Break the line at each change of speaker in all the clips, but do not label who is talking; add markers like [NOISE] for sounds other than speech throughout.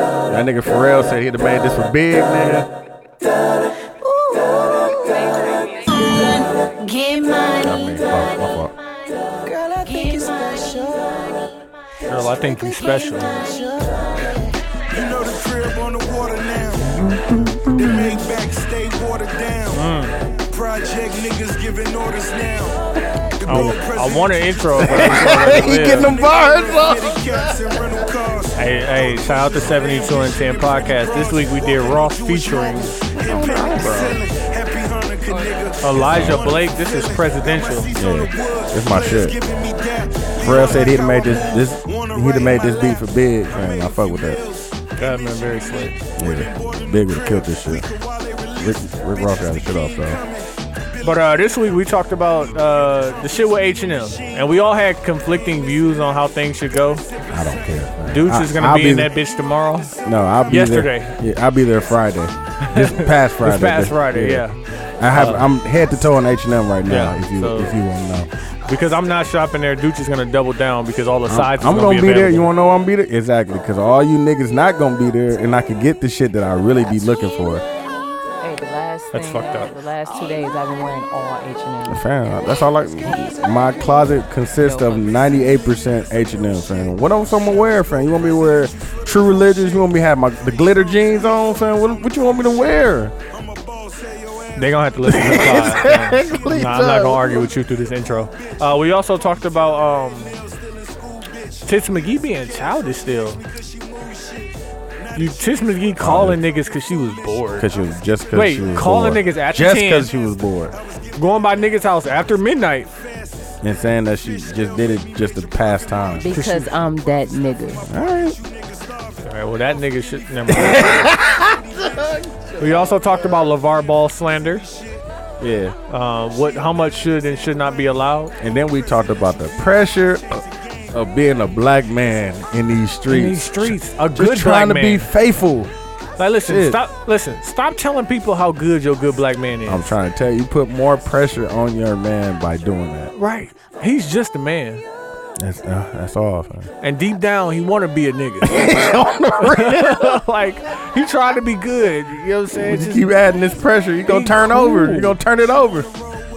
That nigga Pharrell said he'd have made this for big, nigga.
Get money,
I mean, fuck, my fault.
Girl, I think you're special.
Girl, Oh,
[LAUGHS]
I think you special.
You know the crib on the water now. The make back stay watered down. Project niggas giving orders now. The
I,
board
I want an
president-
intro, but I'm
he getting them bars up.
City caps and rental cars.
Hey, hey, shout out to 72 and 10 podcast. This week we did Ross featuring Elijah Blake. This is presidential.
Yeah,
Oh, this my shit. Pharrell said he'd have made this, this he'd have made this beat for big, man. I fuck with that.
That man very slick.
Yeah. Big would have killed this shit. Rick, Rick Ross got his shit off, though.
But uh, this week we talked about uh, the shit with H and M, and we all had conflicting views on how things should go.
I don't care. man.
Deuce
I-
is gonna
I'll
be in that bitch tomorrow.
No, I'll be
Yesterday.
There, yeah, I'll be there Friday.
[LAUGHS]
This past Friday.
past
but-
Friday,
I have. I'm head to toe on H and M right now.
Yeah,
if you
so-
if you want to know,
Because I'm not shopping there. Deuce is gonna double down because all the sides.
I'm
is
gonna, be, there. You
available.
want to know I'm be there? Exactly, because all you niggas not gonna be there, and I can get the shit that I really be looking for.
Hey, the last
That's
thing,
fucked
uh,
up.
The last two days, I've been wearing all H and M.
Fam, that's all. Like my closet consists of 98 percent H and M. Fam, what else I'm gonna wear? Fam, you want me to wear True Religious? You want me to have my the glitter jeans on? Fam, what, what you want me to wear?
They're gonna have
[LAUGHS]
to listen to the pod. man.
Exactly,
Nah, I'm not
so.
gonna argue with you through this intro. Uh, we also talked about um, Tits McGee being childish still. You Tits McGee calling niggas because she was bored.
Cause she was just cause
Wait,
she was
calling
bored.
niggas at
just
10.
cause she was bored
Going by niggas' house after midnight.
and saying that she just did it just to pass time.
Because I'm that nigga.
All right.
All right, well that nigga should never. mind. [LAUGHS] we also talked about LeVar Ball slander.
Yeah.
Uh, what? How much should and should not be allowed?
And then we talked about the pressure of, of being a black man in these streets.
In these streets, a
Just
good
trying
black
to be
man.
faithful.
like, listen,
shit.
stop. Listen, stop telling people how good your good black man is.
I'm trying to tell you, you put more pressure on your man by doing that.
Right. He's just a man.
That's uh, that's all. fam.
And deep down, he want to be
[LAUGHS]
a nigga. [LAUGHS] like, he tried to be good. You know what I'm saying?
You
Just
keep adding this pressure, you gonna
Be
turn over.
cool.
You gonna turn it over.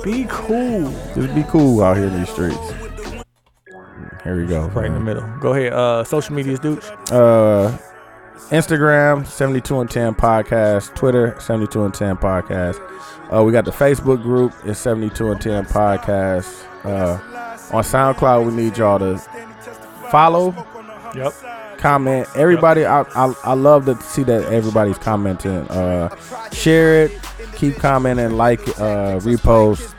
be cool.
Just be cool out here in these streets. Here we go.
Right in the
fam.
middle. Go ahead. Uh, social media's dudes.
Uh, Instagram 72 and 10 podcast, Twitter 72 and 10 podcast. Uh, we got the Facebook group, it's 72 and 10 podcast. Uh, on SoundCloud, we need y'all to follow,
Yep.
comment. Everybody, I, I I love to see that everybody's commenting. Uh, share it, keep commenting, like, uh, repost,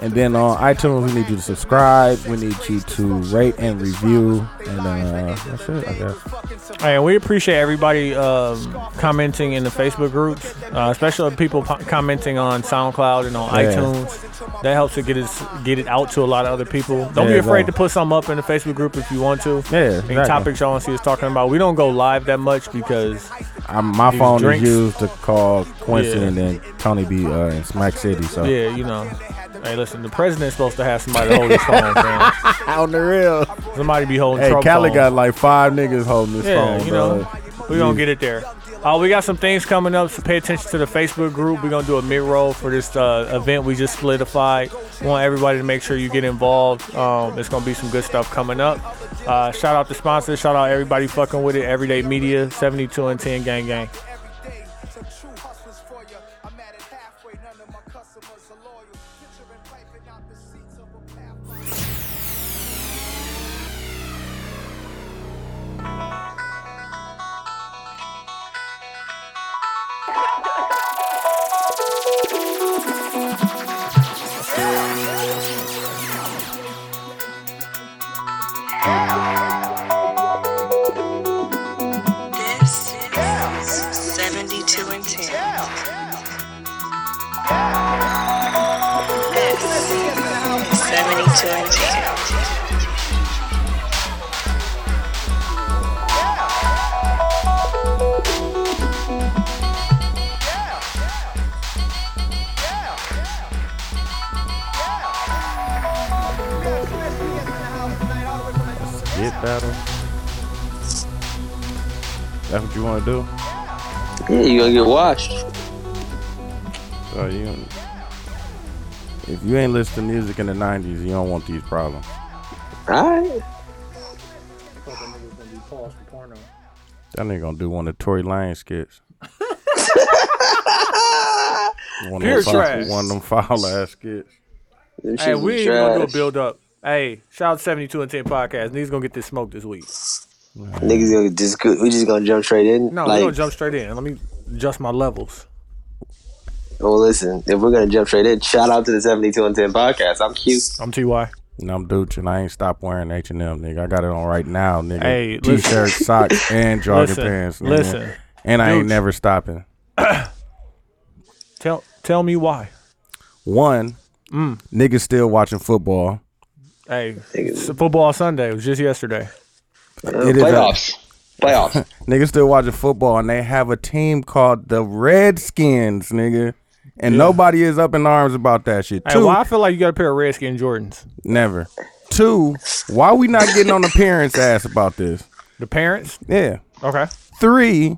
and then on iTunes, we need you to subscribe. We need you to rate and review, and uh, that's it. I guess.
Hey, and we appreciate everybody um, commenting in the Facebook groups, uh, especially people po- commenting on SoundCloud and on
Yeah.
iTunes. That helps to get us get it out to a lot of other people. Don't be
Yeah,
afraid
go.
to put some up in the Facebook group if you want to.
Yeah,
Any
exactly.
topics y'all want to see us talking about? We don't go live that much because
i my
These
phone
drinks.
is used to call Quincy
Yeah.
and then Tony B uh, in Smack City. So
Yeah, you know. Hey, listen, the president's supposed to have somebody hold his phone, man.
[LAUGHS] on the real.
Somebody be holding
Hey,
Trump
Cali
phone.
got like five niggas holding this
yeah,
phone,
you
bro.
know. We're going to get it there. Uh, we got some things coming up, so pay attention to the Facebook group. We're going to do a mid roll for this uh, event we just solidified. Want everybody to make sure you get involved. Um, it's going to be some good stuff coming up. Uh, shout out the sponsors. Shout out everybody fucking with it. Everyday Media, 72 and 10 Gang Gang.
This is 72 and 10. This is 72 and 10.
Get battle. That's what you want to do?
Yeah, you gonna get washed.
So you, if you ain't listening to music in the '90s, you don't want these problems.
Alright.
That nigga gonna do one of Tory Lane [LAUGHS] skits. one,
Pure
of them
trash.
foul, one of them foul ass skits.
Them
Hey,
shits
we
is
ain't gonna do a
trash.
build up. Hey, shout out to 72 and 10 podcast. Niggas gonna get this smoke this week.
Niggas gonna just go, we just gonna jump straight in.
No,
like,
we gonna jump straight in. Let me adjust my levels.
well, listen, if we're gonna jump straight in, shout out to the seventy two and ten podcast. I'm cute.
I'm TY.
And I'm Dooch, and I ain't stopped wearing H and M, nigga. I got it on right now, nigga.
Hey, listen.
T-shirt,
[LAUGHS]
socks, and jogging
Listen,
pants. Nigga.
listen.
and I ain't
Dooch.
never stopping.
Tell tell me why.
One,
Mm.
niggas still watching football.
Hey, it's football Sunday. It was just yesterday.
It is uh, a-
Uh, Playoffs.
[LAUGHS]
Playoffs.
Niggas still watching football, and they have a team called the Redskins, nigga. And nobody is up in arms about that shit.
Hey,
Two,
why I feel like you got a pair of redskin Jordans.
never. Two, why we not getting on the parents' ass about this?
The parents?
Yeah.
Okay.
Three,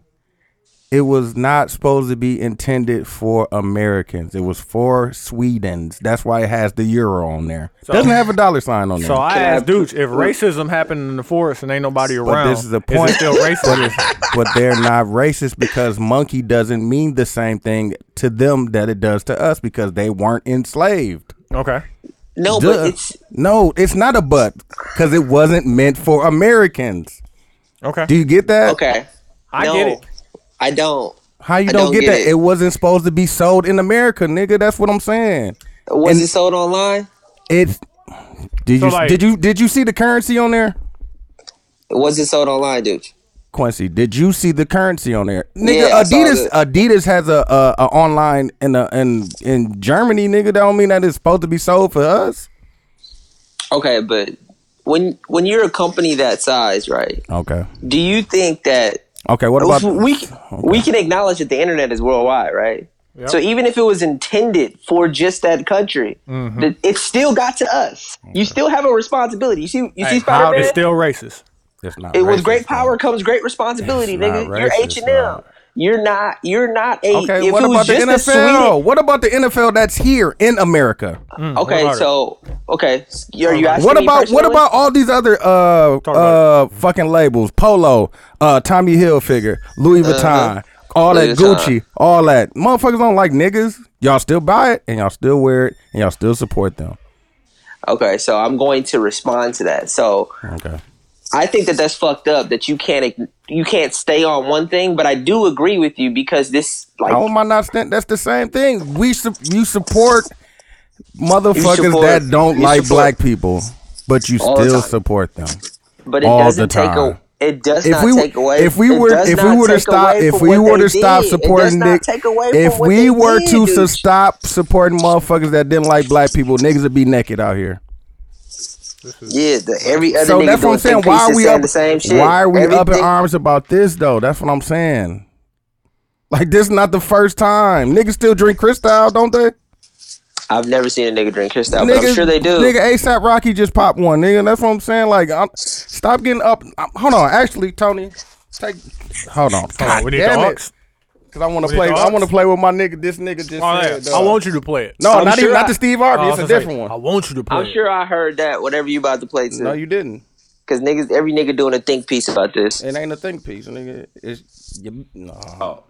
it was not supposed to be intended for Americans. It was for Swedens. That's why it has the euro on there. Doesn't have a dollar sign on there.
So I
Can I-
asked Dooch if racism happened in the forest and ain't nobody
But
around.
this is the
it
point. [LAUGHS]
still
but,
racist.
it's- but they're not racist because monkey doesn't mean the same thing to them that it does to us because they weren't enslaved.
okay.
No,
Duh.
but it's
no, it's not a but because it wasn't meant for Americans.
Okay.
Do you get that?
okay.
I
no,
get it.
I don't.
How you
I
don't,
don't
get,
get
that?
it.
It. wasn't supposed to be sold in America, nigga. That's what I'm saying.
Was
And-
it sold online?
It's did
So,
you
like-
did you did you see the currency on there?
Was it sold online, dude?
Quincy, did you see the currency on there, nigga?
Yeah, I saw
Adidas,
that.
Adidas has a, a, a online in a, in in Germany, nigga. That don't mean that it's supposed to be sold for us.
Okay, but when when you're a company that size, right?
Okay,
Do you think that
okay. What about
we we can acknowledge that the internet is worldwide, right? So even if it was intended for just that country,
Mm-hmm.
th- it still got to us. You still have a responsibility. You see, you see, Spider
It's
Man.
still racist.
It's not
It with
racist,
great
though.
power comes great responsibility,
It's not
nigga. You're
racist,
H and
though.
M. You're not. You're not a.
Okay,
if
what
it
about
was
the
just a
NFL? what about the NFL that's here in America?
Sweden- okay,
about it?
so okay, are you asking
What
me
about what
personally?
about all these other uh uh
about
fucking labels? Polo, uh Tommy Hilfiger, Louis Vuitton, all that
Uh-huh. Louis
Gucci, all that. Motherfuckers don't like niggas. Y'all still buy it and y'all still wear it and y'all still support them.
Okay, so I'm going to respond to that. So
Okay.
I think that that's fucked up that you can't you can't stay on one thing, but I do agree with you because this like
How am I not stand? That's the same thing. We su- you support motherfuckers
You support-
that don't
you
like
support-
black people, but you
All the
still
time.
support them.
but it
all
doesn't
the
take
time.
a it does
if
not
we
take away
if we
it
were
does
if
not
we were to
take
stop
away
if
from
we
what
were
they
to stop
did.
supporting
it does not
nigg-
take away
if
from what
we
they
were
did,
to su-
dude.
stop supporting motherfuckers that didn't like black people niggas would be naked out here
yeah the, every other
so
nigga
that's what
doing
I'm saying
think
why
piece
are
is
we
saying
up
the same shit
why are we up in
Everything-
arms about this though that's what I'm saying like this not the first time niggas still drink Cristal don't they
I've never seen a nigga drink Cristal but
Niggas-
I'm sure they do
Nigga, ASAP Rocky just popped one. Nigga, that's what I'm saying. Like, I'm, stop getting up. I'm- hold on, actually, Tony, take. Hold on,
Hold on, we need
damn
the
it.
aux.
Cause I want to
Was it
play.
the
I
Ox?
want to play with my nigga. This nigga just.
Oh, yeah.
said,
I
dog.
want you to play it.
No,
I'm
not
sure
even not
I-
the Steve
Oh, I
Harvey.
was
it's a
gonna say,
different
I
one.
want you to play
I'm
it.
sure I heard that whatever you about to play to
No, you didn't.
because niggas every nigga doing a think piece about this
It ain't a think piece, nigga. It's you, no.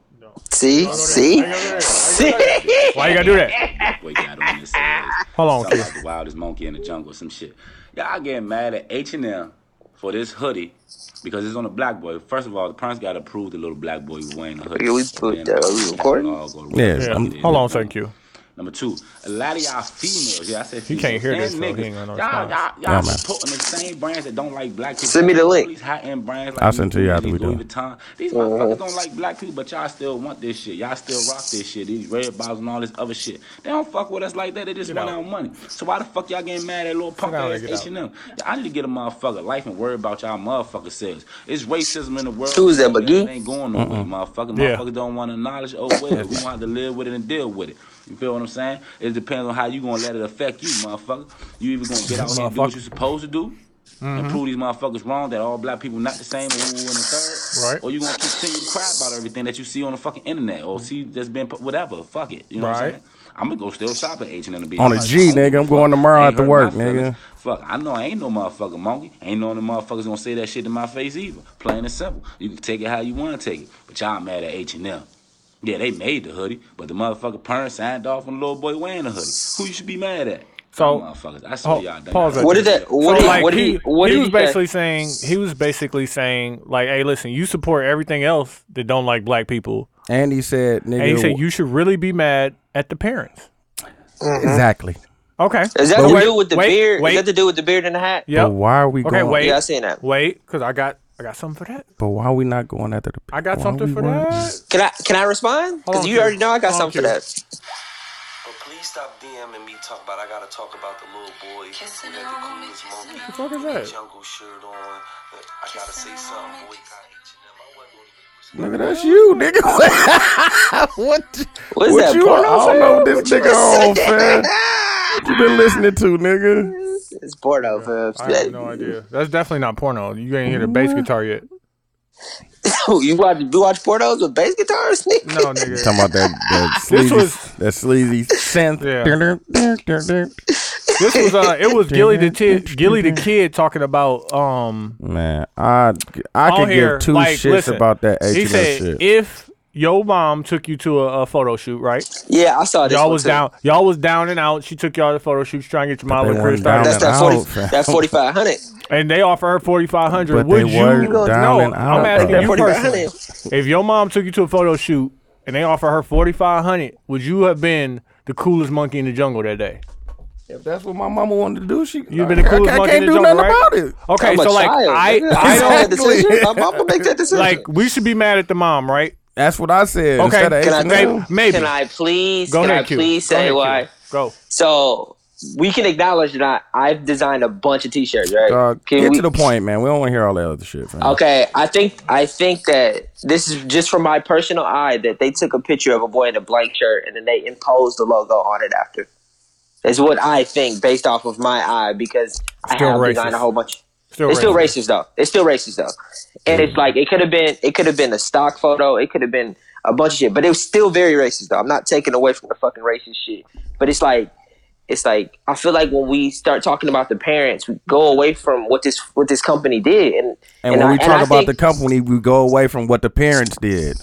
see see [LAUGHS] see
Why you gotta
[LAUGHS]
do that?
Wait, I don't understand.
[LAUGHS]
Hold on,
Sound
kid.
like the wildest monkey in the jungle, some shit. Y'all getting mad at H and M for this hoodie because it's on a black boy. First of all, the parents got to approve the little black boy was wearing the hoodie.
Yeah, we put
Then,
that. Are we
that's when
recording?
all go to-
Yeah,
Yeah.
I'm-
Hold on, thank you.
Number two, a lot of y'all females, yeah, I said
He
females
can't hear
and
this, though. He
niggas,
ain't got no
y'all, y'all,
Yeah,
y'all
man.
supporting the same brands that don't like black people.
Send me the link.
All These high end brands like
I'll send it to you
Louis
after we
Vuitton,
done.
Vuitton. These motherfuckers don't like black people, but y'all still want this shit. Y'all still rock this shit. These red bottles and all this other shit. They don't fuck with us like that. They just want our money. So why the fuck y'all getting mad at little punk
out
ass
there, get out.
H and M? I need to get a motherfucker life and worry about y'all motherfucker selves. It's racism in the world.
Who is that,
It
McGee?
ain't going nowhere, motherfucker.
Yeah.
Motherfuckers don't want to knowledge or well. we want to live with it and deal with it. You feel what I'm saying? It depends on how you gonna let it affect you, motherfucker. You either gonna get out here and do what you supposed to do,
Mm-hmm.
and prove these motherfuckers wrong that all black people not the same and woo and the third.
Right.
Or you gonna continue to cry about everything that you see on the fucking internet or see that's been put, whatever. Fuck it. You know what I'm
Right.
saying? I'm gonna go still shop at H and M to be
On a
honest.
G, nigga. I'm going tomorrow
Ain't
after
hurt
work,
my feelings.
nigga.
Fuck, I know I ain't no motherfucker monkey. Ain't no other motherfuckers gonna say that shit to my face either. Plain and simple. You can take it how you wanna take it, but y'all mad at H and M. Yeah, they made the hoodie, but the motherfucker parents signed off on the little boy wearing the hoodie. Who you should be mad at?
So-
Y'all motherfuckers, I swear
Oh,
y'all. done
pause
got
right
What
it.
is that? What
so
did-
like
what did
he,
he? What
he
did
was
say?
basically saying he was basically saying like, hey, listen, you support everything else that don't like black people,
And he said, nigga.
and he said you should really be mad at the parents.
exactly.
Okay.
Is that
But
the
wait,
dude with the
wait,
beard?
wait.
Is that the dude with the beard and the hat?
Yep.
But why are we
Okay,
going?
wait.
Yeah, I seen that.
Wait, because I got I got something for that.
But why are we not going after the?
I got
why
something
we
for
going-
that.
Can I can I respond?
Hold
Because
on,
you
Q.
already know I got
Hold on,
something for
Q.
that.
But please stop DMing me talk about I gotta talk about the little boy
Kissing
who had the
on me,
coolest
kissing
monkey
What the fuck is that?
jungle shirt on. But I gotta say something, boy. God, H&M, I wasn't gonna even
Nigga, that's you, nigga. [LAUGHS] what?
What is
what
that?
you on? I don't know
Porno,
what this
fam?
nigga on,
What you
fam. What you been listening to, nigga?
listening- It's porno, fam.
I have no
[LAUGHS]
idea. That's definitely not porno. You ain't hear the bass guitar yet.
Oh, you watch you watch pornos with bass [LAUGHS] guitars? nigga?
No, nigga.
Talking about that, that sleazy,
was-
that sleazy synth.
Yeah.
Yeah.
This was uh,
[LAUGHS]
it was Gilly the Kid, Gilly the Kid talking about um.
Man, I I
on
could
here,
give two
like,
shits
listen,
about that H
He said
shit.
if your mom took you to a, a photo shoot, right?
Yeah, I saw this.
Y'all
one
was
too.
down. Y'all was down and out. She took y'all to photo shoot, trying to get your
But
model
they
career
wasn't down
started,
That's that
out,
forty.
fam.
That forty
[LAUGHS]
five hundred.
and they offer her forty five hundred.
But
Would
they
you?
were
go
down
no,
and out,
I'm asking
though.
you
Forty five
personally.
hundred.
If your mom took you to a photo shoot and they offer her forty five hundred, would you have been the coolest monkey in the jungle that day?
If that's what my mama wanted to do, she
You've been the coolest
I, I
monkey
can't
in the
do
jungle,
nothing
right?
about it.
Okay,
I'm a
so like
child.
I,
nigga. [LAUGHS]
I
That
don't
Exactly.
decision, My mama makes that decision.
like we should be mad at the mom, right?
That's what I said.
Okay,
Instead of
Can I
H&M,
tell-
Maybe, maybe.
Can I please?
Go
can
ahead,
I
Q.
please
Go
say
ahead, Q.
why?
Go.
So we can acknowledge that I, I've designed a bunch of T-shirts, right?
dog,
Can
uh, get
we-
to the point, man. We don't want to hear all that other shit, man.
Okay, I think I think that this is just from my personal eye that they took a picture of a boy in a blank shirt and then they imposed the logo on it after. That's what I think based off of my eye because
Still
I have
racist.
designed a whole bunch.
Still
It's still
racist.
racist though. It's still racist though. And it's like it could have been it could have been a stock photo, it could have been a bunch of shit, but it was still very racist though. I'm not taking away from the fucking racist shit. But it's like it's like I feel like when we start talking about the parents, we go away from what this what this company did and
And when
I-
we talk
I
about
think-
the company, we go away from what the parents did.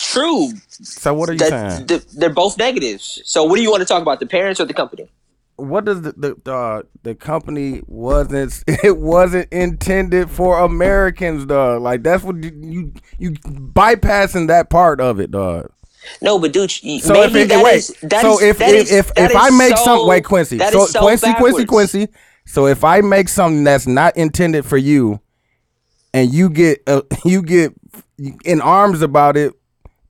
true,
So what are you saying?
that th- they're both negatives. So what do you want to talk about, the parents or the company?
what does the the the, the company wasn't [LAUGHS] it wasn't intended for Americans, dog? Like that's what you you, you bypassing that part of it, dog.
No, but dude, you-
So
maybe
if it,
that
wait,
is- that
so
is-
if
that
if
is-
if,
that
if I
is
make
so-
some wait Quincy,
that
so,
is so
Quincy, Quincy,
backwards.
Quincy. So if I make something that's not intended for you, and you get uh, [LAUGHS] you get in arms about it.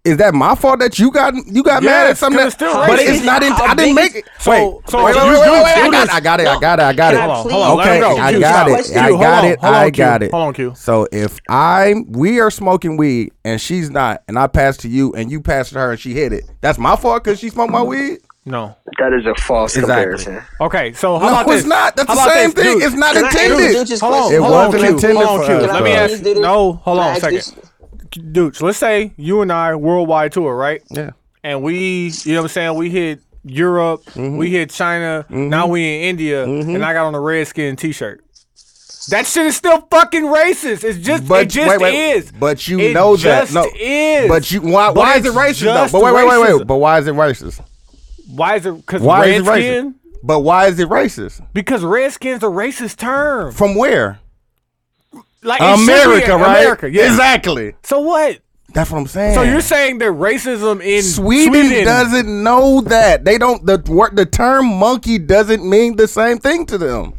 Is that my fault that you got you got mad at
Yes, 'cause
something?
it's still
but
racist.
it's not. In,
How
I didn't
big
make
is-
it.
So-
wait,
so
wait,
you
wait, wait,
do-
wait, wait,
do
I got
this.
it. I got it. I got it. I got it.
Can I
Hold on, hold on,
Okay,
let her go.
I
Q,
got
stop.
it. I
Q, hold
got
on,
it.
hold on,
I
Q.
got it.
Hold on, Q.
So if I we are smoking weed and she's not, and I pass to you and you pass to her and she hit it, that's my fault because she smoked my weed.
No.
That is a false
Exactly.
comparison.
Okay, so how
No,
about
it's
this?
not. That's
How
the
about
same
this,
thing.
dude?
It's not
Can I ask
intended.
you this
Hold on,
question?
It
hold
wasn't
on, Q.
intended
hold on,
for
Q.
us,
Let me
though.
ask.
Did it-
No, hold
Can I
on a
ask
second,
this-
dude. Let's say you and I worldwide tour, right?
Yeah.
and we, you know what I'm saying, we hit Europe,
Mm-hmm.
we hit China, now we in India, and I got on a redskin t-shirt. That shit is still fucking racist. It's just
But
it just
wait, wait,
is.
But you
It
know that.
just
No.
is.
But you why
But
why is it
it's
racist
just
though? But wait, wait, wait,
racism.
wait. But why is it racist?
why is it because
Why is it
redskin?
racist? But why is it racist?
because redskin's a racist term.
From where?
Like it should be
America,
in
right?
America, yeah.
Exactly.
So what?
That's what I'm saying.
So you're saying that racism in
Sweden, doesn't know that. They don't the word the term monkey doesn't mean the same thing to them.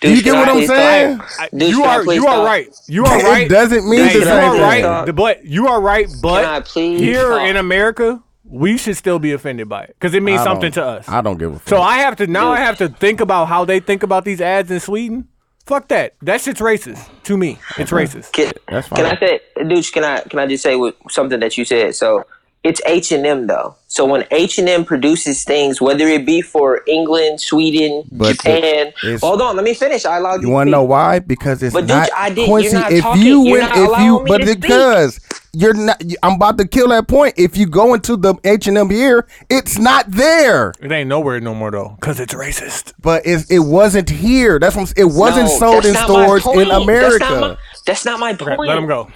Do you
Dude,
get
can
what
I
I'm
please
saying?
talk?
I-
Dude,
you
can I
are
please
you are
talk?
right. You are
It
right.
doesn't mean
Hey,
the
you
same
are
thing.
right.
Stop.
But you are right. But
I please
here
stop?
in America, we should still be offended by it because it means
I don't-
something to us.
I don't give a fuck.
so I have to now. I have to think about how they think about these ads in Sweden. Fuck that. That shit's racist
[LAUGHS]
to me. It's racist.
Can,
That's
can
fine.
I say, dude? Can I can I just say what, something that you said? So it's H and M though. So when H and M produces things, whether it be for England, Sweden,
But
Japan,
it's-
hold on, let me finish. I allowed you.
You want to
to
know
speak.
why? Because it's
But dude,
not
I did- you're
Quincy.
not
if
talking.
you
You're
went,
not
if you,
allowing me
but
to speak.
because you're not, you- I'm about to kill that point. If you go into the H and M here, it's not there.
It ain't nowhere no more though, cause it's racist.
But it, it wasn't here. That's what I'm, s- it wasn't
No,
sold
that's
in
not my
stores
point.
in America.
That's not my, that's not my
Okay,
point.
let him go.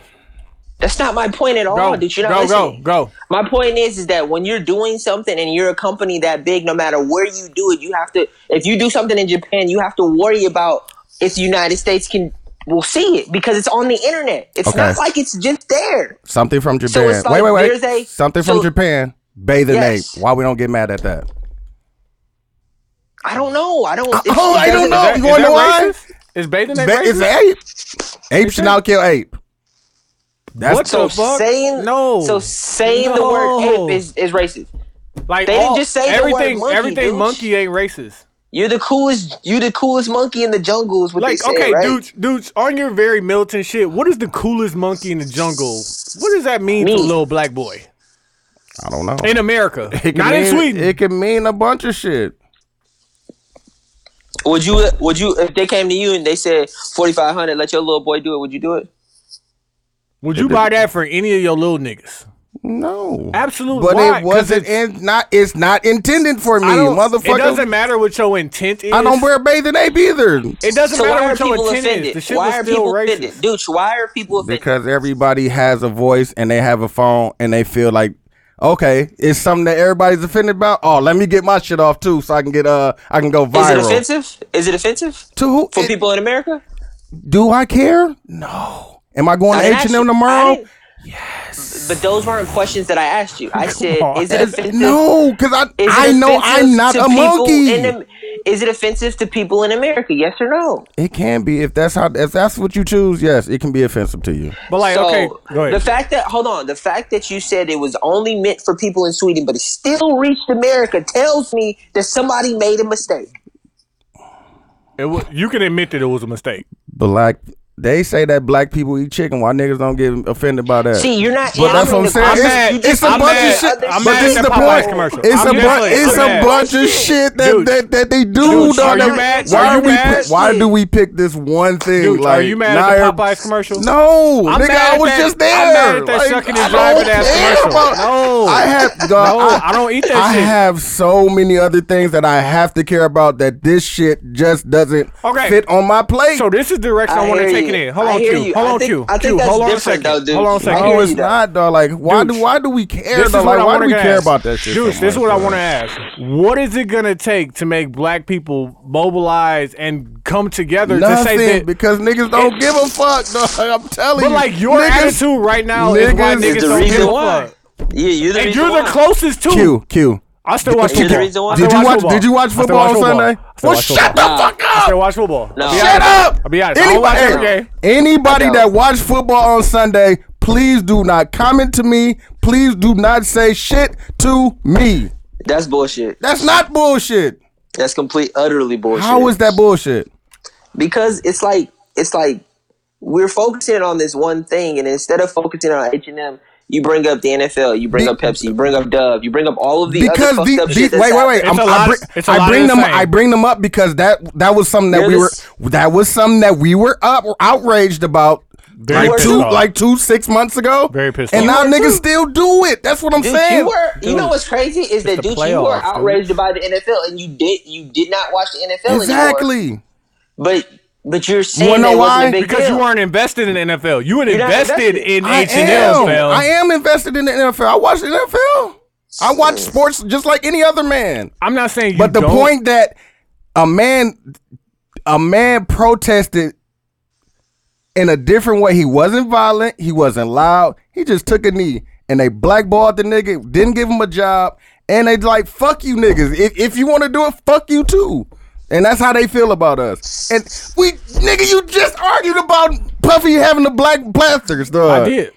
That's not my point at all.
Go,
Did you not
go,
listen?
go, go.
My point is, is that when you're doing something and you're a company that big, no matter where you do it, you have to. If you do something in Japan, you have to worry about if the United States can will see it because it's on the internet. It's
Okay.
not like it's just there.
Something from Japan.
So it's like
wait, wait, wait.
there's a-
Something from
so-
Japan. Bathing
Yes.
ape. Why we don't get mad at that?
I don't know. I don't. it's-
oh,
it
I don't
doesn't-
know. You wanna know why?
racist? Is bathing that
Ba- It's
racist?
ape. Ape should not kill ape. That's
What
So
the fuck?
saying
no.
So saying the
No.
word ape is, is racist.
like
they didn't just say the word
everything.
monkey,
everything
bitch.
monkey ain't racist.
You're the coolest. You the coolest monkey in the jungle. Is what they
Like
say,
okay,
right?
dudes, dudes, on your very militant shit. What is the coolest monkey in the jungle? What does that mean
Me.
to a little black boy
I don't know.
in
[LAUGHS]
America?
It can
Not in
mean-
Sweden.
It can mean a bunch of shit.
Would you? Would you? If they came to you and they said forty five hundred, let your little boy do it. Would you do it?
Would you buy that for any of your little niggas?
No.
Absolutely.
But
Why? 'Cause
it wasn't
it's-
in not it's not intended for me,
I don't-
motherfucker.
It doesn't matter what your intent is.
I don't wear bathing ape either.
It doesn't
So why
matter
are
what your
people
intent
offended?
is. The shit
why
was
are
still
people
racist.
offended, dude? Why are people offended?
Because everybody has a voice and they have a phone and they feel like, okay, it's something that everybody's offended about. Oh, let me get my shit off too, so I can get uh, I can go
Is it
viral.
offensive? Is it offensive
to who?
for
it-
people in America?
Do I care? No. Am I going
I
to
didn't
H and M
ask you- I
tomorrow?
didn't- But those weren't questions that I asked you. I said,
on.
is it offensive?
No, because I
Is it
I know I'm
offensive
not
to
a
people
monkey.
in Am- is it offensive to people in America? Yes or no?
it can be if that's how if that's what you choose. Yes, it can be offensive to you.
But like,
so
okay, go ahead.
the fact that hold on, the fact that you said it was only meant for people in Sweden, but it still reached America, tells me that somebody made a mistake.
It wa- you can admit that it was a mistake.
Black. They say that black people eat chicken. Why niggas don't get offended by that?
See, you're not.
But that's what I'm
the-
saying.
I'm
it's,
mad.
you
it's a
just-
I'm
bunch
mad.
of shit.
I'm
but
mad
this
at
is the
that
point.
Popeyes commercial.
It's
I'm
a bu-
definitely-
it's
I'm
a
mad.
bunch of shit that,
Dude.
that, that they do.
Dude,
dog,
are
that-
you mad?
Why
Are you
we
mad?
pick- why do we pick this one thing?
Dude,
like,
are you mad
now
at the
every-
Popeyes commercial?
No,
I'm
nigga,
mad
I
at
was
that-
just there.
I'm mad at that
Like,
sucking
I
and
don't
driving ass
care
commercial.
about-
No.
I have.
No,
dog,
I don't eat that
I
shit.
have so many other things that I have to care about that this shit just doesn't
Okay.
fit on my plate.
So this is the direction I, want to
hear
take
you.
it in. Hold
I
on,
hear
Q.
you.
Hold
I
on,
think-
Q.
I think
Q.
that's
Hold on a
different,
second.
though, dude.
Hold on a
I
second.
hear
No, it's
you, though.
not, dog. Like, why
Dude,
do why do we care?
This
Though?
is what
Like,
I
why
want
do we
to ask.
care about that shit?
Dude,
so
this is
much,
what I
bro?
want to ask. What is it gonna take to make black people mobilize and come together to say
Nothing
that?
because niggas don't give a fuck, dog. I'm telling
But
you.
like your
niggas,
attitude right now is why
niggas
niggas
is
the
don't give
reason
a
why.
fuck.
Yeah, you're the
And
reason
you're
why.
the closest to.
Q Q.
I still watch
You're the
football.
reason why.
I still
Did you watch?
football.
Did you watch
I still
football on
football.
Sunday?
I still
Well,
watch
shut the
football.
fuck
I still
up.
watch football.
No.
I'll be
Shut
honest.
up.
I'll be honest. I don't watch
Anybody,
every game.
anybody
I don't.
that watched football on Sunday, please do not comment to me. Please do not say shit to me.
That's bullshit.
That's not bullshit.
That's complete, utterly bullshit.
How is that bullshit?
because it's like it's like we're focusing on this one thing, and instead of focusing on H and M, you bring up the NFL, you bring
Be-
up Pepsi, you bring up Dove, you bring up all of the
because
other
the,
fucked
the-
up shit.
wait
that's
wait wait
happening.
I'm, I bring,
It's a lot- it's a
I
lot
bring
of the
them
same.
I bring them up because that that was something that
You're
we
the s-
were that was something that we were up outraged about
Very
like
pissed
two
off.
like two six months ago
Very pissed
and
off.
now niggas still do it that's what I'm
Dude,
saying
you were. you know what's crazy is that,
the
dude, you
playoffs,
were
dude.
outraged by the NFL, and you did you did not watch the NFL anymore.
exactly
But but you're
You
saying
wanna
that
know
wasn't
why?
a big
Because
deal.
you weren't invested in the NFL. You had
not
invested
invested.
in
I
H and M,
am
fam.
I am invested in the NFL I watch the NFL I watch sports just like any other man
I'm not saying you
But the
don't.
point that a man a man protested in a different way. He wasn't violent, he wasn't loud, he just took a knee and they blackballed the nigga, didn't give him a job, and they like, fuck you niggas. If if you wanna do it, fuck you too. And that's how they feel about us. And we nigga, you just argued about Puffy having the black plasters, dog.
I did.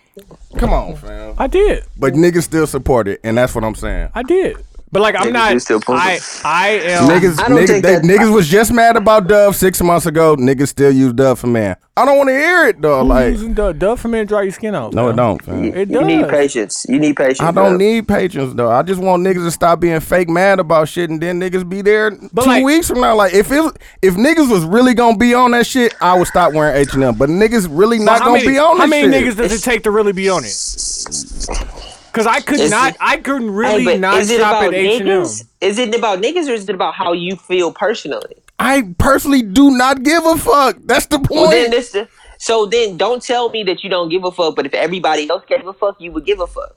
Come on, fam.
I did.
But niggas still support it, and that's what I'm saying.
I did. But like I'm
Niggas
not.
do still post
I
it.
I am.
Niggas,
I don't
niggas,
think
they,
that-
niggas was just mad about Dove six months ago. Niggas still use Dove for man. I don't want to hear it though.
Like,
Like,
using Dove, Dove for men dry your skin out.
no, it
fam.
don't. fam.
It
You need
does.
patience. You need patience.
I
bro.
don't need patrons though. I just want niggas to stop being fake mad about shit, and then niggas be there two
like-
weeks from now. Like if it, if niggas was really gonna be on that shit, I would stop wearing H and M. But niggas really
But
not
how
gonna
many,
be on
How
that
many
shit.
niggas does it take to really be on it? Because I could
Is
not.
it-
I couldn't
Hey,
really
but
not
is it
shop
about
at H and M.
niggas? Is it about niggas or is it about how you feel personally?
I personally do not give a fuck. That's the point.
Well, then this. So then, don't tell me that you don't give a fuck. But if everybody else gave a fuck, you would give a fuck.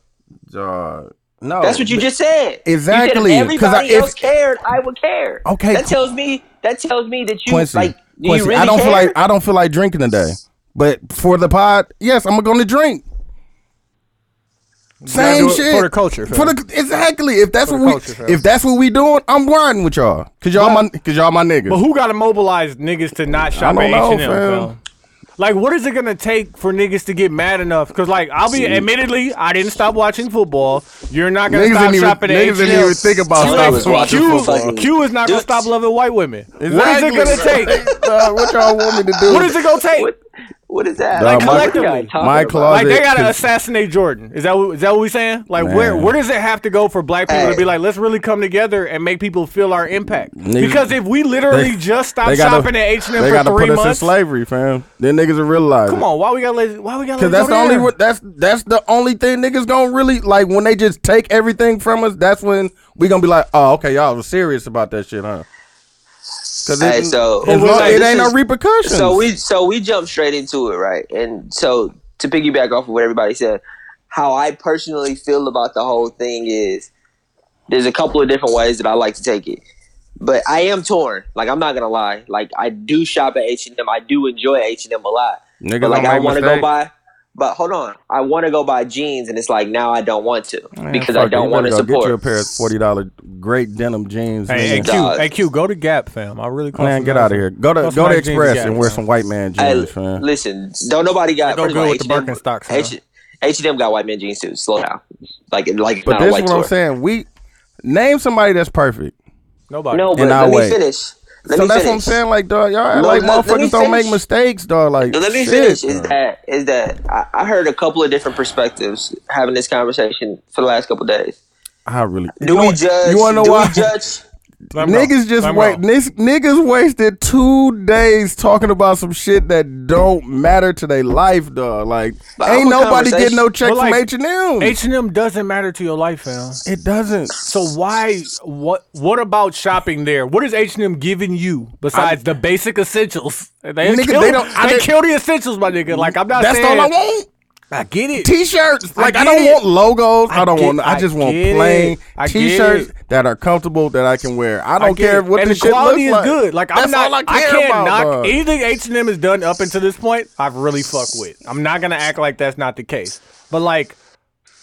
Uh, no,
That's what you just said. You said
Exactly,
if
'cause I-
everybody
if-
else cared, I would care.
Okay,
That
Qu-
tells me. That tells me that you
Quincy.
like. Do
Quincy,
you really
I don't
care?
feel like I don't feel like drinking today. But for the pod, yes, I'm gonna drink.
gotta
Same
do it
shit
for the culture, fam.
For the exactly, if that's
For the
what we
culture, fam.
if that's what we doing, I'm riding with y'all, cause y'all my cause y'all my niggas.
But who got to mobilize niggas to not shop at
don't
H
know,
and M?
fam.
fam? Like, what is it gonna take for niggas to get mad enough? Because, like, I'll be admittedly, I didn't stop watching football. You're not gonna
Niggas
stop
didn't even-
shopping at
niggas
H
didn't even think about
stopping watching
Q,
football.
Q is not gonna
Dude.
stop loving white women. What is it gonna take?
Dog, [LAUGHS] what y'all want me to do?
What is it gonna take?
What, what is that?
Nah,
Like,
my-
what y'all
collectively.
talking
my
about?
closet-
Like they gotta
Cause-
assassinate Jordan. Is that what, is that what we saying? Like
Man.
where where does it have to go for black people to
Hey.
be like, let's really come together and make people feel our impact?
Niggas-
because if we literally
They-
just stop
they gotta-
shopping at H and
They
M
gotta
for three
put us in
months,
slavery, fam. Then niggas will realize.
come
it.
on, why we gotta let why we gotta
Cause
let
that's
it
the
go
only
there?
what that's that's the only thing niggas gonna really like when they just take everything from us. That's when we gonna be like, oh, okay, y'all was serious about that shit, huh? Cause
Hey,
it,
so-
as
But
long-
we're like,
it
this
ain't no
is-
repercussions.
So we so we jump straight into it, right? And so to piggyback off of what everybody said, how I personally feel about the whole thing is there's a couple of different ways that I like to take it. But I am torn. Like I'm not gonna lie. Like I do shop at H and M. I do enjoy H and M a lot.
Niggas
But like
don't
I
make
want to go
mistakes.
buy. But hold on, I want to go buy jeans, and it's like now I don't want to
Man,
because
fuck
I
it, you
don't want to
better go Get you a
support.
pair of forty dollar great denim jeans.
Hey, hey
nigga.
Q,
Dog.
hey Q, go to Gap, fam. I really call
man,
some
get
guys-
out of here. Go to
call some
go to
nice jeans
Express
Gap,
and wear
fam.
some white man
Hey,
jeans, man.
listen, don't nobody got.
go
first of
good
all,
with the
H&M
Birkenstocks, huh?
H H and M got white men jeans too. Slow down, like like it's
But
not a
this is
white
what I'm
tour.
saying. We name somebody that's perfect.
Nobody.
No, but
And I
let
wait.
me finish. Let
so
me
that's
finish.
what I'm saying. Like, dog, y'all act
No,
like
let- let me
motherfuckers don't make
finish.
mistakes, dog. Like,
Let me
shit,
finish. Is
dog.
that is that I, I heard a couple of different perspectives having this conversation for the last couple of days.
I really
Do we judge?
You wanna know
do
why? [LAUGHS]
We judge?
Let 'em
Niggas
go.
just
Let 'em
wait.
go.
Nis- niggas wasted two days talking about some shit that don't matter to their life, dog. Like,
But
ain't
I'm a
nobody getting no
conversation-
check
But, like,
from H&M.
H and M doesn't matter to your life, fam.
it doesn't.
So why what what about shopping there? What is H and M giving you besides the basic essentials? They
Nigga,
kill,
they don't- I
they
didn't-
kill the essentials, my nigga. Like I'm not
That's
saying
all I want.
I get it.
T-shirts. Like I,
get
don't
it.
want logos. I,
I
don't
get-
want. I
I
just want
get
plain
it. I get
T-shirts
it.
that are comfortable that I can wear. I
I
don't
get
care
it.
what
and
the
the
shit
quality
looks like.
is good. Like I'm
That's
not
all I care
can't
about.
knock
dog.
anything H and M has done up until this point. I've really fucked with. I'm not gonna act like that's not the case. But like.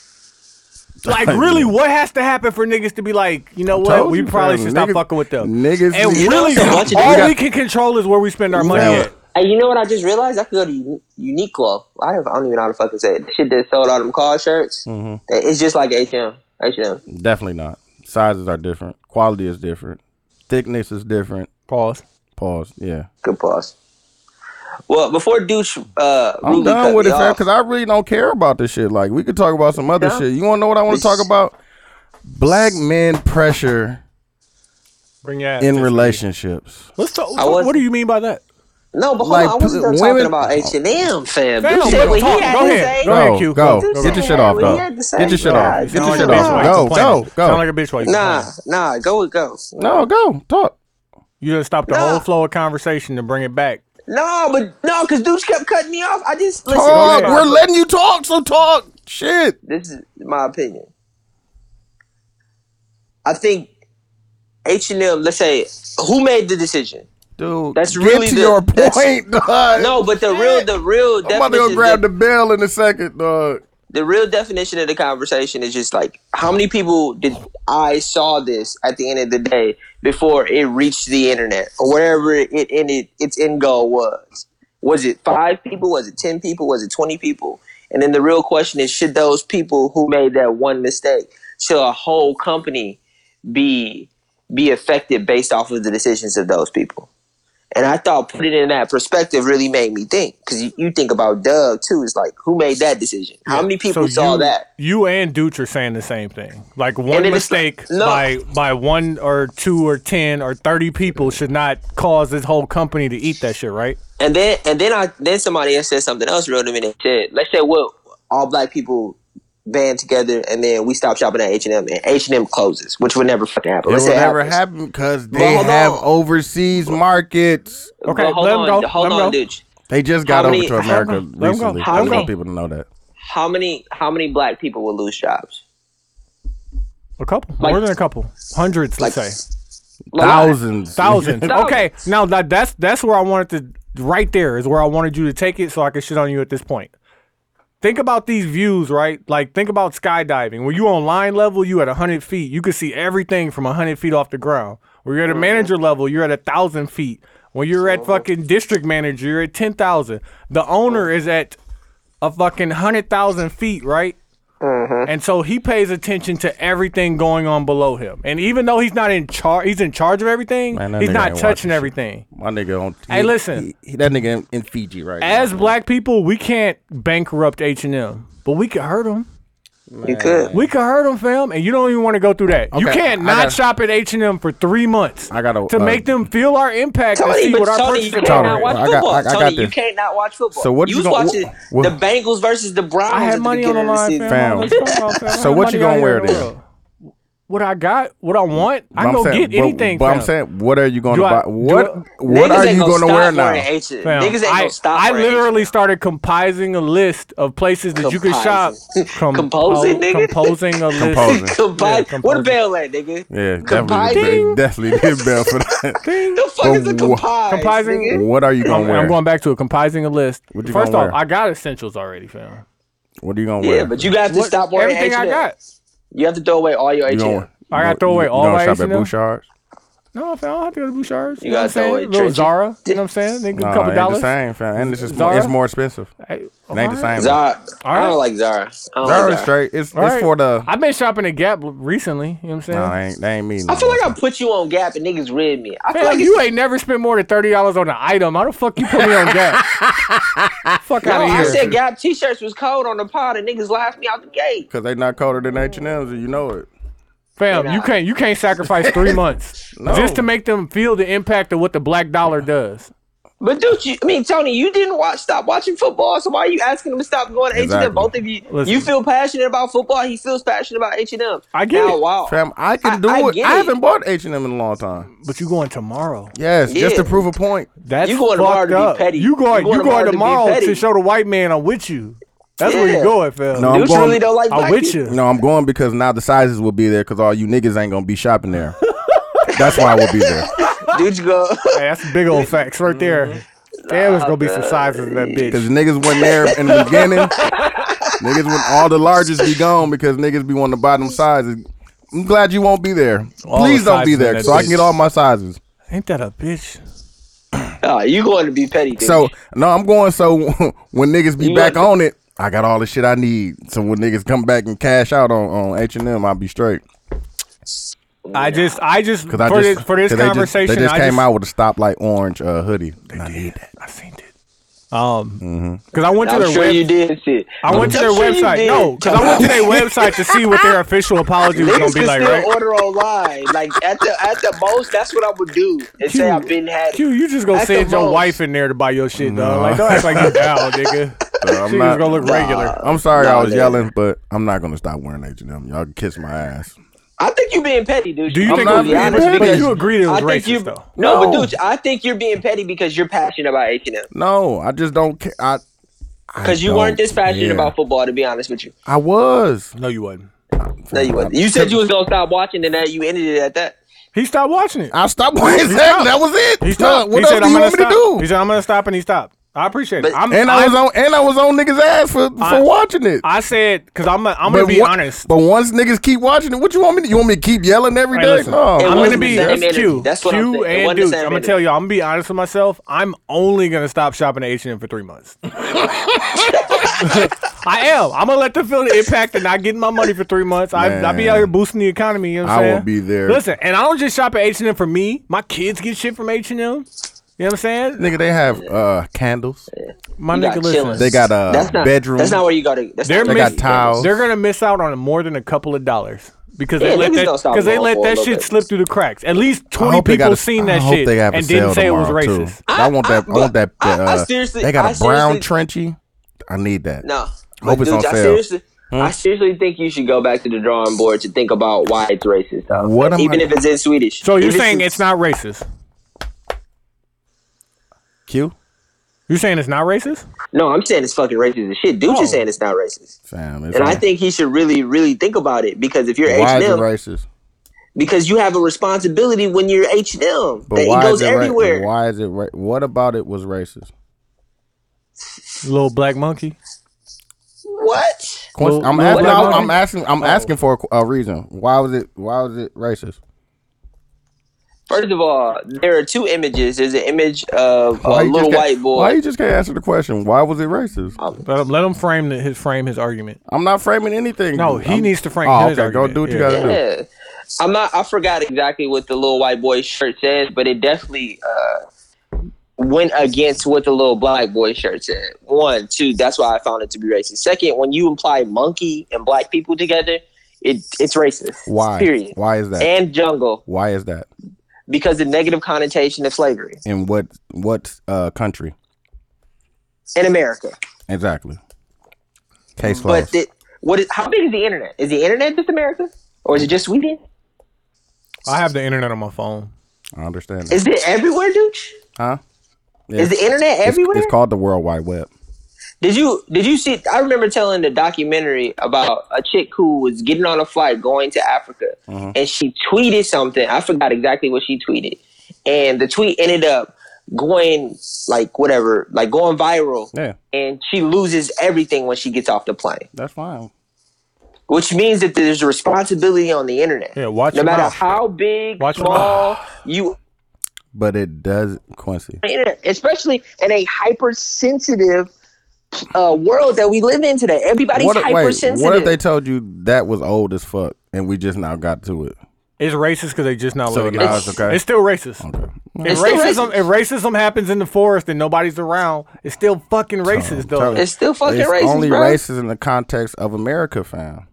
[LAUGHS]
Like really, what has to happen for niggas to be like, you know what?
Told
We
you,
probably
fam.
should stop
Niggas-
fucking with them.
niggas
and
need-
really,
You know, a bunch of
all
niggas-
we can control is where we spend our money
Yeah.
at.
And you know what I just realized? I could go to Uni- Uniqlo. I don't, I don't even know how to fucking say it. The shit that sold all them call shirts.
Mm-hmm.
It's just like H&M. H&M.
Definitely not. Sizes are different. Quality is different. Thickness is different.
Pause.
Pause. Yeah.
Good pause. Well, before douche, uh,
I'm
really
done
cut
with
me
it, fam,
off,
because I really don't care about this shit. Like, we could talk about some other
Yeah.
shit. You want to know what I want to
This-
talk about? Black men pressure
Bring your ass
in
to-
relationships.
Let's talk.
I
what
wasn't-
do you mean by that?
no, but hold
Like,
on, I wasn't done
p-
talking
women-
about H and M, fam.
Fam,
Dude
what
said
the
what he
fuck?
had
Go
to
ahead.
say.
Go ahead, Q.
go.
Go,
Go.
go,
Get
go.
your shit off,
What
though.
he had to say,
Get your shit
bro.
off.
It
Get your
sound
shit
like a
off.
bitch
Go,
Go,
go,
Sound like a
go.
bitch while you
Nah,
complaining.
nah, go with go.
No, go. Talk.
You just stopped the
Nah.
whole flow of conversation to bring it back.
No, but no, because dudes kept cutting me off. I just listen.
Talk.
bro,
We're letting you talk, so talk. Shit.
this is my opinion. I think H and M. Let's say who made the decision.
Dude,
That's
get
really
to
the-
your
that's-
point, [LAUGHS] dog.
No, but the real, the real
Uh, I'm about to
definition,
go grab
the,
the bell in a second, dog.
the real definition of the conversation is just like how many people did I saw this at the end of the day before it reached the internet or whatever it ended its end goal was. Was it
Oh.
five people? Was it ten people? Was it twenty people? And then the real question is, should those people who made that one mistake, should a whole company be be affected based off of the decisions of those people. And I thought putting it in that perspective really made me think because you, you think about Doug too. It's like who made that decision? How many people
So
saw
you,
that?
You and Dooch are saying the same thing. Like one
And it is-
mistake
no.
by by one or two or ten or thirty people should not cause this whole company to eat that shit, right?
And then and then I then somebody else said something else real to me. They said, let's say what all black people band together and then we stop shopping at H and M and H and M closes, which would never fucking happen.
It
Let's
will
say
never
happens.
happen because
But
they
hold
have
on.
overseas markets.
Okay,
But hold
let 'em
on,
go,
hold
let 'em
on,
go.
dude.
They just got
How many-
over to
how-
America
let 'em go.
recently.
How
I just
many-
want people to know that.
How many how many black people will lose jobs?
A couple,
Like-
more than a couple, hundreds, let's
like-
say.
A lot.
Thousands, [LAUGHS]
Thousands.
Thousands.
Okay, now that, that's that's where I wanted to. Right there is where I wanted you to take it, so I could shit on you at this point. Think about these views, right? Like think about skydiving. When you on line level, you at hundred feet, you can see everything from hundred feet off the ground. When you're at a manager level, you're at a thousand feet. When you're at fucking district manager, you're at ten thousand. The owner is at a fucking hundred thousand feet, right?
Mm-hmm.
And so he pays attention to everything going on below him. And even though he's not in charge, he's in charge of everything.
Man, that
he's
nigga
not
ain't
touching
watching shit.
everything.
My nigga on.
Hey, listen.
he- he- that nigga in, in Fiji right
As
now.
black people, we can't bankrupt H and M, but we could hurt them.
You could.
We could hurt them, fam. And you don't even want to go through that. you
Okay,
can't
I
not
gotta-
shop at H and M for three months.
I gotta,
to
uh,
make them feel our impact and
Tony,
see
but
what our
Tony, you
purchasing
can't
Tony,
power
not
is.
watch
I got-
football.
I got
Tony, you
this.
can't not watch football.
So what
you
you
was
gonna-
watching
wha-
the Bengals versus the Browns
I
at
had
the
money on
beginning
the
of the
line,
season.
fam. I
Fam.
was talking about, fam. I
So
had
what
money
you gonna
out
wear
here in the
then?
world. What I got, what I want, I
But
can
I'm
go
saying,
get
but,
anything.
But I'm
fam.
saying, what are you going to
Do I-
buy?
do
What
I-
What
Niggas
are
ain't
you going
gonna
to
stop
wear now?
wearing H&M.
Fam,
Niggas ain't
I,
gonna stop.
I
wearing
literally
H&M.
started composing a list of places that you could shop.
[LAUGHS]
Com-
Composing, nigga?
Composing a list.
Composing.
[LAUGHS] Compi-
Yeah,
what a
composing.
bell at, nigga?
Yeah, definitely,
Compising?
did- definitely did bell for that.
[LAUGHS] The fuck is a
But wha-
compise?
Compising-
nigga?
what are you going
I'm,
to wear?
I'm going back to it. Composing a list.
What you
First off,
gonna wear?
I got essentials already, fam.
what are you going to
Yeah,
wear?
but you got to
What-
stop wearing
everything I
H&M.
got.
You have to throw away all your
You
H&M.
gonna,
I gotta throw away
you
all
gonna
my
shop at
H&M?
Bouchard's?
No, fam, I don't have to go to Bouchard's. You,
You
know what
gotta
I'm saying?
throw away
Little
trenches.
Zara. You know what I'm saying? They give
No,
a couple
ain't
dollars.
the same, fam. And it's just more,
Zara?
it's more expensive.
Hey,
ain't the
alright.
same.
Zara. I
Alright.
don't like Zara. I don't
Zara's
like Zara.
straight. It's, it's
Alright.
for the.
I've been shopping at Gap recently. You know what I'm saying?
No, ain't, that ain't me.
I
no
feel
more,
like I
fam.
put you on Gap and niggas read me. I feel
Fam,
like it's
you ain't never spent more than thirty dollars on an item. How the fuck you put me on Gap? fuck
No,
out of
I
here.
said Gap t-shirts was cold on the pod and niggas laughed me out the gate.
Cause they not colder than H and M's, and you know it.
Fam,
Nah.
you can't you can't
[LAUGHS]
sacrifice three months
No.
just to make them feel the impact of what the black dollar does.
But dude, you, I mean Tony, you didn't watch stop watching football, so why are you asking him to stop going to H and
Exactly.
M? Both of you,
Listen.
you feel passionate about football. He feels passionate about H and M.
I get
now,
it.
Wow,
Fam, I can
I-
do
I
it.
get
I
it.
haven't bought H and M in a long time.
But you going tomorrow?
Yes, just to
Yeah.
prove a point.
That's
You going tomorrow
fucked
to be
up.
petty.
You going you going,
to be
tomorrow to,
petty.
show the white man I'm with you. That's where you
Yeah.
going, fam.
No, I'm
dudes
going-
really don't like black
I'm with
people.
you.
No, I'm going because now the sizes will be there because all you niggas ain't gonna be shopping
[LAUGHS]
there. That's why I will be there.
Dudes go.
Hey, that's big old facts right there.
Mm-hmm.
Damn, it's gonna be some sizes in that
Because
bitch.
niggas went there in the beginning. niggas when all the largest be gone because niggas be wanting to buy them sizes. I'm glad you won't be there.
All
Please
the
don't be
sizes in
there
that
so I can
bitch.
get all my sizes.
Ain't that a bitch?
Nah, you going to be petty. Dude. [LAUGHS]
So no, I'm going so [LAUGHS] when niggas be
You
back
got-
on it, I got all the shit I need. So when niggas come back and cash out on on H and M, I'll be straight.
I just I just for
Cause I just
this for this
'cause they just-
conversation
they just
I
came
just
out with a stoplight orange uh, hoodie. And I need that.
I seen it. Um,
Mm-hmm.
because I went to
I'm
their
sure
web-
you did shit.
I went to
I'm
their
sure you
website.
did.
No, because I went to
[LAUGHS]
their website to see what their official apology was gonna
Niggas
be
can
like,
still
right?
order online. Like at the at the most, that's what I would do and say I've been had. it.
Q, you just gonna
At the
send your
most.
wife in there to buy your shit, dog. Like, don't act like you down,
[LAUGHS]
nigga.
So
She
I'm
was
not.
gonna look regular.
I'm sorry
Nah,
I was
nigga.
yelling, but I'm not gonna stop wearing H and M. Y'all can kiss my ass.
I think you're being petty, dude.
Do you
I'm
think
not
it was
being
honest?
petty.
Because you agreed it was
I think you
racist, though.
no,
No.
but dude, I think you're being petty because you're passionate about H and M.
No, I just don't care. I
Because
I
you weren't
don't
this passionate
care.
about football, to be honest with you.
I was.
No, you wasn't.
No, you wasn't. You said you was gonna stop watching, and that you ended it at that.
He stopped watching it.
I stopped [LAUGHS] wearing Zach. That was it.
He
Huh,
stopped.
What
he
else
said,
do
I'm
you want
gonna
me
stop.
to
He
do?
said, I'm gonna stop, and he stopped. I appreciate it.
But-
I'm,
And I was
I'm-
on and I was on niggas ass for, for
I-
watching it.
I said, because I'm, a, I'm
But
gonna be
what-
honest.
But once niggas keep watching it, what you want me to? You want me to keep yelling every
Hey,
day?
listen.
No,
It
I'm gonna
wasn't
be
the same energy.
Q,
That's what I'm
Q
saying. It
and
wasn't the
dude.
same
I'm gonna
energy.
tell you, I'm gonna be honest
[LAUGHS]
with myself. I'm only gonna stop shopping at H and M for three months. [LAUGHS] I am. I'm gonna let them feel the impact and not getting my money for three months. I I be out here
Man.
boosting the economy. You know what I'm
I will
saying?
be there.
Listen, and I don't just shop at H and M for me. My kids get shit from H and M. You know what I'm saying?
Nigga, they have uh, candles.
My
You
nigga,
got
listen.
chillers.
They got a
that's not,
bedroom.
That's not where you got to. That's
They're
not
They
miss-
where
got
you gotta go.
towels.
They're gonna miss out on more than a couple of dollars because
Yeah,
they let
niggas
that
don't stop
because they
going
let
for a
that
little
shit
bit.
slip through the cracks. At least
I
twenty
hope they
people
got a,
seen
I
that
hope
shit
they have a
and didn't
sale
say it was
tomorrow, too.
racist.
I, want
I-
that. I,
but
want that.
I- I
uh,
seriously-
they got a
I
brown
seriously-
trenchy. I need that.
No.
Hope it's on Hmm?
I
sale.
seriously, I seriously think you should go back to the drawing board to think about why it's racist. Though.
What am
even
I-
if it's in Swedish.
So you're
If
saying
in-
it's not racist?
Q.
You're saying it's not racist?
No, I'm saying it's fucking racist as shit. Dude,
Oh.
you're saying it's not racist.
Fam, it's
And I
like-
think he should really, really think about it because if you're H
why
and
is it
M,
racist?
because you have a responsibility when you're H and M
But
that it
why
goes
is it ra-
everywhere.
Why is it? Ra- what about it was racist?
Little black monkey.
What?
Quincy,
Well,
I'm,
no,
asking,
what
no,
about
I'm
it? Oh.
asking. I'm asking for a, a reason. Why was it? Why was it racist?
First of all, there are two images. There's an image of
Why
a
you just
little
can't-
white boy.
Why you just can't answer the question? Why was it racist?
Let him, let him frame the, his frame his argument.
I'm not framing anything.
No, he
I'm-
needs to frame
Oh,
his
okay. Go
argument.
do what you
Yeah.
gotta do.
Yeah, I'm not. I forgot exactly what the little white boy shirt says, but it definitely uh, went against what the little black boy shirt said. One, two. That's why I found it to be racist. Second, when you imply monkey and black people together, it it's racist.
Why?
Period.
Why is that?
And jungle
why is that?
because the negative connotation of slavery
In what what uh, country
in America.
exactly? Case
But
closed.
the, what is how big is the internet? Is the internet just America, or is it just Sweden?
I have the internet on my phone.
I understand. That.
Is it everywhere, dude?
Huh?
Is the internet everywhere?
It's called the World Wide Web.
Did you did you see? I remember telling the documentary about a chick who was getting on a flight going to Africa, and she tweeted something. I forgot exactly what she tweeted, and the tweet ended up going like whatever, like going viral.
Yeah,
And she loses everything when she gets off the plane,
that's fine.
which means that there's a responsibility on the internet.
Yeah, watch
no
your
matter
mouth.
how big,
Watch your
small you
But it does, Quincy.
internet, especially in a hypersensitive uh, world that we live in today. Everybody's
What, if- wait,
hypersensitive.
what if they told you that was old as fuck and we just now got to it?
It's racist because they just not
So
let it
now
go.
it's okay.
It's still racist.
Okay.
If
It's still
racism,
racist.
if racism happens in the forest and nobody's around, it's still fucking racist though.
Tell-
It's still fucking
it's
racist,
Only
bro.
racist in the context of America, fam.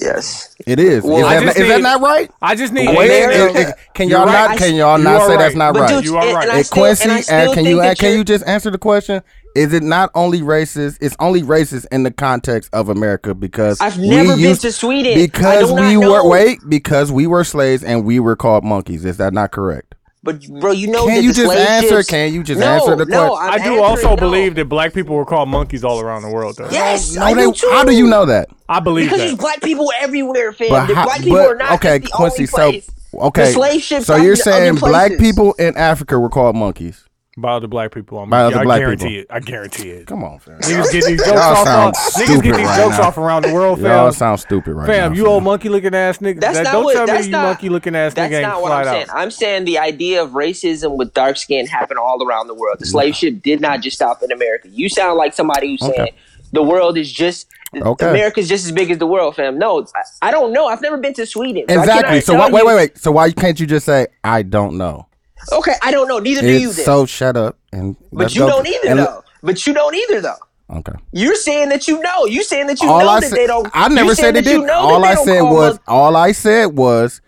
yes.
It is.
Well,
is,
I
that,
just
is that
need-
not right?
I just need.
Wait,
and-
America-
Can- Can y'all
You're right.
not? Can y'all
You
not
are
say that's
right.
not
But
right?
dude,
You are
and,
right.
and I
Hey,
still,
Quincy,
and I
and
still
can
think
you
that
ask, can
you're-
you just answer the question? Is it not only racist? It's only racist in the context of America because
I've
we
never been
used-
to Sweden. I
Because
do not
we were
know.
wait because we were slaves and we were called monkeys. Is that not correct?
But bro, you know
Can
that
you
the
just
slave
answer?
ships-
Can you just
No,
answer the
no,
question?
I'm
I do
answering
also
no.
believe that black people were called monkeys all around the world though.
Yes,
No,
I
they-
do too.
how do you know that?
I believe
Because
that.
there's black people everywhere, fam.
But,
the
how,
black people
but
are not
okay,
just the
Quincy.
only
So
place.
okay,
the slave ships.
so
are
you're
in
saying
other
black
places.
people in Africa were called monkeys?
By other black people, I'm,
By other
I
black
guarantee
people.
it. I guarantee
[LAUGHS]
it.
Come on, fam.
Niggas get these jokes
Y'all
off.
sound
niggas
stupid
get these
right
jokes
now.
off around the world,
Y'all
fam.
sound stupid right now.
Fam, you
fam.
old monkey looking ass nigga.
That's
that,
not
don't
what.
tell
that's
me you
not
monkey looking ass
That's
nigga ain't
not what I'm
flat
saying.
out.
I'm saying the idea of racism with dark skin happened all around the world. The slave ship did not just stop in America. You sound like somebody who's
Okay.
saying the world is just
Okay.
America's just as big as the world, fam. No, I, I don't know. I've never been to Sweden. so I
Exactly.
cannot
So
tell
why, wait,
you-
wait, wait. So why can't you just say I don't know?
Okay, I don't know. Neither do you.
It's
Then.
so shut up and.
but
let's
you
go-
don't either
and
though. But you don't either though.
le- Okay.
You're saying that you know. You saying that you
all
know
I
that
said,
they don't.
I
you
never said
saying
it
that you
did.
know
All
that they
I
don't
said
call
was,
us-
all I said was,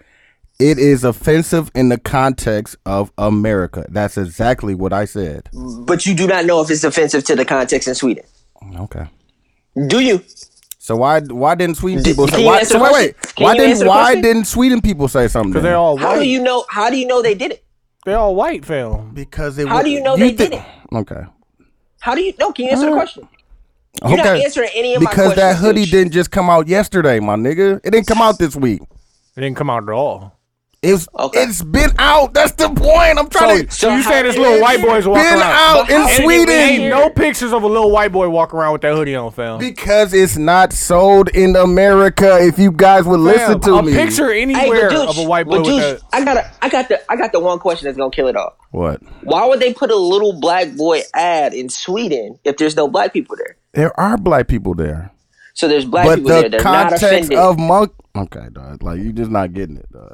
it is offensive in the context of America. That's exactly what I said.
But you do not know if it's offensive to the context in Sweden.
Okay.
Do you?
So why why didn't Sweden
Did-
people
can
say
you
why,
answer
so
the
wait
question?
wait
Can
why
you answer
didn't
the
why
question?
didn't Sweden people say something?
Cause they're all
How do
white.
you know? How do you know they did it?
They're all white, fam.
because it
How
was-
do you know they
thi-
did it?
Okay.
How do you? No, can you answer the question?
You're
not answering any of my
because that
questions,
hoodie
bitch.
didn't just come out yesterday, my nigga. It didn't come out this week.
It didn't come out at all.
It's
Okay.
it's been out. That's the point. I'm
So,
trying to.
so you saying this little white boy is walking
Been out
around
in
Ain't-
Sweden.
Ain't no pictures of a little white boy walking around with that hoodie on, fam.
Because it's not sold in America. If you guys would listen to
a
me,
picture anywhere
Deuce,
of a white boy
but
with
Deuce,
that.
I got I got the I got the one question that's gonna kill it all.
What?
Why would they put a little black boy ad in Sweden if there's no black people there?
There are black people there,
So there's black
but
people there.
the
They're not
context
offended.
of monk. Okay, dog. Like you just not getting it, dog.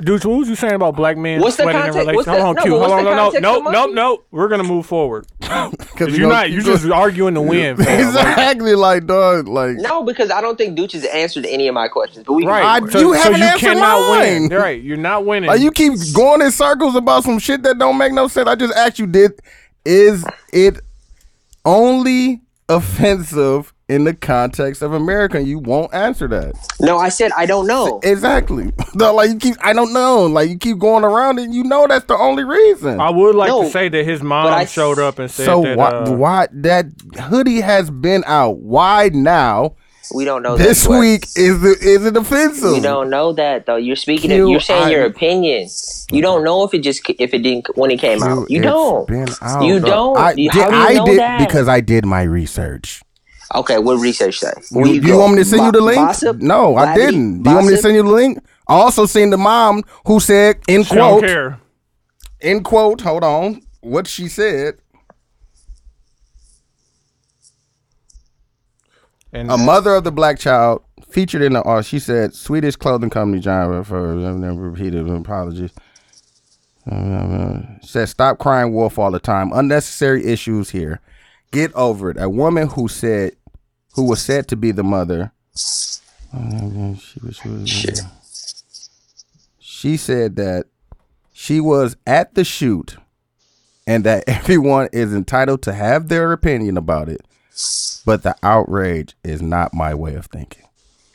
Dude, what was you saying about black men
What's the
sweating
context-
in relation?
what's
Hold
the-
on,
no,
Q.
but
Hold
what's
on,
the
no, no,
context
no,
of
no,
monkey?
no. We're gonna move forward.
Because
You're not. You're [LAUGHS] just arguing
[LAUGHS]
to win, fam. Like,
exactly like dog. Like
no, because I don't think Dooch has answered any of my questions. But we can
right.
move
so,
forward.
you
so
haven't
you
answered
cannot
mine.
win. You're right. You're not winning.
Like you keep going in circles about some shit that don't make no sense. I just asked you, did is it only offensive in the context of America? And you won't answer that.
No, I said I don't know.
Exactly. [LAUGHS] No, like you keep I don't know. Like you keep going around and you know that's the only reason.
I would like
No,
to say that his mom
but I-
showed up and said
so
that.
why
uh,
why that hoodie has been out. Why now?
We don't know
This
that, Wes.
week is it is it offensive?
We don't know that though. You're speaking.
Q,
of, you're saying your
I-
opinion. You don't know if it just if it didn't when it came out. You
It's
don't.
been out,
you
dog.
don't.
I
You-
did,
how do you
I
know
did
that?
because I did my research.
okay, what research say?
You,
We
you
go-
want me to send you the
Bo-
link?
Bossip?
no, I
Blavity?
didn't. Do you want me to
Bossip?
send you the link? I also seen the mom who said, in
she don't
quote,
care.
in quote, hold on, what she said.
And
A mother of the black child featured in the art. She said, Swedish clothing company John for repeated apologies. Said, stop crying wolf all the time. Unnecessary issues here. Get over it. A woman who said, who was said to be the mother. She was- she was-
Shit.
she said that she was at the shoot and that [LAUGHS] everyone is entitled to have their opinion about it but the outrage is not my way of thinking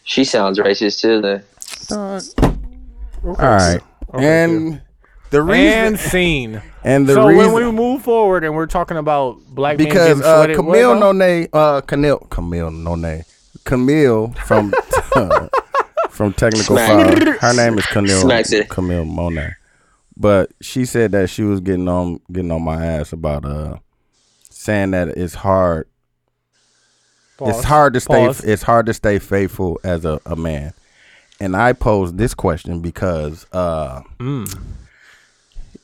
She sounds racist too. Then.
all right and the reason
and scene.
and the
so
reason
when we move forward and we're talking about black
because
men getting
uh,
sweated, what
Camille
about-
Nonay, uh, Camille, Camille Nonay, Camille from [LAUGHS] from Technical Foul.
Smack.
Her name is Camille
Smacks it.
Camille Monet, but she said that she was getting on getting on my ass about uh saying that it's hard.
Pause.
It's hard to stay.
Pause.
It's hard to stay faithful as a, a man, and I posed this question because uh,
Mm.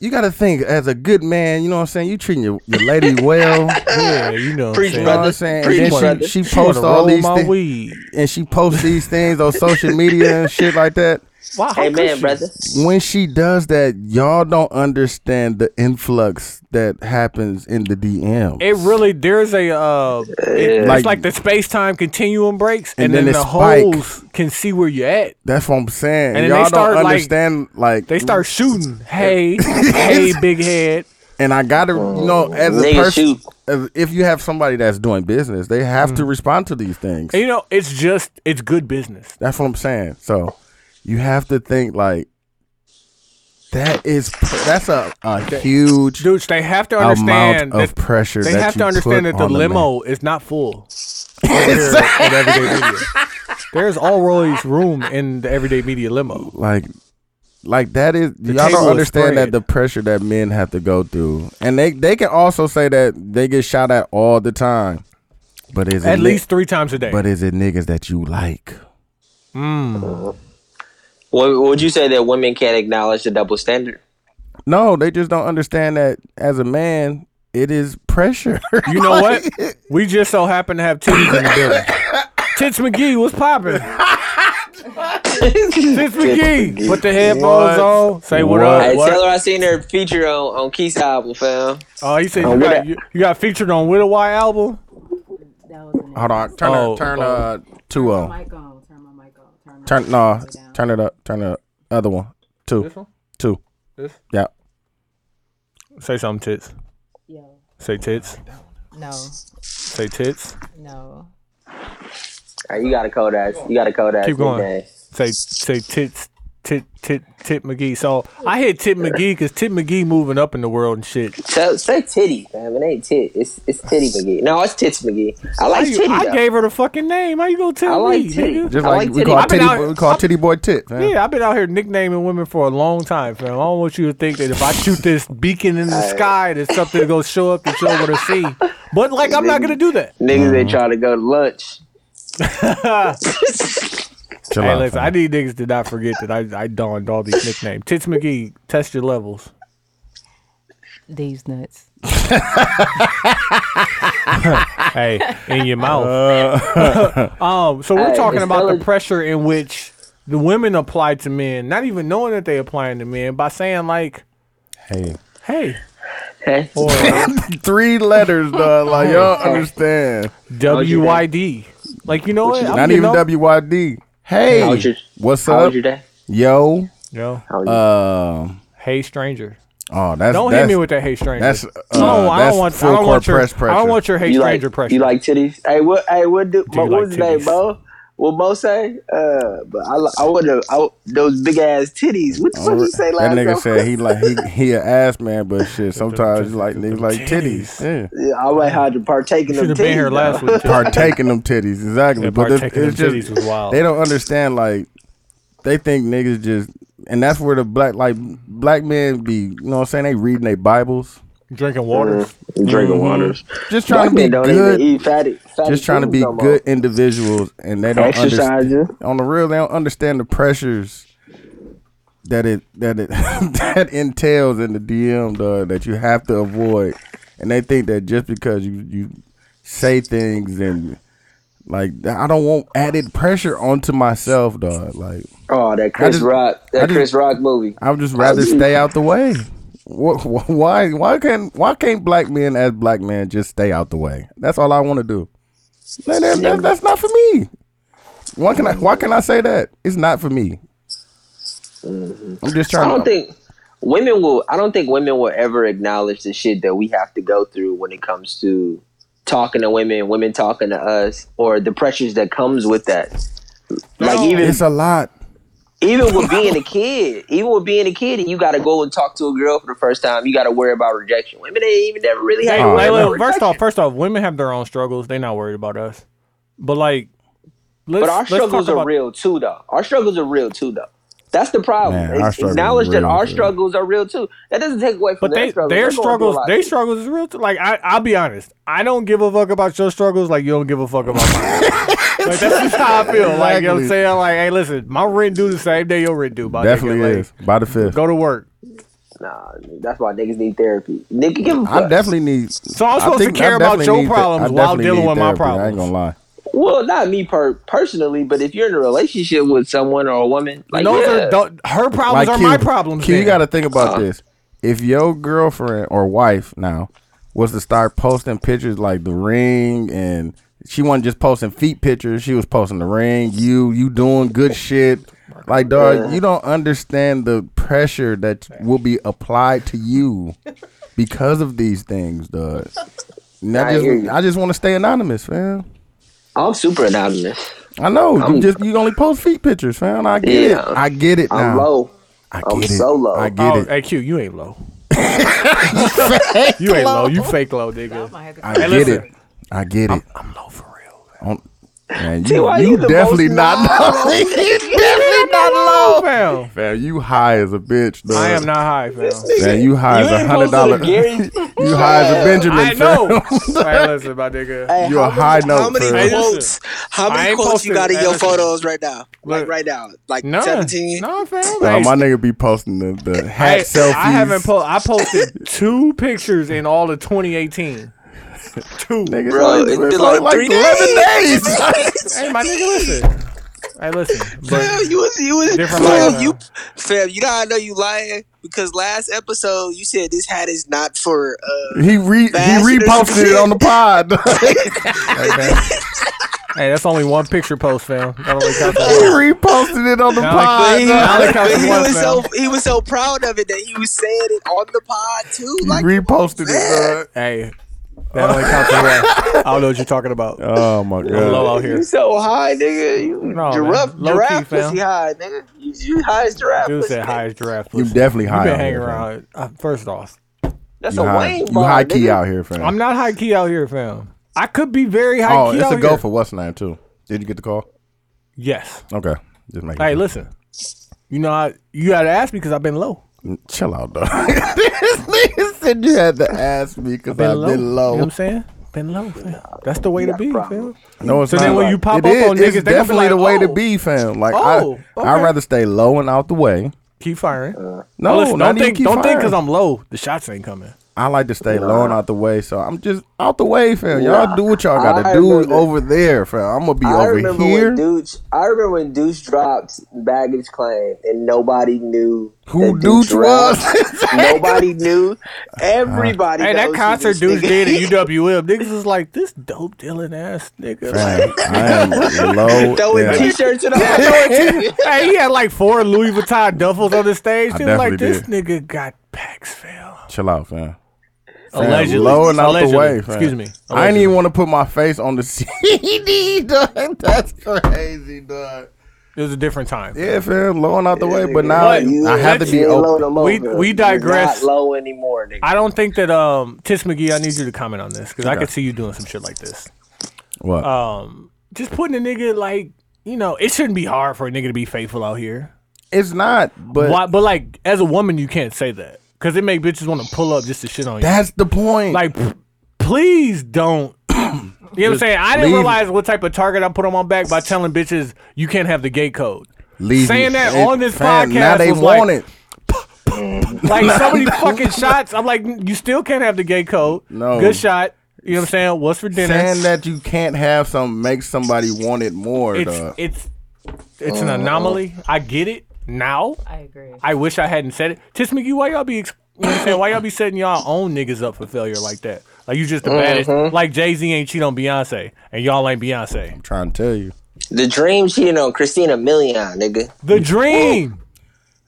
you got to think as a good man. You know what I'm saying? You treating your, your lady
[LAUGHS]
well.
Yeah, you know. what I'm
Preach,
saying.
You know what I'm
brother.
saying?
Preach,
And then
brother.
she, she
She wanna
posts all
roll
these
my
things,
weed.
and she posts these things on social media and shit like that.
Why, how could
Amen,
she?
brother.
When she does that, y'all don't understand the influx that happens in the DM.
It really there's a uh, it-
Like-
it's like the space time continuum breaks, and,
And
then,
then it
the
spike.
holes can see where you're at.
That's what I'm saying.
And then they
y'all
start,
don't
like-
understand. Like,
They start shooting.
[LAUGHS]
Hey, hey, big head.
and I gotta, you know, as a
Nigga
person,
shoot.
as, if you have somebody that's doing business, they have
Mm.
to respond to these things.
And you know, it's just it's good business.
That's what I'm saying. So you have to think like that is pr- that's a, a huge
Dude, they have to
amount
understand
of
that
pressure.
they
that
have
you
to understand
put
that the
on a man.
limo is
[LAUGHS]
not full. over here at Everyday Media. There's always room in the everyday media limo.
like, like that is y'all
table
don't
is
understand that
spread.
the pressure that men have to go through, and they they can also say that they get shot at all the time. But is it
At
ni-
least three times a day.
But is it niggas that you like?
What, would you say that women can't acknowledge the double standard? [LAUGHS]
No, they just don't understand that as a man, it is pressure. [LAUGHS]
You know what? We just so happen to have titties in the building. Tits McGee, what's popping? Tits McGee, put the headphones
What?
on. Say what,
Hey,
up?
tell
What?
her I seen her feature on on Keith's album, fam.
Oh, you said
Oh,
you
what
got,
that-
you, you got featured on Widow Y album.
That was
Hold on, turn
Oh,
it, turn
oh.
uh two
the
oh.
mic on. Turn my mic on. Turn my
Turn
mic
no,
all the way down.
turn it up. Turn it up. Other one. Two.
This one?
Two.
This?
Yeah.
Say something, tits.
Yo.
Say tits.
No.
Say tits.
No.
Hey, you got a cold ass. You got a cold ass.
Keep going.
man.
Say say tits. Tit Tit Tit McGee. So I hit Tit McGee because Tit McGee moving up in the world and shit.
Tell, say titty, man. It ain't tit. It's it's titty McGee. No, it's tits McGee. I
How
like
you-
titty.
I
though.
gave her the fucking name. How you gonna
I
tell
like
me?
titty.
nigga?
Just
I
like
like
we
titty.
call
I've been
titty,
out-
boy, we call titty boy tit. Man.
Yeah, I've been out here nicknaming women for a long time, fam. I don't want you to think that if I shoot this beacon in the sky, there's something that's gonna show up that you don't want to see. But like, I'm not gonna do that.
Niggas ain't trying to go to lunch. [LAUGHS]
Chill
Hey,
out,
listen,
fam.
I need niggas to not forget that I, I donned all these nicknames. Tits McGee, test your levels.
These nuts.
Hey, in your mouth. [LAUGHS] um, so we're
Hey,
talking
Miss
about the
Ellen.
pressure in which the women apply to men, not even knowing that they applying to men, by saying like,
hey,
"Hey,"
Hey,
or
[LAUGHS] three letters, dog.
[LAUGHS]
Like y'all understand?
"WYD." Like you know Oh, what? I'm
Not
getting
even
up-
WYD.
how was your
Hey, what's
How
up,
was your day?
yo?
Yo,
How was
Um,
hey, stranger.
oh, that's
Don't
that's,
hit me with that hey stranger.
that's, uh,
no, I
that's
don't want. I
full
don't
court
want your.
press
I don't
pressure.
want your hey
you like
stranger pressure.
you like titties? Hey, what? Hey, what do?
you
what
like
was his name,
titties?
Bo? What Bo say? Uh, but I li- I would have I, those big ass titties. What the
[LAUGHS]
fuck you say
[LAUGHS] Oh, that
last
nigga
time?
said he like he he an ass man, but shit. Sometimes you like niggas like titties. Yeah.
[LAUGHS]
Yeah, I might have to partake in
should
them
have
titties.
been here last
though.
[LAUGHS]
week. too.
partaking them titties exactly.
Yeah,
but it's,
partaking
it's
them
just
titties was wild.
they don't understand. Like they think niggas just, and that's where the black like black men be. You know what I'm saying? They reading their Bibles,
Drinking water.
Drinking waters.
just Mm-hmm. trying
Black men
to
don't
be
even
good.
eat fatty, fatty
Just trying to
foods
be
no more.
good individuals, and they don't understand.
Exercising.
On the real, they don't understand the pressures that it that it [LAUGHS] that entails in the DM dog, that you have to avoid, and they think that just because you you say things and like I don't want added pressure onto myself, dog. Like
Oh, that Chris
just-
Rock,
I
that
just-
Chris Rock movie.
I would just rather stay out the way. Wh- wh- Why? Why can't? Why can't black men as black men just stay out the way? That's all I want to do. Man, that- that- that's not for me. Why can I? Why can I say that? It's not for me. I'm just
Mm-hmm. I
trying.
don't
to,
think women will. I don't think women will ever acknowledge the shit that we have to go through when it comes to talking to women, women talking to us, or the pressures that comes with that. Like even
It's a lot.
even with being a kid, even with being a kid, and you got to go and talk to a girl for the first time, you got to worry about rejection. Women ain't even never really had
Hey,
to
Oh,
worry
hey,
about
look, first
rejection.
off, first off, women have their own struggles. They're not worried about us. But like, let's,
but our
let's talk
struggles are
about-
real too, though. Our struggles are real too, though. That's the problem.
Man, our
It's-
struggles
acknowledge
are
that
real,
our
too.
struggles are real too. That doesn't take away from
But
their
they,
struggles.
their
They're going through a
struggles,
lot
their
too.
struggles is real. Too. Like I, I'll be honest, I don't give a fuck about your struggles. Like you don't give a fuck about
[LAUGHS]
mine. like that's just how I feel. Like you know what I'm
Exactly.
saying. Like hey, listen, my rent due the same day your rent due. My nigga.
Definitely
Like,
is by the fifth.
Go to work.
Nah, that's why niggas need therapy. Nigga, give a
I
fuck.
definitely need.
So I'm
I
supposed to
think- I
care about
definitely
your
need the-
problems
I
while
definitely
dealing
need
with my
therapy. I
problems.
ain't gonna lie.
well, not me per- personally, but if you're in a relationship with someone or a woman, like
Those
yeah,
are th- her problems are my problems.
Q, you
then.
got to think about this. If your girlfriend or wife now was to start posting pictures like the ring, and she wasn't just posting feet pictures, she was posting the ring. You, you doing good shit. Like dog, you don't understand the pressure that will be applied to you because of these things, dog. And I
I hear
just,
you.
I just want to stay anonymous, fam.
I'm super anonymous.
I know you
I'm-
just you only post feet pictures, fam. I get
Yeah.
it. I get it
I'm
[LAUGHS]
now.
low.
I get
I'm
it.
so low.
I get
Oh,
it.
hey Q, you
[LAUGHS]
ain't low. [LAUGHS] you ain't low. You fake low, nigga.
I had to
I
Hey,
get
listen.
it. I get it.
I'm low for real.
I'm, man,
See,
you,
why
you
you the
definitely
most
not low. you definitely not
Oh,
low.
fam.
[LAUGHS] Man, you high as a bitch, though.
I am not
[LAUGHS]
high, fam.
Man, you high
You
as a
ain't
hundred
close to
dollar.
Gary.
[LAUGHS] you high as
[LAUGHS]
a Benjamin.
I know.
[LAUGHS]
[LAUGHS] hey, listen, my nigga.
Hey,
You're
how
a high
many-
note,
How many
fam.
Quotes. How
I
many
ain't
quotes you
posted
got in
it.
your
Listen.
photos right now? Like
Look.
right now, like
None.
17. [LAUGHS]
No, fam.
Nah,
Hey,
my nigga be posting the, the hat
I,
selfies.
I haven't po- I
[LAUGHS]
posted two pictures in all of 2018. Two.
Nigga,
Bro,
only-
it's been
only
like three
days.
[LAUGHS] Hey, my nigga, listen. Hey, listen.
[LAUGHS]
But
Fam, you was you was
Different
fam,
life,
you fam. You know how I know you lying because last episode you said this hat is not for. uh
he re he
Bastard.
reposted it on the pod. [LAUGHS]
hey, man. hey, that's only one picture post, fam. That only counts
he
as one.
reposted it on the
Nah,
But
pod.
he,
dog.
nah, that
but
counts as
he
one,
was
fam.
so he was so proud of it that he was saying it on the pod too.
He
Like
reposted it. dog.
Hey, That only counts as one. I don't know what you're talking about.
Oh my
We're low
god.
out here.
You so high, nigga. You
No, man.
giraffe,
Low key,
giraffe
fam.
pussy high, nigga. You, you high as giraffe
Dude
pussy.
said high as giraffe.
You
pussy.
definitely
You
high out
been hanging
here, fam.
around. Uh, first off,
That's
You
a
high,
Wayne
you
bar,
high
nigga.
key out here, fam.
I'm not high key out here, fam. I could be very high
oh,
key
it's
out
a go
here.
for what's name too. Did you get the call?
yes.
Okay, just make.
Hey, listen. You know, I, you had to ask me because I've been low.
Mm, chill out, dog. [LAUGHS] this nigga said you had to ask me because I've been
You know
low.
what I'm saying? Been low, fam. That's the way to be, fam.
No, it's
So then
not.
when you pop
It
up
is-
on
it's
niggas, they gonna be
definitely
like,
the way to
"Oh,
be, fam. Like
oh,
I, I'd
okay."
rather stay low and out the way.
Keep firing.
No,
Listen,
not
don't
even
think,
keep
don't think
firing.
because I'm low, the shots ain't coming.
I like to stay low and out the way, so I'm just out the way, fam. Y'all do what y'all gotta
I
do
remember-
over there, fam. I'm gonna be
I
over
remember
here.
when Dooch. I remember when Deuce dropped baggage claim and nobody knew
Who
that
Dooch
rapped.
was? [LAUGHS]
Nobody
[LAUGHS]
knew. Everybody.
Uh, Hey, that
knows who
concert
this
dudes
nigga [LAUGHS]
did
is.
at UWM, niggas was like, this dope Dylan ass nigga.
Fam,
[LAUGHS]
I am low.
Throw
and-
his t-shirt to the authority.
hey, he had like four Louis Vuitton duffels on the stage.
I
They was like,
definitely
this nigga got packs fail.
Chill out, fam. Fam,
Allegedly.
low and out the
Allegedly.
way. fam.
Excuse me.
I didn't even want to put my face on the [LAUGHS] CD, dog. That's crazy, dog.
It was a different time.
Yeah, fam, low and out the way. But now
But you-
I have to
you
be
ain't low
open.
no more,
We-
girl.
we
You're
digress.
Not low anymore, nigga.
I don't think that um Tish McGee. I need you to comment on this because I
Okay.
could see you doing some shit like this.
What?
Um, just putting a nigga like you know it shouldn't be hard for a nigga to be faithful out here.
it's not, but
Why, but like as a woman, you can't say that because it make bitches want to pull up just to shit on you.
that's the point.
like, p- please don't. [CLEARS THROAT] You know what I'm saying? I didn't
leave-
realize what type of target I put on my back by telling bitches you can't have the gay code.
Leave
saying
me-
that
it-
on this
fam,
podcast
Now they
was
want
like-
it.
Like
[LAUGHS]
so many fucking shots. I'm like, you still can't have the gay code.
No.
good shot. You know what I'm saying? What's for dinner?
Saying that you can't have some makes somebody want it more,
it's
dog.
it's it's
Oh.
an anomaly. I get it now.
I agree.
I wish I hadn't said it. Tish McGee, why y'all be ex- you know what I'm saying? Why y'all be setting y'all own niggas up for failure like that? Like you just the baddest.
Mm-hmm.
Like Jay Z ain't cheat on Beyonce, and y'all ain't Beyonce.
I'm trying to tell you,
The dream cheating on Christina Milian, nigga.
The dream.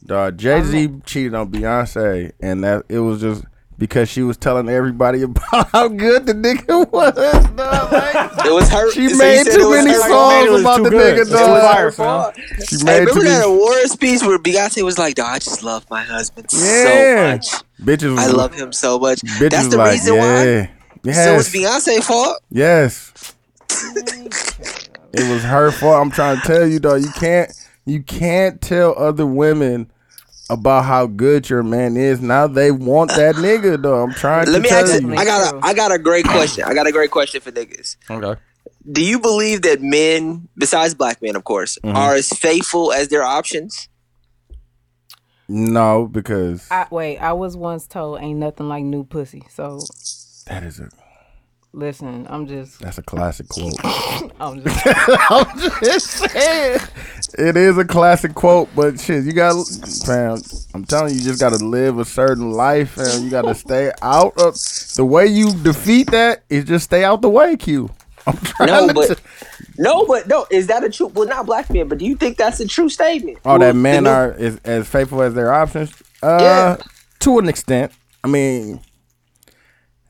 dog. Jay Z cheated on Beyonce, and that it was just because she was telling everybody [LAUGHS] about how good the nigga was. Dog. Like,
It was her.
She
so
made
you said
too
it was
many
her-
songs.
Tomato is
about
too
the
good.
nigga,
It's too
dog.
fire, fam.
she
Hey,
made too
remember that
many
award speech where Beyonce was like, "No, I just love my husband
Yeah.
so much.
bitches. Was,
I love him so much."
Bitches
That's
was
the
like,
reason why.
yeah,
So it's
yes,
Beyonce fault. [LAUGHS]
yes. it was her fault. I'm trying to tell you, though. You can't, you can't tell other women about how good your man is. Now they want that nigga, though. I'm trying
Let
to
me
tell
ask
you.
you. I got
True.
a. I got a great question. I got a great question for niggas.
Okay.
Do you believe that men, besides black men, of course,
Mm-hmm.
are as faithful as their options?
No, because
I, wait, I was once told ain't nothing like new pussy. So
that is a
listen, I'm just,
that's a classic quote.
I'm just.
[LAUGHS]
[LAUGHS] I'm just saying. It is a classic quote, but shit, you got, fam. I'm telling you, you just got to live a certain life, fam. You got to stay out of the way you defeat that is just stay out the way, Q. [LAUGHS] I'm trying
No,
to.
but no, but no. Is that a true? Well, not black men, but do you think that's a true statement?
[LAUGHS] oh,
Well,
that men
the new-
are is, as faithful as their options. Uh,
Yeah.
to an extent. I mean,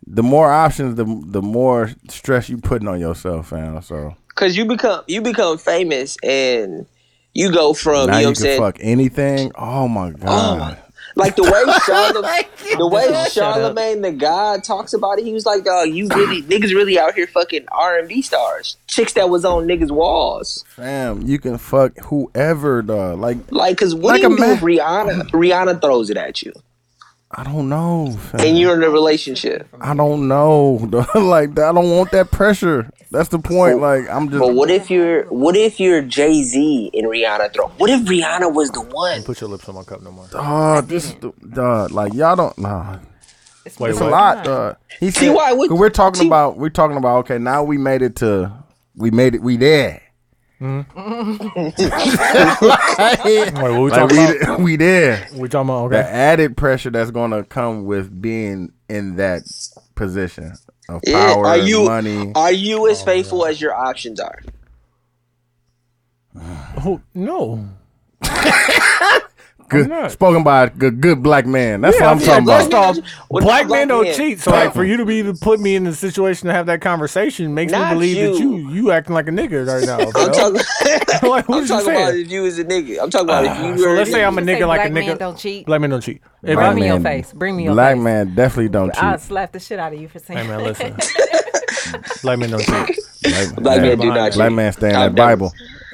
the more options, the the more stress you putting on yourself, fam. So
Cause you become you become famous and you go from
now
you know what
you
I'm
can
saying
fuck anything. Oh my god.
[LAUGHS] like the way Charlemagne, the way Charlemagne the God talks about it. He was like, "Dog, you really niggas really out here fucking R and B stars, chicks that was on niggas walls."
Fam, you can fuck whoever, dog. Like,
Like, cause what
Like
do
a
you do
man-
if Rihanna Rihanna throws it at you
I don't know, fam.
and you're in a relationship?
I don't know, [LAUGHS] dog. like, I don't want that pressure. That's the point. Like, I'm just.
But what if you're what if you're Jay Z and Rihanna throw? What if Rihanna was the one?
Put your lips on my cup no more.
Dog, ah, this, dog. Like, y'all don't. Nah,
Wait,
it's a
what?
lot, dog. He said,
why would-
'cause we're talking
see-
about, we're talking about. Okay, now we made it to, we made it, we there.
Hmm. [LAUGHS] Wait, what we
Like,
talking about?
we, we there.
We talking about
The
okay?
added pressure that's gonna come with being in that position of
Yeah,
power,
are you
money.
Oh,
are you as faithful as your options are?
Who- no.
Good, spoken by a good, good black man. That's
Yeah,
what I'm
yeah,
talking
first
about.
off, black men don't
men.
cheat. So like for you to be to put me in the situation to have that conversation makes
Not
me believe that
you.
you you acting like a nigga right now.
[LAUGHS] I'm
bro.
talking,
like, [LAUGHS] what
I'm
you
talking about
saying?
if you was a nigga. I'm talking about if you
So
were.
let's say I'm a
Say
nigga like a
black men
nigga.
don't cheat.
Black men don't cheat. If
Black
I,
Bring me your
man-
face. Bring me your
black
face.
man definitely don't cheat.
I'll slap the shit out of you for saying
[LAUGHS]
hey man,
that.
[LAUGHS]
listen. black men don't cheat.
Black,
Black
man,
men do not
black
cheat.
man stay in
I've
that
never-
Bible.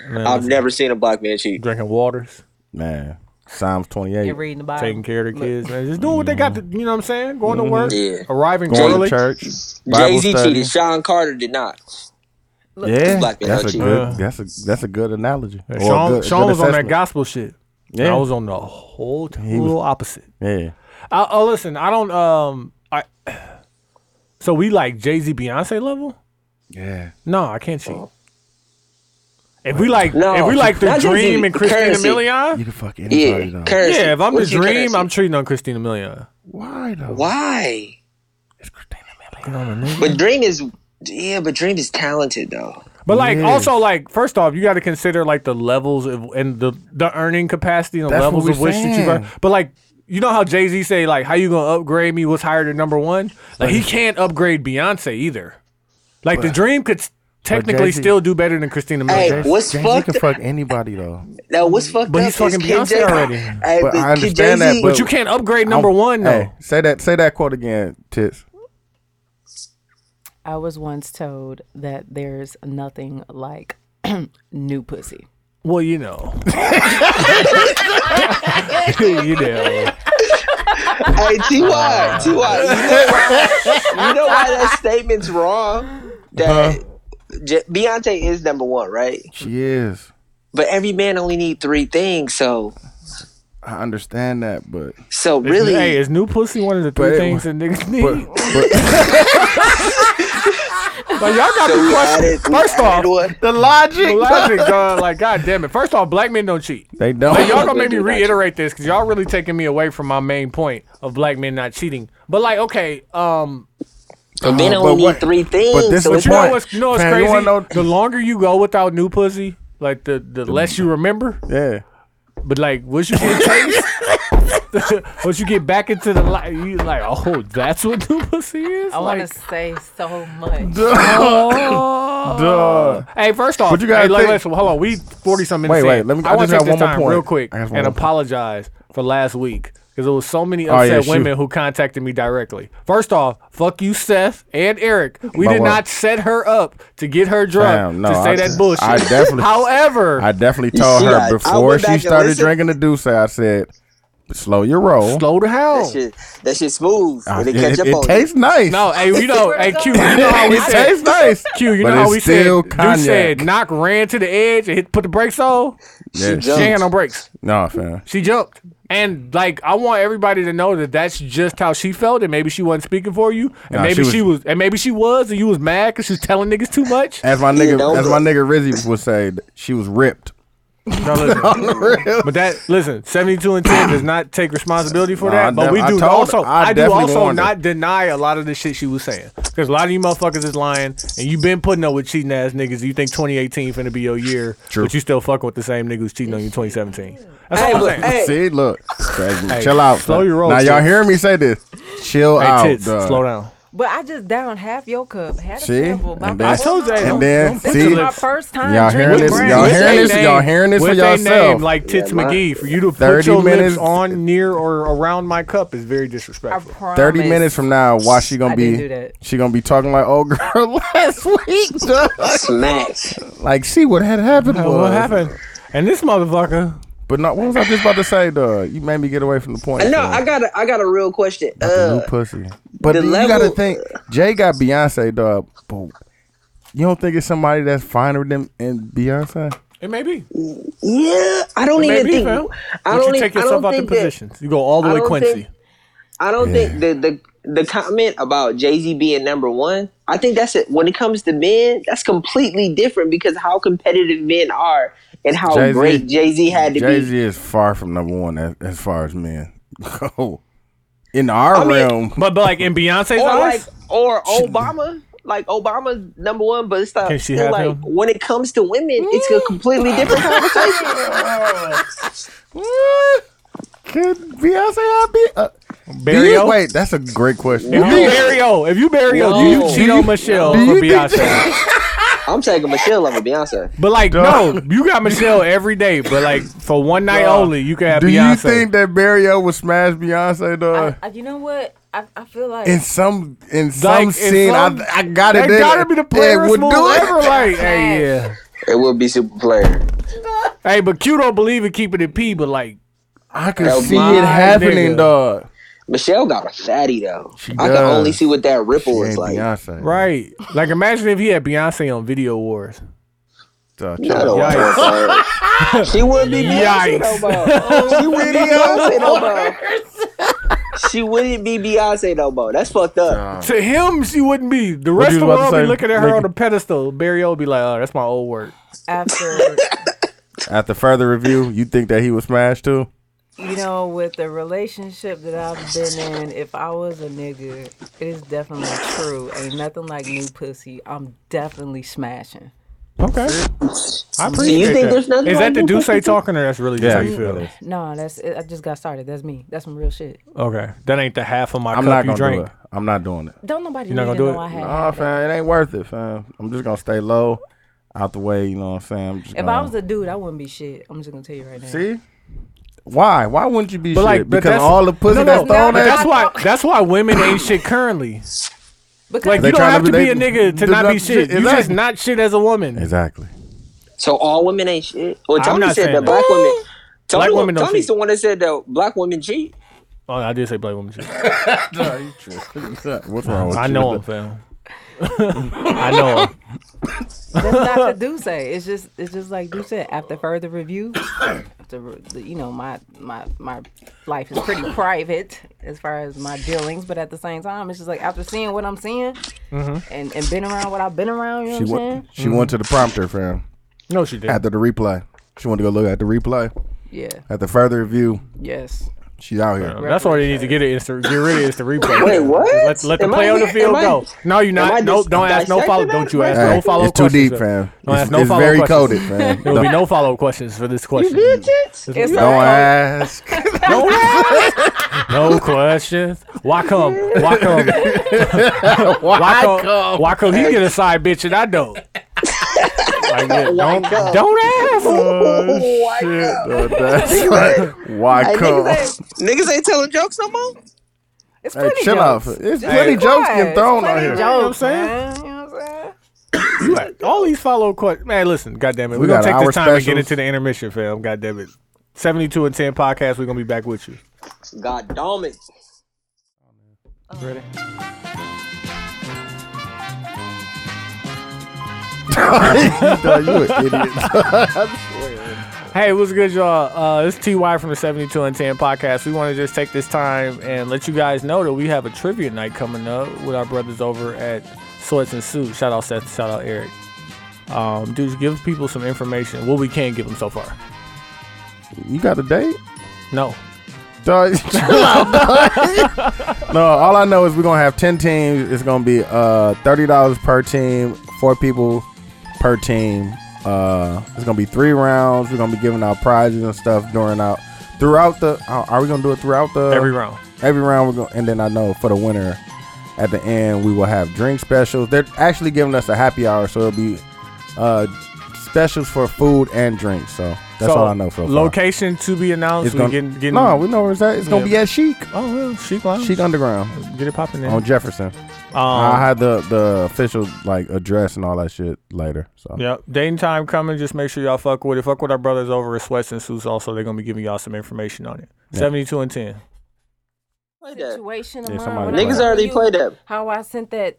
Man,
I've
listen.
never seen a black man cheat.
drinking waters,
Man, Psalms 28.
And reading the Bible.
taking care of the kids, man. Just doing what they got to. You know what I'm saying? Going to work,
Yeah.
arriving
Mm-hmm. Going
early.
to church.
Jay
Bible
Z
study.
cheated. Sean Carter did not.
Yeah,
black men
that's
don't
a
cheat.
good. That's a that's a good analogy. Or a
Sean,
good-
Sean
good
was on that
assessment.
gospel shit.
Yeah.
I was on the whole total opposite.
Yeah,
I, oh, listen, I don't. Um, I. [SIGHS] So we like Jay Z, Beyonce level?
yeah.
No, I can't cheat. If we like,
No,
if we like the
not Jay-Z,
Dream and Christina
Currency.
You
Milian,
can fuck
Yeah,
anybody though.
currency.
yeah. If I'm
What
the
you
Dream,
currency?
I'm cheating on Christina Milian.
Why though?
Why?
It's Christina Milian.
But Dream is yeah, but Dream is talented though.
But like,
Yes.
also like, first off, you got to consider like the levels of, and the the earning capacity and the
That's what
levels
we
of which that you've
saying.
earned. But like, you know how Jay Z say like, how you gonna upgrade me? What's higher than number one? Like, he can't upgrade Beyonce either. Like, the Dream could s- technically
Jay-Z-
still do better than Christina
Hey,
Milian.
what's
Jay-Z
fucked
can fuck anybody
[LAUGHS]
though.
Now what's fucked
But
up
he's fucking
is Kid
Beyonce
Jay-
already.
Hey,
But I
Kid
understand that,
Jay-Z-
But you can't upgrade number
I'm-
one though.
Hey, say that say that quote again, Tits.
I was once told that there's nothing like [CLEARS THROAT] new pussy.
Well,
[LAUGHS]
you know. [LAUGHS] you know.
[LAUGHS] Hey, Ty, Ty, you know
Ah.
why? You know why that statement's wrong? That J- Beyonce is number one, right?
She is.
But every man only need three things, so
I understand that, but
so
Hey,
really,
is new pussy one of the
But
three
it
things that niggas need?
but,
[LAUGHS]
but
like, y'all got
we [LAUGHS]
me questioning.
added, we
First
added
off,
one.
the logic.
the logic, dog. Like, god damn it. First off, black men don't cheat.
They don't.
Like, y'all gonna make me
do not cheat.
reiterate this because y'all really taking me away from my main point of black men not cheating. But like, okay, um,
but men
Uh,
only
but
need
what-
three things.
but this
so
is
it's
you know
Point.
not,
what's you know what's
Fam, you
crazy?
wanna know-
the longer you go without new pussy, like the the less you remember.
yeah.
But like, once you get chased, [LAUGHS] once you get back into the light, you like, oh, that's what new pussy is.
I
like,
want to say so much.
oh.
Duh.
Hey, first off,
But you gotta
hey, like,
think-
listen, hold on, we forty something
Wait,
minutes.
wait,
in.
let me-
I,
I
want
just got
to take
one
this
more
time
point.
real quick
I got
and
one more point.
apologize for last week because there was so many
Oh, yeah,
upset
shoot.
women who contacted me directly. First off, fuck you, Seth and Eric. We
My
did
what?
not set her up to get her drunk
Damn, no,
to say
I-
that bullshit.
I definitely-
However,
I definitely
You
told
see,
her
I- I
before
went back
she
and
started
listened.
drinking the Deuce. I said, "Slow your roll."
slow the hell.
that shit, that shit smooth.
Uh,
and it,
it
catch up
it
on
tastes nice.
No, hey,
[LAUGHS]
we know, hey, Q, you know how
[LAUGHS]
we
it
said,
tastes
[LAUGHS]
nice.
Q, you
But
know how
it's
we
still
said, Dude said,
cognac.
knock, ran to the edge and hit, put the brakes on.
Yeah,
jumped.
She
she-
ain't had no brakes.
no,
[LAUGHS]
fam.
She jumped. And like, I want everybody to know that that's just how she felt, and maybe she wasn't speaking for you, and
Nah,
maybe she
she
was,
was-
and maybe she was, and you was mad because she was telling niggas too much. [LAUGHS]
As my
Yeah,
nigga,
don't
as
go.
my nigga Rizzy would say, she was ripped.
No,
[LAUGHS]
listen. but that, listen, seventy-two and ten does not take responsibility for
Nah, I
that. But
def-
we
I
do
told-
also,
I
I, do
definitely
also
warned her.
not deny a lot of the shit she was saying because a lot of you motherfuckers is lying, and you been putting up with cheating ass niggas. You think twenty eighteen finna be your year,
True.
but you still fucking with the same niggas who's cheating on you twenty seventeen. That's
Hey,
all I'm
but-
saying.
hey.
See, look, chill out.
slow
fam.
your roll,
Now y'all
tits.
hearing me say this? Chill
Hey,
out,
tits,
dog.
slow down.
But I just downed half your cup. Had a
See?
sample. My
And then- I
told you, hey, don't-
And then,
don't put
see,
your
This is my
lips.
first time.
y'all hearing
drinking
this?
brandy.
Y'all
With
hearing
they
this? Y'all hearing this for
with they
yourself?
Name, like Tits
Yeah, mine-
McGee, for you to put
30
your
minutes-
lips on near or around my cup is very
I
disrespectful.
promise.
Thirty minutes from now, why she
I
gonna
didn't
be?
do that.
She gonna be talking like old [LAUGHS] girl last week, dog.
Smacked.
like see what had happened.
Uh,
was.
what happened? And this motherfucker,
But no, what was I just about to say, dog? You made me get away from the point.
No,
dog.
I got a, I got a real question.
the
Uh,
new pussy. But
the
then you
level-
gotta think, Jay got Beyonce, dog. But you don't think it's somebody that's finer than and Beyonce?
it may be.
yeah, I don't
It may
even
be,
think.
fam.
I
But
don't
you
e-
take
I
yourself
don't
out the
think that-
positions. You go all the
I
way
don't
Quincy.
think- I don't think the, the the comment about Jay Z being number one. I think that's it. When it comes to men, that's completely different because how competitive men are and how
Jay-Z-
great Jay Z had to
Jay
be.
Z is far from number one as, as far as men go. In our
mean- [LAUGHS]
realm,
but, but like in Beyonce's
Or like
eyes,
or Obama. Like Obama's number one, but it's not
Can she
still
have
like
him?
when it
[LAUGHS]
comes to women, it's a completely different conversation.
Could Beyonce not be? Uh,
Barrio?
do you- Wait, that's a great question.
If you
Do you-
bury O, if you bury O, do you
Whoa.
cheat on Michelle
do
for
you think-
Beyonce?
I'm taking Michelle over Beyonce.
But like, no,
Dog.
you got Michelle every day. But like, for one night
Dog.
only, you can have
do
Beyonce.
you think that Barrio would smash Beyonce though?
I, I, you know what? I, I feel like
in some in some
Like, in
scene,
some-
I, I got it.
that
in.
gotta be the
It
player's
would
move
do it.
ever? Like, hey, yeah.
It would be super player.
Hey, but Q don't believe in keeping it P, but like,
I could
That
see
my
it happening,
nigga.
dog.
Michelle got a fatty though.
She
I can
does.
only see what that ripple
Ain't
is like.
Beyonce.
right? Like, imagine if he had Beyonce on Video Wars.
Dog,
Not a white
Yikes. [LAUGHS]
person. she wouldn't be Beyonce
Yikes. [LAUGHS] Oh,
no more. She wouldn't be Beyonce no more. She wouldn't be Beyonce no more. That's fucked up.
To him, she wouldn't be. The
What
rest
you
of the
was about
world
to
be
say,
looking at her
nigga?
on a pedestal. Barry O would be like, oh, that's my old work.
after
[LAUGHS] After further review, you think that he would smash too?
you know with the relationship that I've been in, if I was a nigga, it is definitely true. Ain't nothing like new pussy. I'm definitely smashing.
Okay. I appreciate
Do you think
that.
there's nothing
Is
like
that the
that?
Duce talking or that's really just
Yeah.
how you feel?
No, that's it. I just got started. That's me. That's some real shit.
Okay. That ain't the half of my
I'm
cup
not
you
gonna do
drank.
it. I'm not doing it.
Don't nobody
You're not
need
gonna
to
do
know
it?
I had.
Nah, fam, it ain't worth it, fam. I'm just gonna stay low, out the way. You know what I'm saying? I'm just
If I
gonna-
was a dude, I wouldn't be shit. I'm just gonna tell you right now.
see, why? Why wouldn't you be
But
shit?
like, but
because
that's-
all the pussy
No, no,
that's
but
thrown at
that's
you.
why. That's why women ain't
[LAUGHS]
shit currently.
Because
Like
They
you don't
tryna
have to
be-
be a
they-
nigga to
they
not
not
be
shit,
shit. You just
exactly.
not shit as a woman.
Exactly.
So all women ain't shit. Well,
I'm
Tony
not
said
saying
that
that.
black women. Tony,
Black women don't
Tony's
cheat.
the one that said that black women cheat.
Oh, I did say black woman shit.
[LAUGHS] What's wrong with
I
you?
know him, fam. [LAUGHS] I know him.
[LAUGHS]
That's not the Duce. It's just it's just like you said. After further review, [COUGHS] after re- the- you know my my my life is
[COUGHS]
pretty private as far as my dealings, but at the same time, it's just like after seeing what I'm seeing and and been around what I've been around, you know
Mm-hmm. She
what I'm
went.
saying?
She went to the prompter, fam.
No, she did.
After the replay, she wanted to go look at the replay.
Yeah.
At the further review,
yes.
she's out here.
That's why they need to get it. Is to get rid of is the replay.
Wait, what?
Let, let the
Am
play
I
on the
here?
field
Am I-
go. no, you're
am I
not. No,
just
don't ask no
dissecting
follow.
that?
Don't you ask
Hey,
no follow
it's too
questions.
deep, fam.
Don't
It's,
ask no
it's
follow
very
questions.
coded,
[LAUGHS]
fam.
There will
Don't-
be no follow questions for this question.
[LAUGHS]
It's
Don't ask.
[LAUGHS] No questions. Why come? Why
[LAUGHS]
come? Why come? Why come? He get a side bitch and I
[LAUGHS]
don't. Like, yeah, don't,
uh, [LAUGHS]
don't ask.
Oh, shit. dog,
[LAUGHS]
that's like, why
Hey,
come?
niggas, ain't, niggas ain't telling jokes no more.
It's
Hey,
plenty
chill out.
jokes.
It's
Just
plenty
be
jokes
quiet.
getting thrown
It's
out
plenty
here.
Jokes,
You know what I'm
man. You know what I'm saying?
[LAUGHS] All these follow questions. Man, listen, goddamn it.
We
We're going
got
to take
hour
this time and get
specials.
into the intermission, fam. Goddamn it. 72 and 10 podcast. We're going to be back with you.
God damn it.
Ready?
Dog, you an idiot.
Hey, what's good, y'all? Uh, it's TY from the 72 and 10 podcast. We want to just take this time and let you guys know that we have a trivia night coming up with our brothers over at Sweats and Suits. Shout out Seth, shout out Eric. Um, dude, give people some information. What we can give them so far.
You got a date?
No.
Dog, chill out, dog. [LAUGHS] no, all I know is we're gonna have ten teams. It's gonna be uh thirty dollars per team, four people per team. Uh, it's gonna be three rounds. We're gonna be giving out prizes and stuff during out throughout the. uh, Are are we gonna do it throughout the
Every round.
every round we're going to and then i know for the winner at the end we will have drink specials they're actually giving us a happy hour so it'll be uh specials for food and drinks so that's
So,
all i know so far.
Location to be announced.
it's
we
gonna,
getting, getting,
no we know where it's at it's gonna
Yeah.
be at chic
Oh, well, Chic Lounge.
chic underground
Get it popping in.
on jefferson Oh, i
Um,
had the the official like address and all that shit later so
Yep. Date and time coming. Just make sure y'all fuck with it. Fuck with our brothers over at Sweats and Suits. Also, they're gonna be giving y'all some information on it. Seventy-two and ten.
Play that.
Situation of
Yeah,
mine,
somebody
what I
played
did
Niggas
for
already
you.
played that.
how I sent that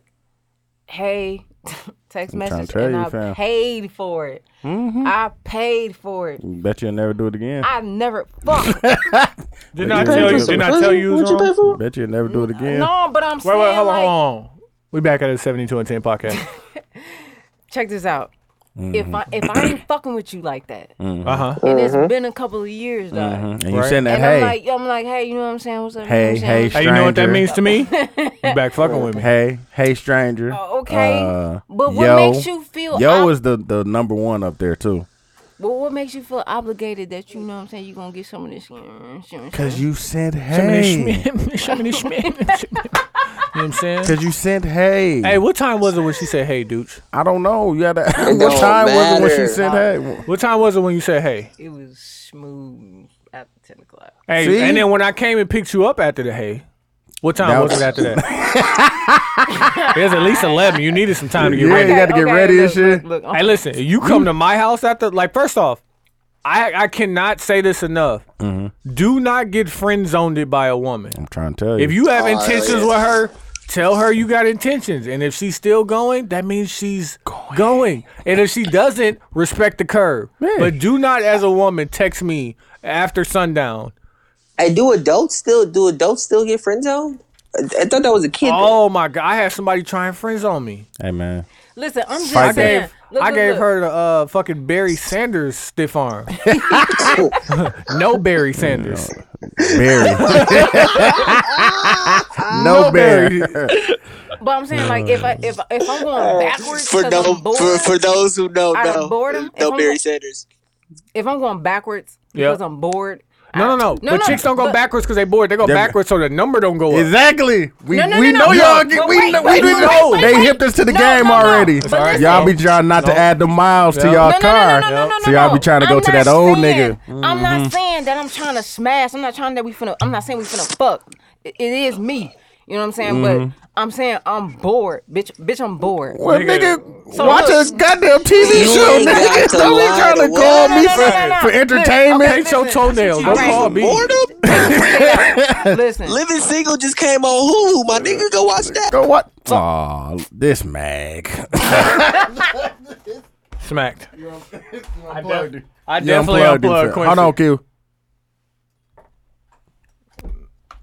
hey [LAUGHS] text
I'm tryna
message
tell
and
you,
I
fam. Mm-hmm.
paid for it. I paid for it.
bet you'll never do it again
I never fuck.
[LAUGHS] But
Did not
you
tell
paid
you.
for some
Did not tell you. it was
What you
wrong?
pay for?
bet you'll never do it again
no, but I'm
Wait,
saying
wait, hold on,
like,
hold on. We back at the seventy-two and ten podcast.
Mm-hmm.
check this out. If I if
Mm-hmm.
I ain't fucking with you like that,
Uh huh.
and it's been a couple of years, dog.
Mm-hmm. and you
Right.
saying that
And
hey
I'm like, I'm like, hey, you know what I'm saying? What's up?
Hey,
you know what I'm
hey,
saying?
Hey, you know what that
Stranger.
means to me? You back fucking with me.
Hey, hey, stranger. Uh,
Oh, okay. But what makes you feel
Yo
out-
is the the number one up there too.
Well, what makes you feel obligated that you know what I'm saying you're gonna get some of this? Because
[LAUGHS] Cause you said
Some of this
hey.
schmi- some of this schmi- You know what I'm saying?
Cause you sent hey.
[LAUGHS] Hey, what time was it when she said hey, dudes?
I don't know. You had to, [LAUGHS] what time was it when she said hey?
What time was it when you said hey?
[LAUGHS] It was smooth after ten o'clock.
Hey,
See?
and then when I came and picked you up after the hey, what time
That
was,
was-
it after that?
[LAUGHS]
It was at least eleven. You needed some time to get
Yeah,
ready.
you got to get
Okay,
ready and
look,
shit.
Look, I'm
[LAUGHS] Hey, listen, you come to my house after like first off, I I cannot say this enough. Do not get friend zoned by a woman.
I'm trying to tell you.
If you have
Oh, hell
intentions
yeah.
with her, tell her you got intentions. And if she's still going, that means she's going. And if [LAUGHS] she doesn't, respect the curve.
Man.
But do not, as a woman, text me after sundown.
Hey, do adults still do adults still get friend zoned? I, I thought that was a kid. thing.
Oh my god, I had somebody trying friends on me.
hey man,
Listen, I'm just
I
I
Okay.
saying.
gave
Look,
I
look,
gave
look.
her the uh, fucking Barry Sanders
[LAUGHS]
stiff arm. [LAUGHS] no Barry Sanders.
[LAUGHS]
Barry. [LAUGHS] no Barry.
But I'm saying like if I if if I'm going backwards
Mm. For no,
I'm bored,
for, for those who know,
Out of
no,
boredom? If
no
I'm-
Barry Sanders.
if I'm going backwards
Yeah.
because I'm bored.
No, no,
I-
no. but chicks don't go
but-
backwards because they bored. They go
They're-
backwards so the number don't go up.
Exactly. We,
No, no,
we
no,
know
no, no.
y'all. Get,
But
we
wait,
know,
wait,
we
wait,
know.
wait,
they
wait.
hipped us to the
No,
game
no, no.
already.
But listen.
Y'all be trying not
No.
to add the miles to
No.
y'all
No, no,
car.
No, no, no, no, no,
so y'all
no.
be trying to go
I'm
to
not
that old
saying-
nigga.
I'm
Mm-hmm.
not saying that I'm trying to smash. I'm not trying that we finna. I'm not saying we finna fuck. It, it is me. You know what I'm saying?
Mm-hmm.
But I'm saying I'm bored, bitch. Bitch, I'm bored.
Well,
Nigga.
nigga,
So
watch
look-
a goddamn TV
You
show,
ain't
nigga.
got to
Don't be
lie
trying
to
to
what?
call
No, no,
me
no, no, no.
for, for
Look,
entertainment.
Paint your toenails. Don't
Alright.
call me.
Boredom?
Listen,
Living Single just came on Hulu. My nigga, go watch that.
Go what? Aw, this mag.
Smacked. I, def- I
You [LAUGHS] unplugged
definitely unplugged
himself. Hold
Quincy.
on, Q.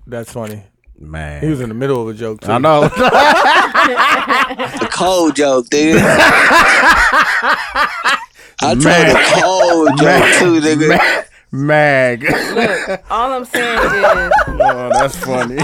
That's funny. He was
Man.
in the middle of a joke too.
I
[LAUGHS]
know.
The cold joke, dude.
[LAUGHS]
I told
Man.
a cold
[LAUGHS]
joke too, nigga.
Mag. mag.
all I'm
[LAUGHS]
saying is
Oh, that's funny.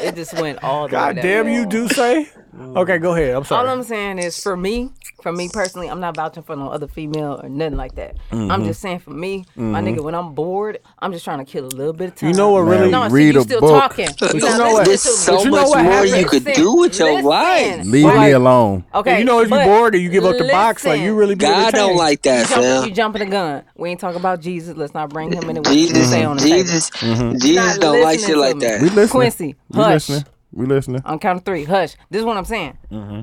it just went all the way
God
that
damn
way.
you do say. Okay, go ahead. I'm
All
sorry.
I'm saying is for me, for me personally, I'm not vouching for no other female or nothing like that.
Mm-hmm.
I'm just saying for me, my nigga, when I'm bored, I'm just trying to kill a little bit of time.
You know what really-
No,
Read
see, you
a
still
book.
talking. You're
Look,
not
know what?
listening
There's
to me.
so
But you know
much
what
more
happened?
you could do with your
[LAUGHS]
life.
Leave me alone.
And
Okay.
you know if you're
but
bored or you give up the box, like you
listen,
really be
God don't
entertained.
like that,
You jumping,
fam.
you jumping the gun. We ain't talking about Jesus. Let's not bring him in.
Jesus,
say on the
Jesus,
Mm-hmm.
table.
Jesus
Not
don't like
listening
shit
to
like
me.
that.
We listening.
Quincy,
we
hush.
listening. We listening. [LAUGHS]
On count of three, hush. This is what I'm saying.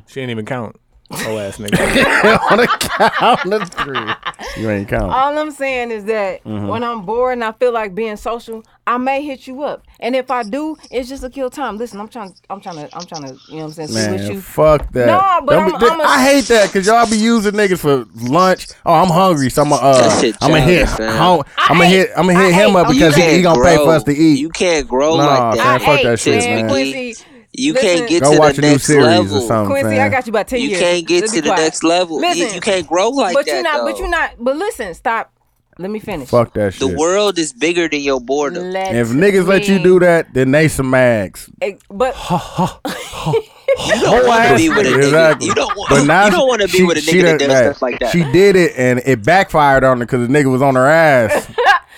She didn't even count. Oh [LAUGHS] ass nigga.
On the count of three. You ain't count.
All I'm saying is that
Mm-hmm.
when I'm bored and I feel like being social, I may hit you up. And if I do, it's just to kill time. Listen, I'm trying, I'm trying to, I'm trying to, you know what I'm saying, see what
Man,
you.
fuck that.
No, but
Don't
I'm-
be,
I'm a-
I hate that because y'all be using niggas for lunch. Oh, I'm hungry, so I'm gonna uh,
That shit
I'm gonna hit,
childish, man.
home, I'm gonna
ate.
hit, I'm gonna hit
I
him
ate.
up
I'm
because
You
he, he
can't
gonna pay for
grow.
us to eat.
You can't grow
Nah, fam,
like that.
fuck that
ate,
shit,
man.
man.
Quincy,
You
listen,
can't get
Go
to
watch a
the
new
next
series
level.
or something,
Quincy,
fam.
I got you about ten
You
years.
can't get
Just
to
be
the
quiet.
next level. You-
Listen,
you can't grow like
but
that,
you not, but
though.
you not, but listen, stop. Let me finish.
Fuck that
The
shit.
world is bigger than your boredom.
Let
if niggas let you
me-
do that, then they some mags.
Ex- But
You don't want to be with a nigga.
Exactly.
You don't want.
But now
[LAUGHS] you don't want to be
she-
with a
she
nigga that
done
does stuff like that.
She did it and it backfired on her because the nigga was on her
[LAUGHS]
ass.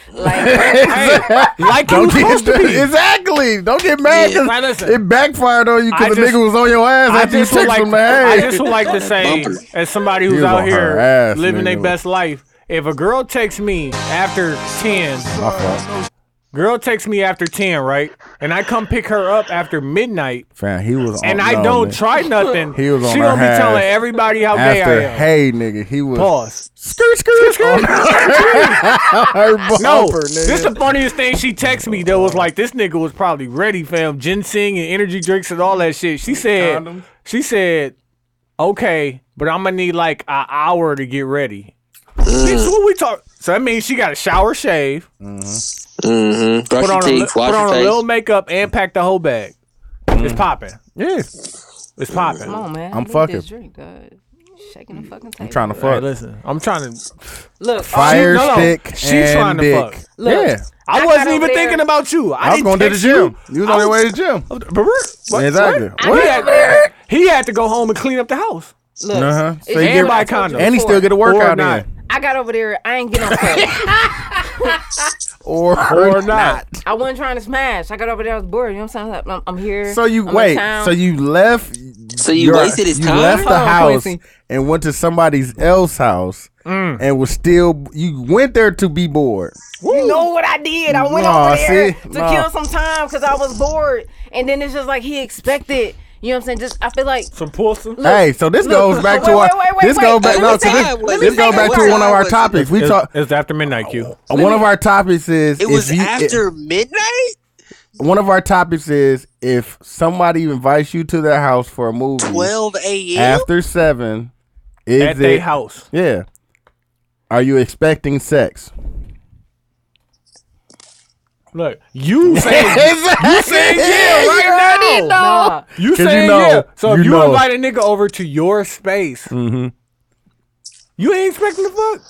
[LAUGHS]
like,
like you
Don't
was
get
supposed to be.
exactly. Don't get mad
Yeah.
'cause
Now listen.
it backfired on you
I
because the
just-
nigga was on your ass
I
after you
just would
took
like
from the
I
hey.
just would like to say,
Bumper.
as somebody
He
who's
was
out
on
here
her ass,
living their
nigga.
best life, if a girl takes me after ten,
My fault.
girl takes me after ten, right? And I come pick her up after midnight,
Fam, he was on
and I
Oh, no,
don't
nigga.
try nothing.
He was on
she
her
gonna be
ass
telling everybody how gay I
After
am.
hey nigga, he was
Pause.
skirt skirt skirt. her bumper,
[LAUGHS] No,
nigga.
this is the funniest thing she texted me. That was like, this nigga was probably ready, fam. Ginseng and energy drinks and all that shit. She said,
Condoms.
she said, okay, but I'm gonna need like an hour to get ready. Bitch,
Mm.
what we talk? So that means she got to shower, shave,
Mm-hmm. Brush
put
your
on a, li-
teeth.
put
Wash
on a
your
little
face. Mm.
makeup, and pack the whole bag. It's popping.
yeah.
It's popping.
come
All
on, man.
I'm
Leave
fucking.
This drink, dog. Shaking the fucking table.
I'm trying to
right,
fuck.
listen, I'm trying to.
look.
Fire
no, no.
stick
She's trying
and
to
dick.
fuck.
Look.
Yeah.
I,
I
wasn't
got
even
over there-
thinking about you. I,
I was
didn't
going to the
text
gym.
You,
You was on your way to the gym.
But we're- what-
Exactly.
what? He, had, he had to go home and clean up the house.
Look,
Uh-huh.
it's
So
just
he get-
what I told you
and he
before.
still get a workout
not.
in.
I got over there. I ain't
[LAUGHS]
get on
Or,
Or
or not.
I wasn't trying to smash. I got over there. I was bored. You know what I'm saying? I'm, I'm here.
So you
I'm in
wait.
town.
So you left.
So you
your-
wasted his
you
time?
left the
Hold on,
house
Quincy.
and went to somebody's else house
Mm.
and was still. You went there to be bored.
You know what I did? I went
Nah,
over there
see?
to
Nah.
kill some time because I was bored. And then it's just like he expected. You know what I'm saying? Just I feel like
some pulsing.
hey, so this goes back to our. this goes back. No, so this, this goes back to one of our topics. We
It's-
talk.
It's after midnight. Q.
One of our topics is
It
if
was
you-
after midnight.
one of our topics is if somebody invites you to their house for a movie
12 a.m.?
after 7 is
At
it
they house.
yeah are you expecting sex
Look,
[LAUGHS]
you saying you saying yeah right now.
No, nah.
You
'Cause you
saying
know-
yeah. So if
you
you
know.
invite a nigga over to your space,
mm-hmm.
you ain't expecting the fuck.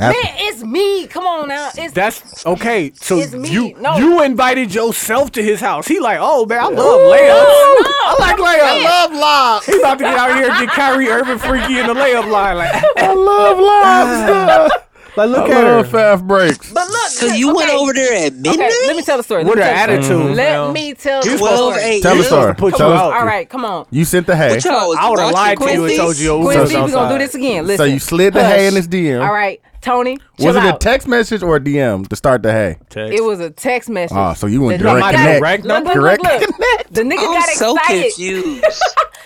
Man, it's me. Come on now. It's
That's okay. So
It's me.
you
No.
you invited yourself to his house. He like, oh man, I love layups.
No, no,
I like
I'm
layups.
saying-
love love
He about to get out here and get Kyrie Irving freaky in the layup line. Like,
i love [LAUGHS] lobster
like
I
look at
love
her.
fast breaks
But look,
So you went over there at midnight.
Okay, let me tell the story.
What
Let me tell
an
the story.
attitude.
Let
man.
me tell the
12 a.m.
story.
tell us
supposed to
story
put
tell
you
us
out.
All right, come on.
you sent the hay
What y'all was
I would've
watching
lied to you and
Quincy?
told you it was
Quincy, we
outside.
gonna do this again.
so
Listen.
you slid the hay in his dm
All right, Tony.
was
chill
it a
out.
text message or a dm to start the hay
It was a text message.
Ah, so you went
The
direct
nigga got
connect.
Direct
Look, look,
Direct
look, look. The nigga
I'm
got
so
excited.
[LAUGHS]
confused.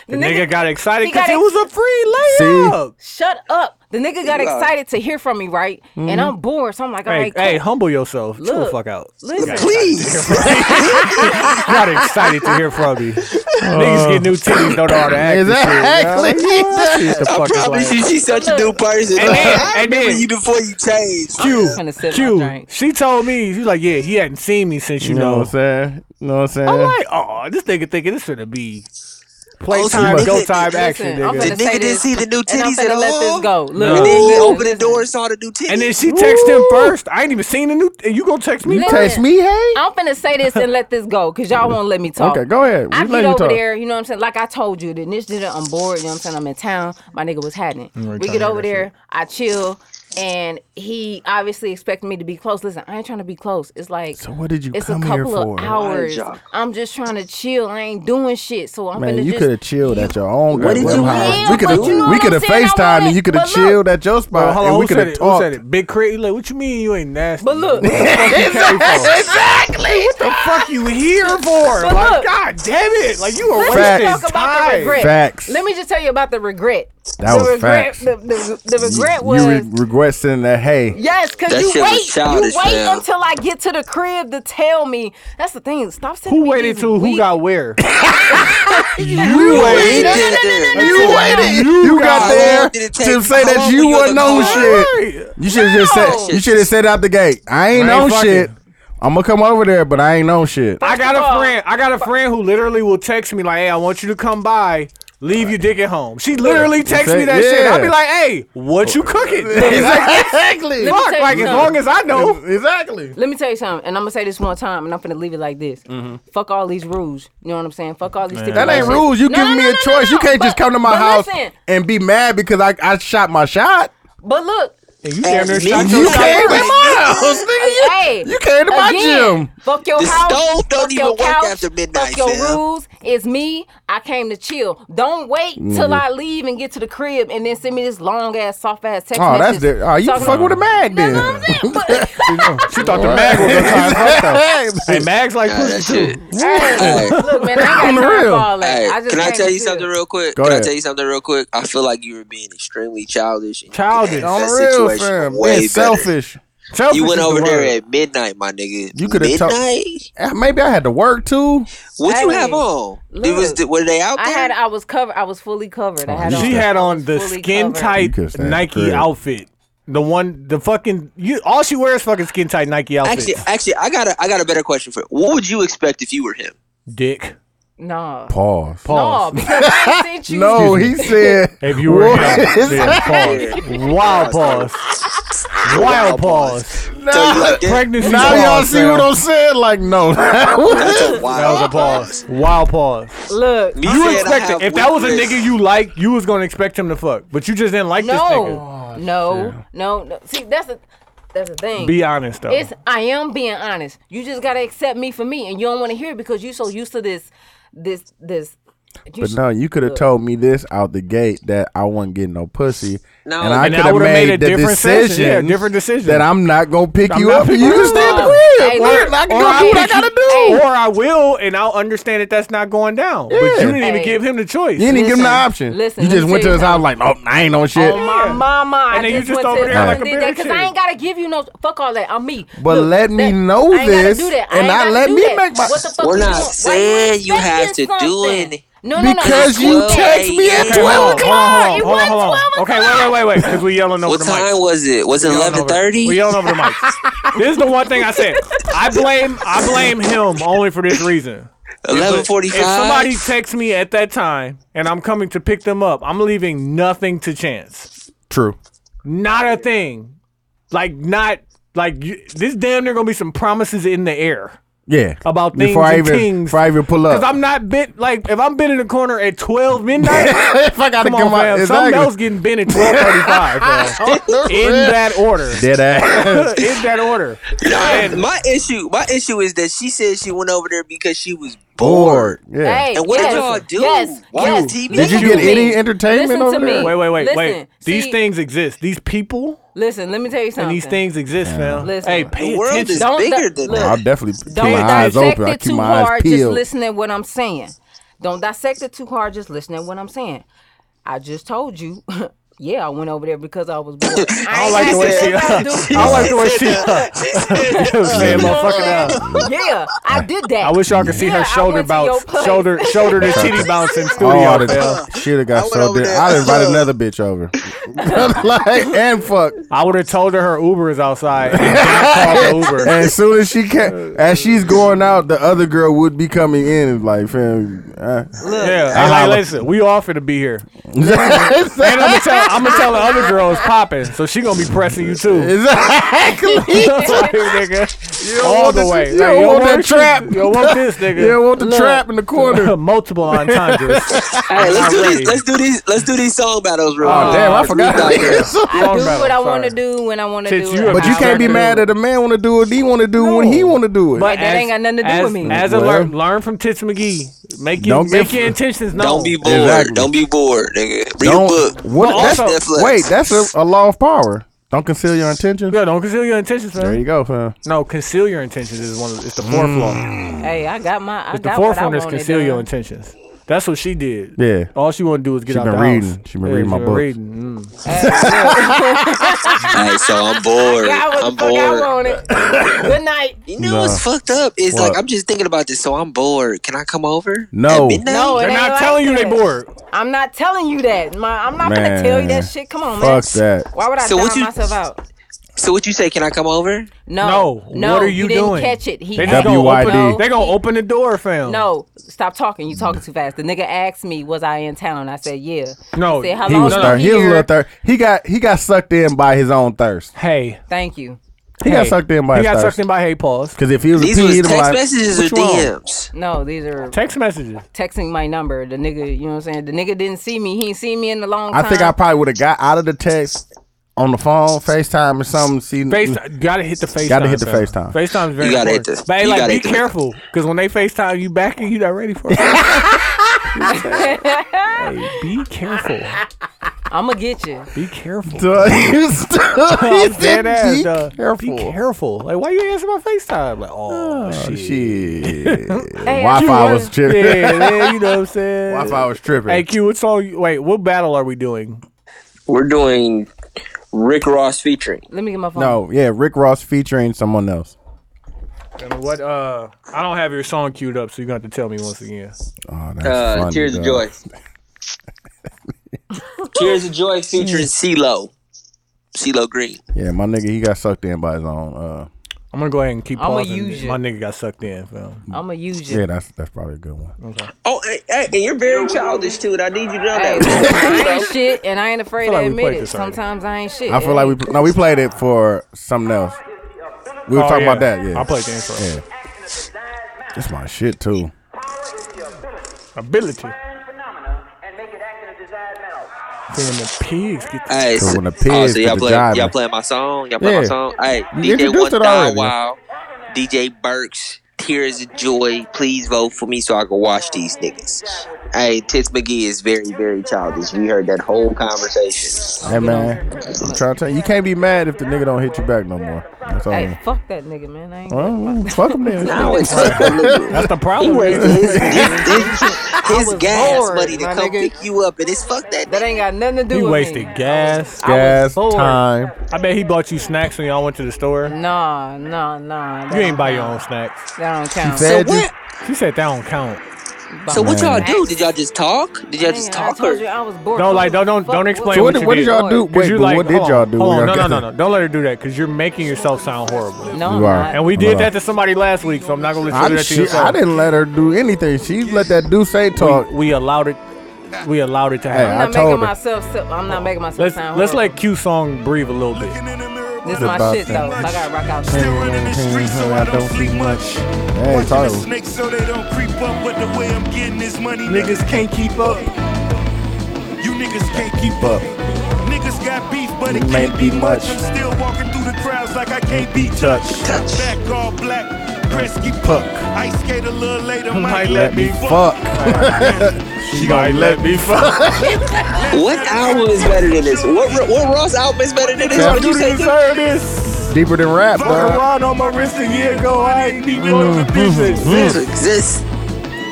The nigga got excited
he got
because it
ex-
was a free layup.
Shut up. The nigga got
You are-
excited to hear from me, right?
Mm-hmm.
And I'm bored, so I'm like, all
Hey,
right, cool.
hey, humble yourself. Chill the
Look.
fuck out. [LAUGHS]
listen.
Please.
Got excited to hear from
[LAUGHS]
you.
Uh,
Niggas get new titties, don't know how to act. and shit.
exactly
Shit, the
I
fuck is
promise
like-
you, [LAUGHS] she's such a new person.
And then-
I
and
remember
then-
you before you changed.
Q,
Finna sip my
Q.
drink.
She told me she's like, yeah, he hadn't seen me since you
you know
know.
what i'm saying you know what i'm saying
I'm like, oh, this nigga thinking this gonna be
Oh,
playtime,
so
go
nigga-
time
[LAUGHS] Listen,
action,
I'm
The
finna
nigga.
say
nigga didn't
this,
see the new
and I'm
titties
finna
at
let
all.
this go. Look,
No.
And then he
listen,
opened the
listen.
door and saw the new titties.
And then she texted him first. I ain't even seen the new. And you gonna text me?
you
Listen.
text me hey
I'm finna say this and let this go, cause y'all won't let me talk.
Okay, go ahead.
I
We let
get
you
over
talk.
there, you know what I'm saying? Like I told you, the niche did it. I'm bored, you know what I'm saying? I'm in town. My nigga was happening. We get over there, I chill, and he obviously expected me to be close. Listen, I ain't trying to be close. It's like
So what did you
it's
come
a
here
couple
for?
of
Why
hours.
y'all-
I'm just trying to chill. I ain't doing shit. So I'm
Man,
finna
you
just
could have chilled at your own
What did
goddamn
you-
house.
Yeah,
we could
but you know
have we
what
could
I'm
have
saying? I
FaceTimed and
wanted-
you could have
but look-
chilled at your spot
Bro, hold on,
and we
who
could
said
have
it? Who said
talked.
it? Big Crit. Like, what you mean you ain't nasty?
But
[LAUGHS]
[LAUGHS]
look,
exactly.
what the fuck you here for?
But
Like,
look.
God damn it! Like you
Let's
are
Facts.
just talk
wasting
about the
time.
regret.
Facts.
Let me just tell you about the regret.
That
the
was
regret,
facts.
The, the, the regret
you,
was
you re- regret sending that hey.
yes, cause
That
you
shit was
wait,
childish,
you wait
man.
until I get to the crib to tell me. That's the thing. Stop sending
Who
me
waited
these
to? Who
weak-
got [LAUGHS] where?
You
It
waited.
did there.
You waited. You got
got-
there
Did it
to
take-
say
how
that
long
you
were you
wasn't
on
on
the
shit. You should have just said you should have said out the gate. I ain't
I ain't
on
fucking.
shit. I'm gonna come over there, but I ain't on shit.
I got
of
a
all-
friend. I got a friend who literally will text me like, "Hey, I want you to come by. Leave your dick at home." She literally texts me that shit.
Yeah.
I'll be like, "Hey, what you [LAUGHS] cooking?"
exactly.
Let me tell
Fuck.
you
Like
something.
as long as I know.
Exactly.
Let me tell you something, and I'm gonna say this one time, and I'm gonna leave it like this. Fuck all these rules. You know what I'm saying? Fuck all these.
Mm-hmm. That ain't
stipulations.
rules. You
No,
giving
no,
me
no,
a
no,
choice.
no.
You can't just
But-
come to my
but
house
listen.
and be mad because I, I shot my shot.
But look,
And you damn near shot
You
your
Don't
came
shot my
to my house, nigga.
hey,
You came to my
again,
gym.
Fuck your
The
house.
stove don't
fuck
even
your
work
couch,
after midnight,
Fuck your
fam.
rules. It's me. I came to chill. Don't wait
Mm-hmm.
till I leave and get to the crib and then send me this long ass, soft ass text
Oh, that's
message.
the. Oh, you
talking
fuck with a mag
No,
then.
no, I'm saying, but-
She thought the mag was gonna tie her up, though. Hey, mag's like
Nah, [LAUGHS] that
pussy
shit.
too.
Hey, [LAUGHS] look,
On the
man, I ain't got time
real.
for all that.
Hey,
I just
can I
came
tell
to
you
chill.
something real quick?
Go
can
ahead.
I tell you something real quick? I feel like you were being extremely childish. and you could
Childish.
handle [LAUGHS]
On
that
the real,
situation
fam.
way
Being
better.
selfish.
[LAUGHS]
Selfish
You went
is the
over there
word.
at midnight, my nigga.
You could have told-
midnight.
Eh, Maybe I had to work too.
What you have
Hey,
on? It
look.
was were they out there?
I had, I was covered. I was fully covered.
Oh,
I had.
you
on,
She
Yeah.
had
I
on
was
the
fully
skin
covered.
tight
could've stayed in the
Nike
crib.
outfit. The one, the fucking you. All she wears fucking skin tight Nike outfits.
actually, actually, I got a I got a better question for you. What would you expect if you were him?
Dick.
No,
Pause.
no,
[LAUGHS] Pause.
because I sent you.
No, he
[LAUGHS]
said.
If you were
What
him,
is
then pause. Wild pause. Wild pause.
tell
[LAUGHS]
you like that.
[LAUGHS]
Pregnancy
Now y'all
pause,
see
fam.
what I'm saying? Like, no. [LAUGHS]
That's a
That was a
wild.
pause. Wild pause.
Look,
Me
You
saying I have
expected if that was a
weakness.
nigga you like, you was gonna expect him to fuck, but you just didn't like this nigga. Oh,
no, no, no, no. See, that's the that's the thing.
Be honest though.
It's I am being honest. You just gotta accept me for me, and you don't want to hear it because you so used to this, this, this. you
But
sh-
no, you could have
look.
told me this out the gate that I wasn't getting no pussy.
No.
and I
And I
could have
would've
made, the
decision.
decision,
Yeah, different decision.
that I'm not gonna pick
I'm
you
not
up and
picking
you
you
can stay at the
up.
crib.
Hey,
or
look,
I can
or
go
I
do what I
pick you-
gotta do.
Or I will, and I'll understand that that's not going down. But you
Yeah.
didn't even
Hey.
give him the choice.
you didn't even give him the
Listen,
option.
listen,
you
let
just
me
went
tell
to
you
his house like, oh, I ain't on shit.
My
Yeah.
mama, I
And then you
just,
just
went
over
to
there
I
like a
did that
bitch.
because I ain't gotta give you no fuck all that. I'm me.
But
Look,
let me
that-
know
I ain't
this,
gotta do that.
and
I,
I
ain't gotta
let
do
me
that.
make my-
What the fuck
We're
you
not
doing? Why
saying you have
expecting
to do
something?
it.
No, no, no.
because
it's
you
12
text me at
a.m.
Okay, hold on,
twelve
hold
o'clock.
on, hold on, hold on,
It
hold on. Okay, wait, wait, wait, wait, because we yelling over
What
the mic.
time was it? Was it
We yelling
eleven
over-
thirty?
We yelling over the mics. this is the one thing I said. I blame I blame him only for this reason.
Eleven
If somebody
forty-five.
texts me at that time and I'm coming to pick them up, I'm leaving nothing to chance.
True.
Not a thing. Like not like you, this damn near gonna be some promises in the air
Yeah.
about things
before I
and
even
things.
before I even pull up.
[LAUGHS] Cause I'm not bent like if I'm bent in the corner at twelve midnight.
[LAUGHS] if I [LAUGHS] gotta
Come
come
on,
out, [LAUGHS]
fam. Something else
exactly.
getting bent at twelve thirty-five,
[LAUGHS]
fam. [LAUGHS] In that order.
Dead
[LAUGHS]
ass.
in that order. And-
My issue, my issue is that she said she went over there because she was bored.
Bored. Yeah.
Hey,
And what did
yes,
y'all do?
Yes,
Watch
yes.
TV?
Did you
Listen
get
to me.
any entertainment
Listen
over
to
there?
me.
Wait, wait, wait, wait.
Listen,
These
see-
things exist. These people
Listen, let me tell you something.
and these things exist, fam.
Listen.
hey, pay
The world
attention.
is
Don't-
bigger
don't-
than
look.
that.
I'll definitely keep
Don't
my eyes
dissect
open. I
it
keep
too
my eyes
hard. Just
peeled.
listen to what I'm saying. Don't dissect it too hard. Just listen to what I'm saying. I just told you. [LAUGHS] Yeah, I went over there because I was
[LAUGHS]
bored. I, ain't
like the
got
way
shit
she-
else to
[LAUGHS] I
do.
like the way
[LAUGHS]
she
Yeah.
saying motherfucking out.
yeah, I did that.
I wish y'all could see her
Yeah, I
shoulder
went to your
bounce,
place.
shoulder, shoulder to titty bounce in studio,
oh, the
fam.
shit
I
have got
went
so
over
dead.
there.
I'd invite another bitch over. [LAUGHS]
[LAUGHS]
like, and fuck.
I would have told her her Uber is outside. And called the Uber.
And as soon as she can, as she's going out, the other girl would be coming in. and Like, fam. Uh, [LAUGHS]
yeah,
I
hey, like,
holla-
listen, we offer to be here, and I'm gonna tell, I'm gonna tell the other girl it's popping, so she gonna be pressing you
[LAUGHS]
too.
[LAUGHS] exactly.
Like, nigga, all the way. Like,
you
yo,
don't want that
this-
trap.
You don't want this, nigga.
You don't want the [LAUGHS] trap in the
[LAUGHS]
corner.
Multiple [LAUGHS] entendres.
Hey, let's do
Already.
these. Let's do these. Let's do these song battles real
Oh,
quick.
damn, I
Let's
forgot.
do this.
I
Long
do
battle,
what I
sorry.
want to do when I want to
Since
do
you
it.
a
[LAUGHS] But you
Nah,
can't be
I'm not
mad
doing
at a man want to do what he want to do when he want to do it.
But that ain't got nothing to do
as,
with me.
As
Well.
a learn, learn from Tits McGee. Make your
Don't be
make
f-
your intentions known.
Don't be bored.
Exactly.
Don't be bored, nigga. Read
don't.
a book.
What,
But
that's,
also-
Netflix.
wait, that's a, a law of power. Don't conceal your intentions.
yeah, don't conceal your intentions,
There
man.
you go, fam.
No, conceal your intentions is one. Of, it's the
Mm.
fourth law.
Hey, I got my. I
It's the
got
fourth
what I
one is
wanted.
conceal your
done.
intentions. That's what she did.
Yeah.
All she wanted to do was get
She
out
been
the house.
reading. She been reading my
she
books.
Reading. Mm.
All right, so
[LAUGHS]
I'm bored.
Got what
I'm
the fuck I
bored.
wanted.
[LAUGHS]
Good night.
You know what's fucked up is like I'm just thinking about this, so I'm bored. Can I come over?
No.
At midnight?
No, it
They're
ain't
not
like
telling you they
that.
[LAUGHS]
bored.
I'm not telling you that. My, I'm not
Man.
gonna tell you that shit. Come on, man.
Fuck that.
Why would I
So what
down
you-
myself out?
So what you say? Can I come over?
No,
No,
no,
what are you
didn't
doing?
Catch it. He
They
just
just gonna
WYD.
open.
No,
They gonna
he-
open the door, fam.
No, stop talking. You talking too fast. The nigga asked me, "Was I in town?" I said, "Yeah."
No,
He said, "How
He
long
was
you
thir- He was a
here?"
little thirst. He got he got sucked in by his own thirst.
Hey,
Thank you.
He got
hey.
sucked in by
He
his
got
thirst.
sucked in by hey pause.
Because if he was a
These
P,
was
he'd be
text
like,
messages or
"What you want?"
DMs.
No, these are
Text messages.
texting my number. The nigga, you know what I'm saying? The nigga didn't see me. He ain't seen me in a long
I
time.
think I probably would have got out of the text on the phone, FaceTime or something. See, [LAUGHS]
Face, gotta hit the FaceTime.
Gotta hit the
fam.
FaceTime.
FaceTime's very
You gotta hit
important.
the-
But hey,
you
like,
gotta
be
hit the-
careful, because when they FaceTime you back, and you not
[LAUGHS]
ready for it. hey, be careful.
I'm gonna get you.
Be careful. [LAUGHS]
he
I'm Oh, dead ass,
be
duh.
careful.
Be careful. Like, why you answer my FaceTime? Like, oh, shit. [LAUGHS]
Shit.
Hey,
Wi
I-
Fi was
Yeah,
tripping.
yeah, you know
[LAUGHS]
what I'm saying.
Wi Fi was tripping.
Hey, Q, what song? you- Wait, what battle are we doing?
We're doing Rick Ross featuring.
Let me get my phone.
no, yeah, Rick Ross featuring someone else.
And what? Uh, I don't have your song queued up, so you're gonna have to tell me once again.
Oh, that's
Uh,
funny,
Tears of
dog.
Joy.
[LAUGHS]
Tears of Joy featuring CeeLo. CeeLo Green.
Yeah, my nigga, he got sucked in by his own. Uh,
I'm gonna go ahead and keep
I'ma
pausing.
use
My
it.
nigga got sucked in, fam.
I'm gonna use you.
yeah, that's that's probably a good one.
Oh, hey, hey, and you're very childish too. And I need you to know
Hey,
that.
I ain't shit, and I ain't afraid
feel like
to
we
admit
played
it.
this already.
Sometimes I ain't shit.
I feel like we no, we played it for something else. We were
Oh,
talking
yeah.
about that. Yeah,
I play games for
Yeah, that's my shit too.
ability. Then the pigs get the
Hey,
So
so,
when the
oh,
pigs
so
get
y'all
the
playing
job,
y'all
man.
playing my song? Y'all playing
Yeah.
my song? Hey,
You
DJ One
introduced it
Thou
already.
Wow, DJ Burks, Tears of Joy. Please vote for me so I can watch these niggas. Hey, Tits McGee is very very childish. We heard that whole conversation.
Hey man, I'm trying to tell you, you can't be mad if the nigga don't hit you back no more. That's all.
Hey, fuck that nigga, man. I ain't
Well, well, fuck him
[LAUGHS]
then.
Now it's like a nigga.
That's the
He
problem.
waited
man.
[LAUGHS]
his, his, his, his gas
bored,
money to
my
come
nigga.
pick you up, and it's fuck that.
That ain't got nothing to do
He
with
wasted
me.
gas.
Gas
bored.
time.
I bet he bought you snacks when y'all went to the store.
Nah, nah, nah. that
You ain't
don't
buy your own
count.
snacks.
That don't
fed-
count.
So
Imagine.
what?
She said that don't count.
So what
Man.
y'all do? Did y'all just talk? Did y'all just
Nigga,
talk
I told
or?
you I was bored.
No, like
Who the
don't don't
fuck
don't
was
explain
what
what,
did-
you
what did
did.
y'all do?
'Cause
Wait,
you
but
like,
what did
hold on,
y'all do?
Hold
We
on, no,
gotta
no, no,
get
no. Don't let her do that because you're making yourself sound horrible.
No,
You
I'm
are.
not.
And we did
Hold on.
that to somebody last week, so I'm not gonna let you do
I,
that to
she, I
yourself.
didn't let her do anything. She let that do say talk.
We, we allowed it. We allowed it to
Hey,
I'm
happen.
I
not
told
making
her.
myself. so- I'm not making myself
Let's
sound.
let's
horrible.
let Q song breathe a little bit.
This is my
about
shit
that.
though. I gotta rock out.
Still running the streets, so I don't sleep much.
Hey,
Watching
Tyler.
the snakes so they don't creep up, but the way I'm getting this money, niggas can't keep up. You niggas can't keep up. Niggas got beef, but it
It
can't
may
be
be
much.
much.
I'm still walking through the crowds like I can't be touched. Back all black, Kresge puck. Ice skate a little later, might let me [LAUGHS] fuck.
she might let me fuck.
What album is better than this? What what Ross album is better than this?
Yeah.
What did you say? Tim?
Deeper than rap, bro.
Rod on my wrist a year ago, I ain't even know the
This
pieces.
exists.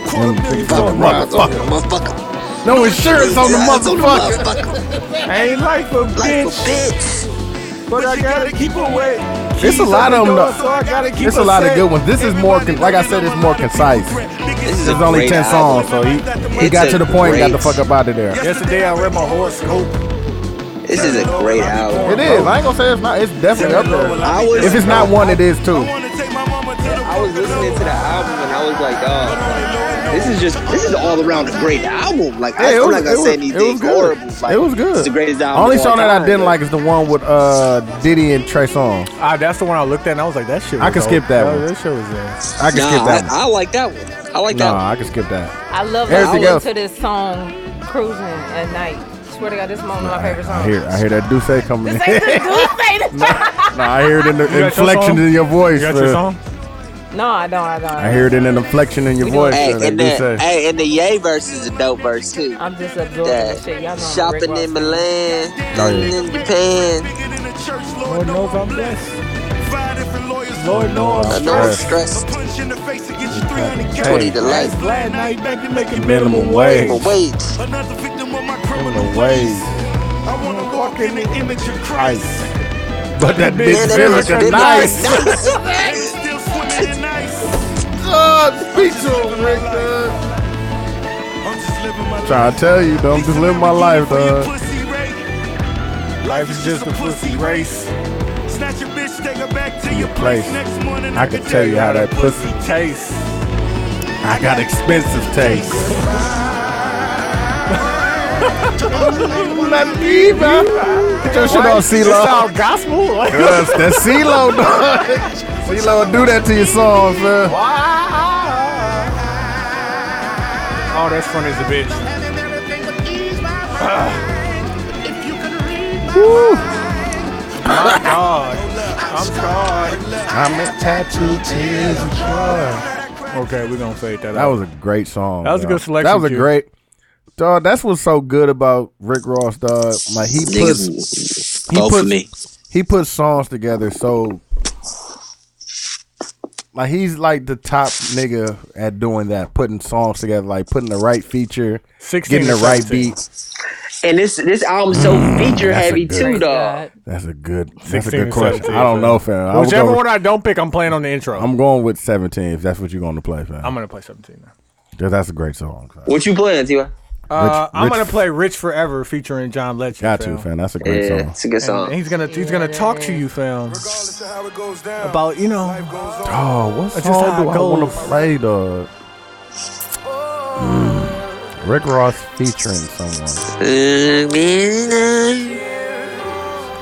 Quarter
Fucking
million for a
rap.
Motherfucker, motherfucker.
No insurance on the motherfucker.
Ain't life a
Like a bitch.
But I gotta keep away.
It's a lot of them though.
gotta keep
It's a lot of good ones. This is more, con- like I said, it's more concise.
This
is
It's
a
only
great
ten songs,
album.
so he he
It's
got
a
to the point, and got the
great-
fuck up out of there.
Yesterday I read my horoscope.
This is a great album.
It is. I ain't gonna say it's not. It's definitely up there.
I was uh,
If it's not one, it is two.
I was listening to the album and I was like, dog, this is just this is all around a great album. Like I,
Yeah,
am not gonna say anything
good.
horrible. Like,
it was good.
It's the greatest album.
Only
of all
song that I
time,
didn't
but-
like is the one with uh Diddy and Trey Songz.
Ah, that's the one I looked at and I was like, that shit. Was
I can
dope.
skip that one.
That shit was there.
I can
Nah,
skip that
I,
one.
I like that one. I like that one.
Nah, I can skip that.
I love
Everything
the
else.
to this song, cruising at night. Swear to God, this is one of my favorite
I
songs.
hear I hear that Duce coming in. [LAUGHS]
This ain't the Duce.
Nah, I hear it in
got
the
your
inflection
song?
in your voice.
You got your
uh,
song?
No, I don't. I don't.
I hear it in an inflection in your voice.
Hey,
uh, that
and the
Duce.
hey, and the Yay verse is a dope verse too.
I'm just absorbing
That
the shit. Y'all know I'm a Rick
shopping
Ross
in
fan.
Milan,
Oh, yeah.
living in Japan.
Lord knows I'm blessed.
Five different lawyers.
Lord knows I'm
I know I'm
Yes.
A
stressed.
punch in the face to get you 300
Hey.
Twenty to life.
glad now you back to making
Minimum wage.
But wait,
Another victim of my criminal
Minimum
ways.
wage.
I wanna walk in the image of Christ.
But that
Man,
bitch
that
feels
bitch
like
feeling
nice. [LAUGHS]
And it's still swimming in ice.
Oh, speak to him, Rick. dog.
I'm just living my
Trying to tell you, don't just live my life, dog.
Life is just a pussy race. Snatch a bitch, take her back to your
place.
place. Next morning,
I can tell you how that pussy
Taste.
I got expensive taste. La diva. Get your shit on CeeLo.
[LAUGHS] gospel. Like,
Yes, that's CeeLo, dog. CeeLo do that to your songs, man.
Oh, that's funny as a bitch.
Woo.
God, I'm scarred.
I'm a tattoo tears and joy.
Okay, we're gonna fade that.
That was a great song.
That was a
dog.
good selection,
That was a
Q.
great. Dog, that's what's so good about Rick Ross, dog. Like he puts
niggas,
he
vote for
puts
me.
he puts songs together so like he's like the top nigga at doing that, putting songs together, like putting the right feature,
16
getting the
to
right
17.
beat.
And this this album's so
Mm,
feature
that's a
heavy
good-
too,
Praise
dog.
God.
That's a good. That's a
16
good
to
question.
17,
I don't
fam.
know, fam. I was
Whichever
going,
one I don't pick, I'm playing on the intro. I'm,
I'm going with 17. If that's what you're going to play, fam.
gonna play 17 now.
Cause that's a great song. fam.
What you playing, Tiwa?
Uh, I'm
Rich-
gonna play "Rich Forever" featuring John Legend.
Got
fam.
to, fam. That's a great
Yeah,
song.
it's a good
And
song.
he's gonna he's gonna talk to you, fam,
Regardless of how it goes down,
about you know.
life goes on.
Oh, what
That's just
song
how
do
it
I want
goes.
to play, dog? Mm. Rick Ross featuring someone.
Uh,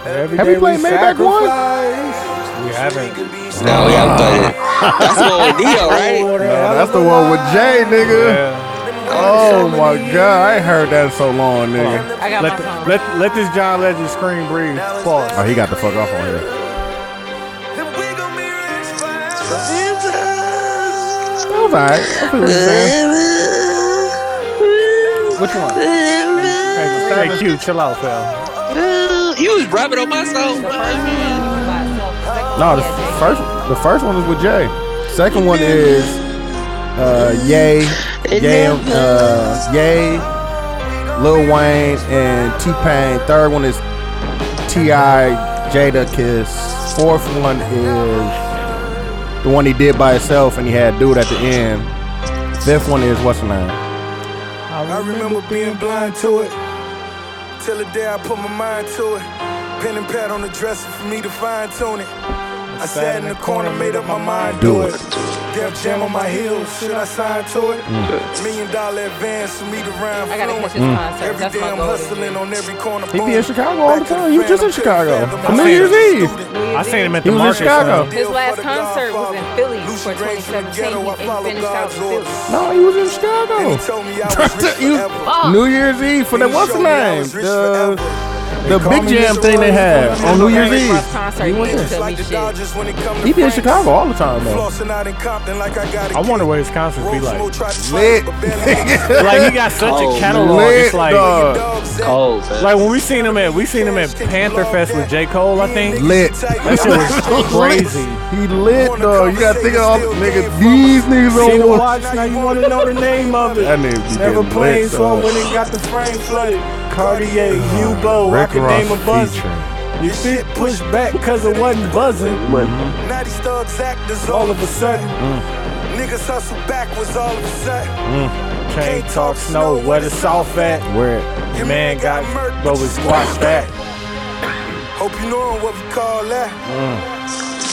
Every
Have
day
you played Maybach One?
sacrifice. We haven't.
No, we haven't played it.
[LAUGHS]
That's the one with Neo,
[LAUGHS]
right?
No, that's the one with Jay, nigga. Oh my god, I ain't heard that in so long, nigga.
I got let, my let, let this John Legend scream breathe. Pause.
Oh, he got the fuck off on here. That was alright. I feel what you're saying.
Which one? Hey, hey, Q, chill out, pal.
You was rapping on my song.
No, the first the first one is with Jay. Second one is uh Yay, Yay, uh, Yay, Lil Wayne and T Pain. Third one is Ti Jada Kiss. Fourth one is the one he did by himself and he had dude at the end. Fifth one is what's the name?
I remember being blind to it. Till the day I put my mind to it. Pen and pad on the dresser for me to fine tune it. I sat in the corner, made up my mind, do it. Def Jam on my heels, should I sign to it?
Mm.
Million dollar advance for me to rhyme
I gotta catch this
fluent.
concert.
Every
That's
day
my
I'm
goal.
hustling on every corner.
He be
boom.
in Chicago all the
Back to
time. He was just in
fan, I couldn't
Chicago.
fathom
For
my
New Year's Eve.
I seen him at the
He was in
market.
Chicago.
son.
His last concert was in Philly for 2017. He finished out in Philly.
No, he was in Chicago. [LAUGHS] He was- New Year's Eve for that what's the name? The, the big jam thing they had on New Year's
First
Eve.
concert, he didn't tell me shit.
He be in Chicago all the time though.
I wonder what his concerts be like.
Lit. [LAUGHS]
Like he got such a catalog. It's like,
dog.
Cold, Oh, man.
like when we seen him at we seen him at Panther Fest with J Cole, I think.
Lit.
That
[LAUGHS]
shit was crazy.
He lit though. You gotta think of all niggas. These niggas
Seen
don't
him
want.
watch, now you wanna know the name of it.
That nigga be
Never
getting
played
lit,
so
dog.
when it got the frame flooded. Cartier, Hugo, I
Rick
could
Ross
name a buzz.
featuring.
Your shit pushed back cause it wasn't buzzing. All of a sudden,
Niggas hustle backwards all of a sudden.
can't talk snow, where the soft at.
Where it-
Your man got but we squashed that.
Hope you know what we call that.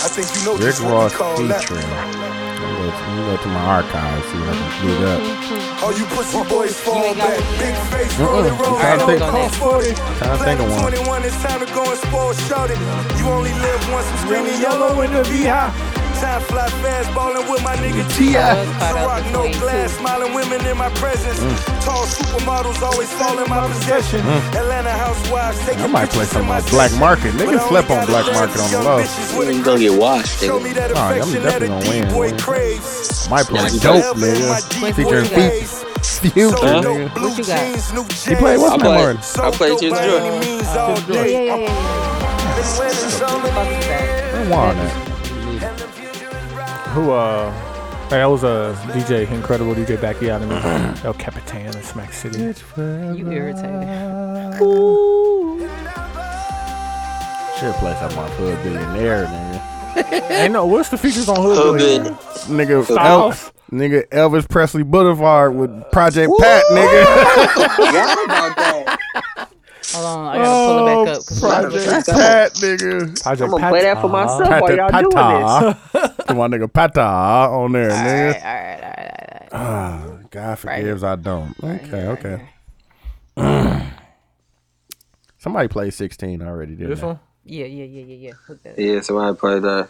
I think you know
Mm. Rick
just what
Ross
we call
featuring.
that.
Let me go to- let me go to my archives see if I can dig up.
All you pussy boys fall back. Big face, rolling,
I'm
rolling.
trying to think-
Cold 40.
trying to think of one.
Platinum 21, it's time to go and spoil, shout it. You only live once, I'm screaming
Screaming
yellow.
yellow in the V-High.
Time fly fast, balling with my nigga
T.I..
So rock, no glass, smiling women in my presence.
Mm.
Tall supermodels always fall in my possession. Atlanta housewives taking
I Mm. might play
pictures in
some
my
on Black
session.
Market.
But
Niggas
I
slept
only
on
got
Black
11
Market on the
young
low.
bitches with
You gonna get washed,
Show
nigga.
me that
Nah, I'm
affection that
definitely
a
gonna
deep
win,
boy
man.
craves.
My playing
Dope,
dope,
nigga.
nigga. Featuring
Featuring
Fe- Future.
Huh?
nigga.
What you got?
He played what's
I
my
play-
word?
I played Jim Joy.
Yeah, yeah, yeah.
Where Juan at?
Who uh hey, that was a DJ, incredible
[CLEARS THROAT]
DJ Bacchiano, El Capitan in Smack City.
You irritated.
Should play something on Hood Billionaire, nigga.
Ain't no, what's the features on Hood?
Hood
Billionaire?
Billionaire.
Nigga, El-
Styles?
nigga Elvis Presley Boulevard with Project Pat, nigga.
Y'all about that.
Hold on, I gotta pull it back up. 'cause
[LAUGHS] Project
we-
Project Pat, nigga.
Project
I'm gonna play that for
Pat-
myself while y'all doing this.
Pata. [LAUGHS] Come on, nigga. Pata on there, nigga.
All right, all right, all right.
God forgives, I don't. Okay, okay. [CLEARS THROAT] Somebody played 16 already, didn't
This
they?
one?
Yeah, yeah, yeah, yeah, yeah. Hook that.
Yeah, so I play that.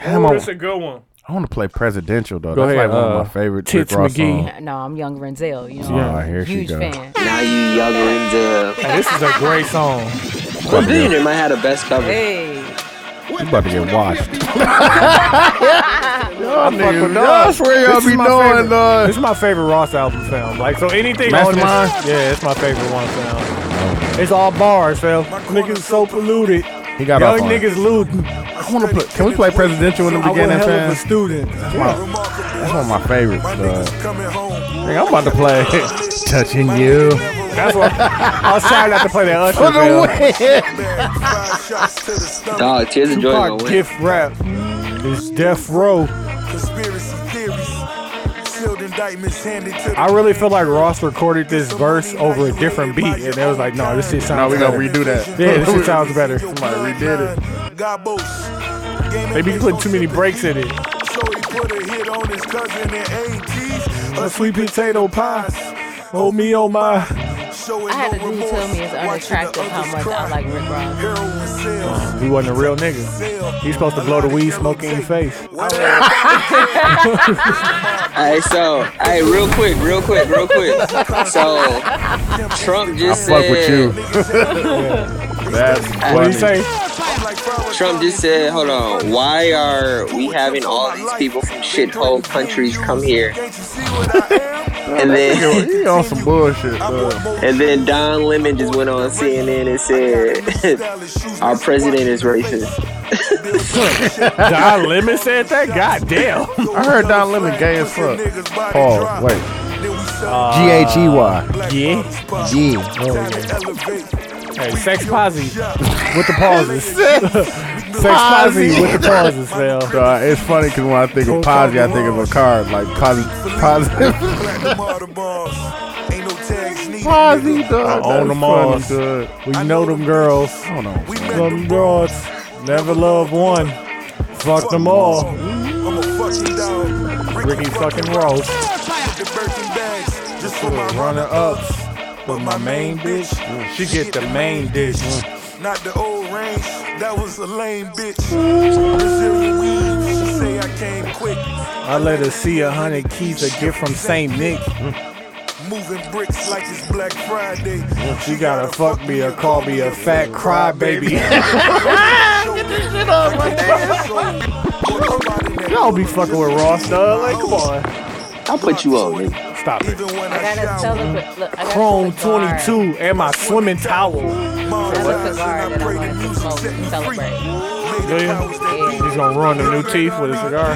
Damn, I,
a good one.
want to play Presidential, though.
Go
That's
ahead,
like one
uh,
of my favorite Rick
Tits
Ross
McGee.
songs.
No, I'm young Renzel. You know,
Yeah.
I'm a
Here she
huge
go.
fan.
Now you younger and dumb.
Hey, this is a great song.
But Billionaire might have the best cover.
Hey,
You
[LAUGHS]
about to get [LAUGHS] washed. y'all
fuck with
niggas, y'all
Nas.
swear y'all
This is
be
my
knowing,
favorite-
dog.
This is my favorite Ross album, fam. Like, so anything on
Mastermind?
this, yeah, it's my favorite one, fam. It's all bars, fam. Niggas so polluted.
He got
Young
off on it.
niggas looting.
I want to play. Can we play Presidential in the
I was a
beginning,
hell of a
fam? [LAUGHS]
student.
That's one of my favorites,
uh,
dog.
Coming home.
Nigga, I'm about to [LAUGHS] play Touching You.
That's why
[LAUGHS]
I was trying not to play that Usher,
For
fam.
the win.
Five shots to the stomach.
Dog, Tears of Joy gonna
Tupac
win.
gift rap is death row.
Conspiracy theories. Sealed indictments handed to the
I really feel like Ross recorded this verse over a different beat, and it was like, no, this shit
Now
sounds.
we gonna
better.
redo that.
Yeah, this shit
[LAUGHS]
sounds better.
Somebody redid it. God boast. Game
They be
and
putting too many breaks in it.
So he put a hit on his cousin in 80s.
A sweet potato pie. Oh me, oh my.
showing
I had a
no
dude
remorse.
tell me it's unattractive how much I like Rick Ross.
He wasn't a real nigga. He's supposed to blow the weed smoke in your face.
Alright, so hey, real quick, real quick, real quick. So Trump
I
just
fuck
said
with you. That's funny.
Trump just said, hold on, why are we having all these people from shithole countries come here? and then
he on some bullshit, though.
and then Don Lemon just went on CNN and [LAUGHS] said, our president is racist.
Don Lemon said that? God damn.
[LAUGHS] I heard Don Lemon gay as fuck. Pause. Wait. G
Uh,
H E Y.
Yeah.
G.
Hey, sex posse with the pauses. sex posse with the pauses,
[LAUGHS]
man.
Dawg, uh, it's funny because when I think of Posy, I think of a card like Posy. Posy. [LAUGHS] Posy, dog.
I own them all. We know them girls.
Hold on.
Them girls. Never love one. Fuck them all. Ricky fucking Rose. Runner ups. But my main bitch, she get the main dish.
Not the old range, that was a lame bitch.
Mm.
Brazilian weed, she say I came quick.
I let her see a hundred keys a gift from Saint Nick.
Moving bricks like it's Black Friday.
She gotta fuck me or call me a
[LAUGHS]
fat crybaby. Y'all be fucking with Ross, dog. Like, come on.
I'll put you on, nigga.
Stop it.
I gotta tell her, but look, I got
Chrome
a cigar.
22 and my swimming towel.
That's a cigar that I wanted to smoke and celebrate.
He's gonna ruin the new teeth with a cigar.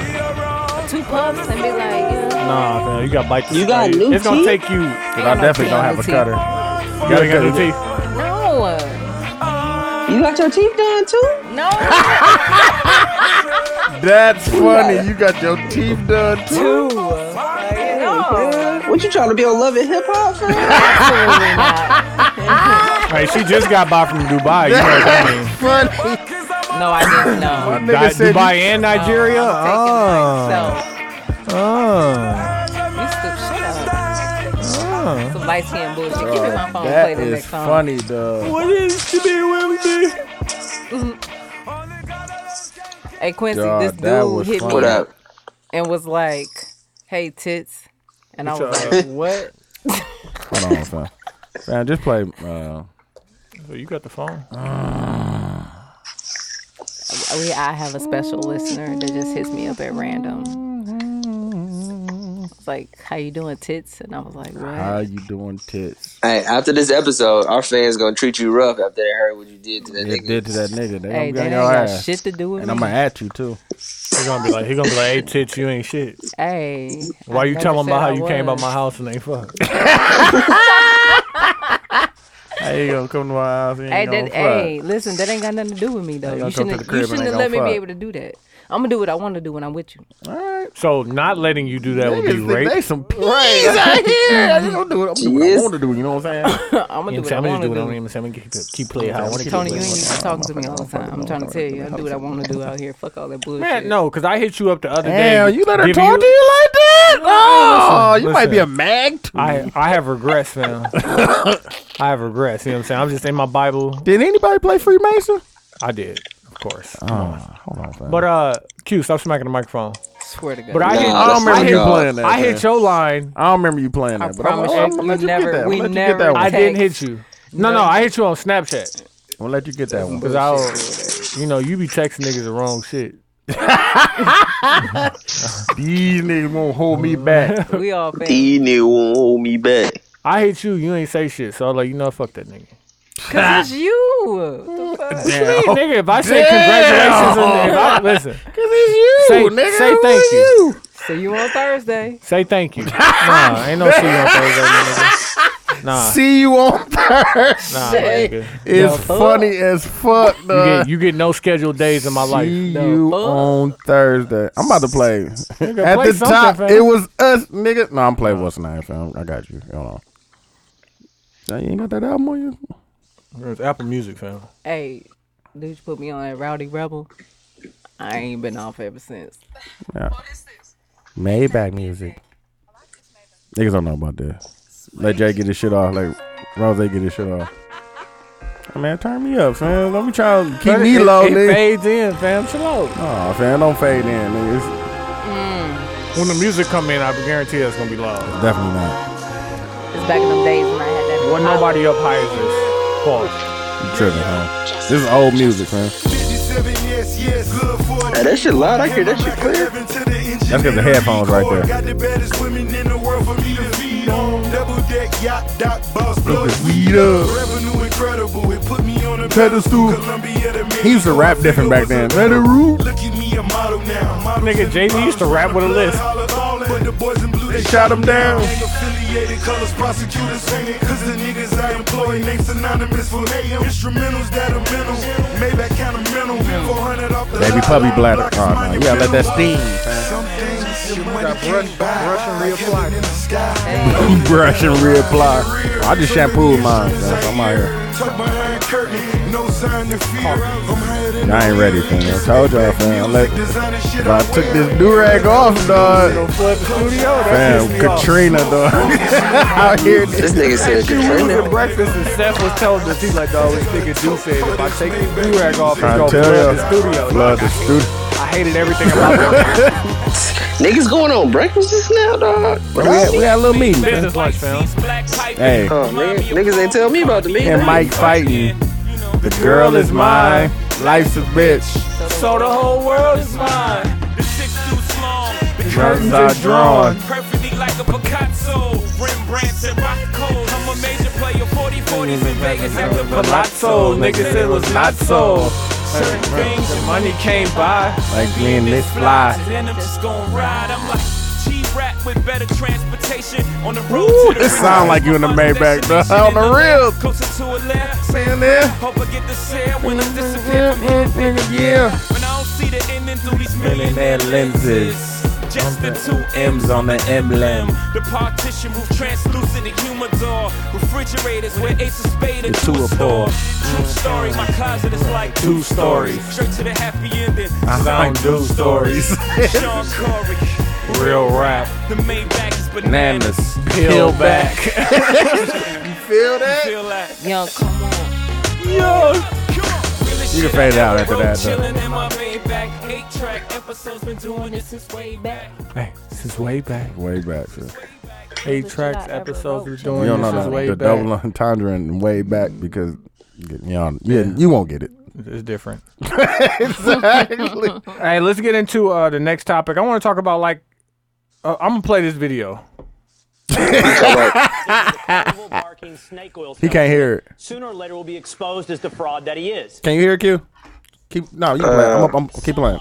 Two puffs and be like, you know,
Nah, man, you gotta bite the
You got
cigar.
new
It's gonna
teeth?
take you. You
I definitely don't have a cutter.
gotta get new teeth.
no,
You got your teeth done too?
no,
That's funny. You got your teeth done too.
no,
What you trying to be on Love and Hip Hop for?
absolutely not.
Hey, she just got by from Dubai. You know what I mean?
Funny.
No, I didn't know.
[LAUGHS] Nigga
Di-
said
Dubai and Nigeria? Oh.
So
Ah.
Oh.
you stoop shut up.
oh.
Some light skin bullshit. Give me my phone.
Ah.
and play
That
the
is
next song.
funny, dog.
What is to be with me?
Hey Quincy,
God,
this
that
dude
was
hit
funny.
What
me
up?
and was like, "Hey tits," and I was
uh,
like, "What?"
Hold on, son. Man, just play. Uh,
Oh, [LAUGHS] you got the phone.
We I have a special listener that just hits me up at random. It's like, "How you doing, tits?" And I was like, "What?"
how you doing, tits?
Hey, after this episode, our fans gonna treat you rough after they heard what you did to that
It
nigga.
did to that nigga. They gonna
hey, that
get
ain't
your
got
ass.
shit to do with
And
me.
I'm gonna at you too.
He gonna be like, he gonna be like, hey, tits, you ain't shit.
hey,
Why
I
you
never
telling about
said
how
I
you came by
was.
my house and
[LAUGHS]
they fuck?
How you gonna come to my house? And
Hey,
hey,
that, hey, listen, that ain't got nothing to do with me though.
They
You
gonna come to
shouldn't,
the crib
you
and
shouldn't
they
have let me
gonna
be
fuck.
able to do that. I'm gonna do what I want to do when I'm with you.
All right.
So not letting you do that would be
Niggas think they
rape.
some peas out here. I just [LAUGHS] gonna do it. I'm gonna do what I
Yes.
want to do. You know what I'm saying?
I'm gonna
You
Uh, do
know what
what I
I'm saying? I'm
want
just
to
doing it.
do.
I'm saying I'm gonna keep it- keep play how I want to
Tony, you
keep
ain't
it.
used to talking to me all the time. I'm trying to tell you, I do what I want to do out here. Fuck all that bullshit.
Man, no, because I hit you up the other
Damn,
day.
you let her
giving
talk to you like that? Oh,
listen,
you might be a
listen.
mag. Too.
I, I have
[LAUGHS]
regrets, man. I have regrets. You know what I'm saying? I'm just in my Bible.
Did anybody play Freemason?
I did, of course.
Ah, Hold on, fam.
But uh, Q, stop smacking the microphone.
Swear to God.
But I hit,
Nah,
I don't
that's
remember
my
hit,
job.
playing that. I hit
man.
your line.
I don't remember you playing that. but I'm,
promise
I'm,
you,
gonna
you
let you
never-
get that.
we
I'm gonna let you get
never-
that one.
I
I'm
did-
didn't hit you. No, no, I hit you on Snapchat
gonna let you get that one.
because I, was- you know, you be texting niggas the wrong shit.
These niggas won't hold me back.
we all fans.
He knew won't hold me back.
[LAUGHS] I hit you. You ain't say shit. So I was like, you know, fuck that nigga.
Cause it's you. The fuck?
Hey, nigga, if I say congratulations, and if I, listen,
Cause it's you,
Say-
nigga.
say
Who
thank
is
you.
you.
See you on Thursday.
say thank [LAUGHS] you. Nah, ain't no see you on Thursday, nigga. [LAUGHS] Nah,
See you on
nah,
Thursday.
nigga.
it's funny as fuck,
You
dog.
get, you get no scheduled days in my life.
See you on Thursday. I'm about to play. At
play
the
something,
top,
fam.
it was us, nigga. No, I'm playing what's name, fam. I got you. Hold on. Now, you ain't got that album on you?
It's Apple Music, fam.
Hey, dude, you put me on that Rowdy Rebel. I ain't been off ever since.
Maybach music. Niggas don't know about this. Let Jay get his shit off. Like, Rose get his shit off. Hey, Man, turn me up, fam. Let me try to keep
Turn
me
it-
low,
it
nigga.
fades in, fam. Chill out.
Aw, fam, don't fade in, nigga. It's
When the music come in, I guarantee that's gonna be loud.
definitely not.
It's back in them days when I had that.
Wasn't nobody up high as this. Pause.
You tripping, huh? This is old music, man.
Hey, that shit loud. I hear that shit clear.
That's because the headphones right there.
Got the baddest women in the world for me to feed on. Double deck yacht, doc, boss, blow
Look at weed up.
Revenue incredible, it put me on a
Pedestal.
Columbia to
He used to rap different back then. Let it root.
Look at me, a model now. Model
Nigga, Jay Z used to rap with a list.
But the boys in blue, they
shot him down.
Affiliated colors, prosecutors hanging. Cause the niggas I employ ain't synonymous for hating. Instrumentals that are mental. Maybach kind of mental. 400 off the
Baby
lot.
puppy bladder. Oh, man. You gotta let that steam, [LAUGHS]
Some things your money can't buy. Like heaven in the sky.
fam. Brush and reapply. I just shampooed mine, fam. so I'm out here.
Tuck behind curtain. No sign of fear. I'm higher than
I ain't ready, fam. I told y'all, fam. I let,
designer shit
if I took this do rag off, dog.
Flip the studio. That
Fam,
pissed me off.
Katrina, dog. [LAUGHS] out here.
This nigga said
She was at
Katrina.
breakfast and Steph was telling us, he's like, dog, this nigga do said if I take the do rag off, it's
Trying
gonna
to
flood
tell
the
y'all.
studio.
Flood the studio.
I hated everything [LAUGHS] about it.
Niggas going on breakfast just now, dog.
We had, we had a little meeting, fam.
Business lunch, fam.
Hey.
Oh, nigga, niggas ain't tell me about the meeting.
and Mike fighting. The girl is mine. Life's a bitch.
So the whole world is mine.
Curtains are drawn.
Perfectly like a Picasso, Rembrandt and Rothko. I'm a major player, 40 40s in Vegas at the
Palazzo, niggas, it was not so.
Certain things the money came by.
Like me and this fly.
Then I'm just gonna ride. I'm like G-Rap with better transportation on the road.
Ooh,
to the
this
rim.
sound like you in the Maybach, dog. [LAUGHS] On the real.
Closer to a left.
Man, there.
Hope I get the sale when I'm
Yeah,
disappeared.
yeah, nigga, yeah.
When I don't see the ending through these
Millionaire
millionaire lenses. Just the two M's on the emblem. The partition roof translucent, the humidor. Refrigerators where ace of spade and two store. True story, my closet is like two stories. Straight to the happy ending. I
found two stories.
Sean Corey. Real rap. The Maybach is bananas.
Bananas.
Peel back.
Feel that?
Feel that.
Young, come on.
You can fade it out after that, though.
though.
Hey, this is way back.
Way back, sir.
Eight tracks episodes we're doing.
You don't know
this is
the,
way
the
back.
double entendre and way back because you know, yeah, you won't get it.
It's different.
[LAUGHS] exactly.
Hey, let's get into uh, the next topic. I want to talk about like uh, I'm gonna play this video.
[LAUGHS]
He can't hear it.
Sooner or later, will be exposed as the fraud that he is.
Can you hear it, Q? Uh, Keep no, you can play. it. I'm, up, I'm keep playing.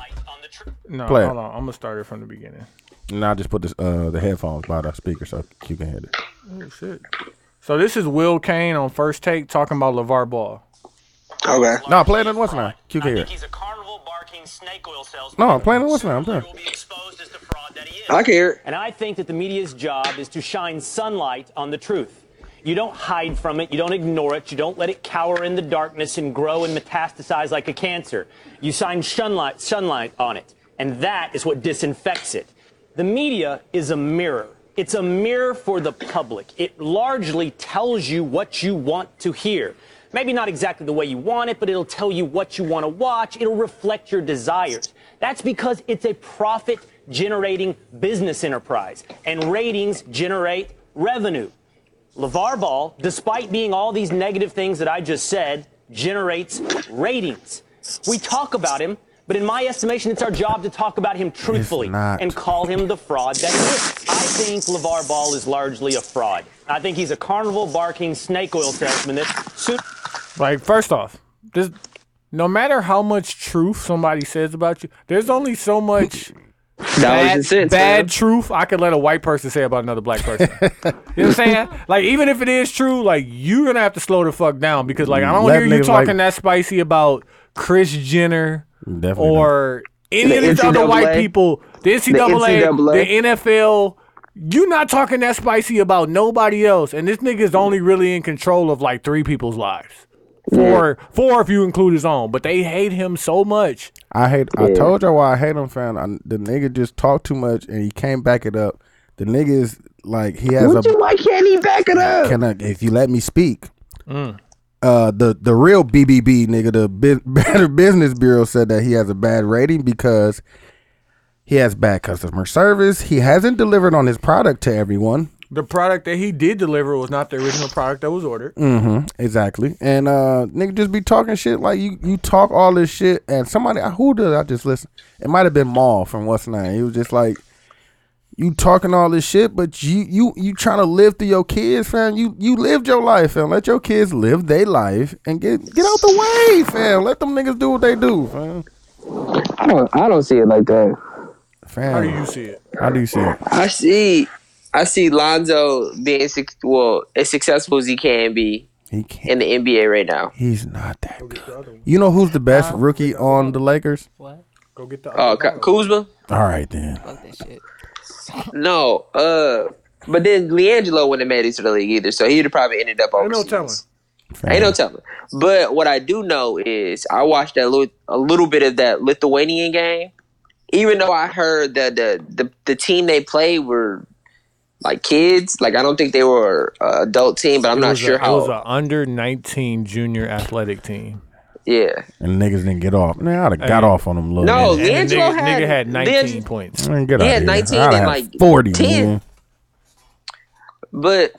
No,
Play it.
hold on. I'm gonna start it from the beginning.
And I just put this, uh, the headphones by the speaker so you can hear it.
Oh shit. So this is Will Kane on first take talking about LeVar Ball.
Okay.
No, play it on what's now. Q can hear it.
He's a carnival barking snake oil salesman.
No, I'm playing on what's now. I'm playing.
Will be exposed as the fraud that he is.
I can hear it.
And I think that the media's job is to shine sunlight on the truth. You don't hide from it. You don't ignore it. You don't let it cower in the darkness and grow and metastasize like a cancer. You shine sunlight, sunlight on it. And that is what disinfects it. The media is a mirror. It's a mirror for the public. It largely tells you what you want to hear. Maybe not exactly the way you want it, but it'll tell you what you want to watch. It'll reflect your desires. That's because it's a profit generating business enterprise, and ratings generate revenue. LeVar Ball, despite being all these negative things that I just said, generates ratings. We talk about him, but in my estimation, it's our job to talk about him truthfully
not.
and call him the fraud that he is. I think LeVar Ball is largely a fraud. I think he's a carnival barking snake oil salesman that soon.
Like first off, this no matter how much truth somebody says about you, there's only so much
Dollars
bad,
and cents.
bad
man.
truth I could let a white person say about another black
[LAUGHS]
person. you know what I'm saying? Like, even if it is true, like, you're going to have to slow the fuck down because, like, I don't
Let
hear you
niggas
talking
like-
that spicy about Chris Jenner
Definitely.
or any
The
of these other white
NCAA.
people, the
NCAA.
NCAA, the NFL. You're not talking that spicy about nobody else. And this nigga's only really in control of, like, three people's lives. Four, four if you include his own. But they hate him so much.
I hate. I told y'all why I hate him, fam. I, the nigga just talked too much, and he can't back it up. The nigga is like he has
What
a
you- why can't he back it up?
Can I, if you let me speak, uh, the the real BBB nigga, the Bu- [LAUGHS] Better Business Bureau said that he has a bad rating because he has bad customer service. He hasn't delivered on his product to everyone.
The product that he did deliver was not the original product that was ordered.
Mm-hmm. Exactly. And uh nigga just be talking shit like you you talk all this shit and somebody who did I just listen? It might have been Maul from What's Nine. He was just like you talking all this shit, but you you you trying to live through your kids, fam. You you lived your life, fam. Let your kids live their life and get get out the way, fam. Let them niggas do what they do, fam.
I don't, I don't see it like that.
Fam. How do you
see it?
How do you see it?
I see. I see Lonzo being su- well as successful as he can be
he
in the NBA right now.
He's not that good. You know who's the best rookie on the Lakers?
Go get the.
Oh, Ka- Kuzma.
All right then.
No, uh, but then Leangelo wouldn't have made it to the league either, so he'd have probably ended up overseas. Ain't no telling. Ain't no telling. But what I do know is I watched that little, a little bit of that Lithuanian game. Even though I heard that the the, the team they played were like kids, like I don't think they were an adult team, but I'm
It
not
was a-
sure
It
how.
was an under 19 junior athletic team.
yeah.
And niggas didn't get off. Man, I'd have got
Hey.
off on them little.
No,
niggas.
Oh, And the nigga-
Leangelo had
nigga had 19
Leang-
points.
Man, get
He
out of
had
here.
19
I'd
and,
have
like,
40.
10.
man.
But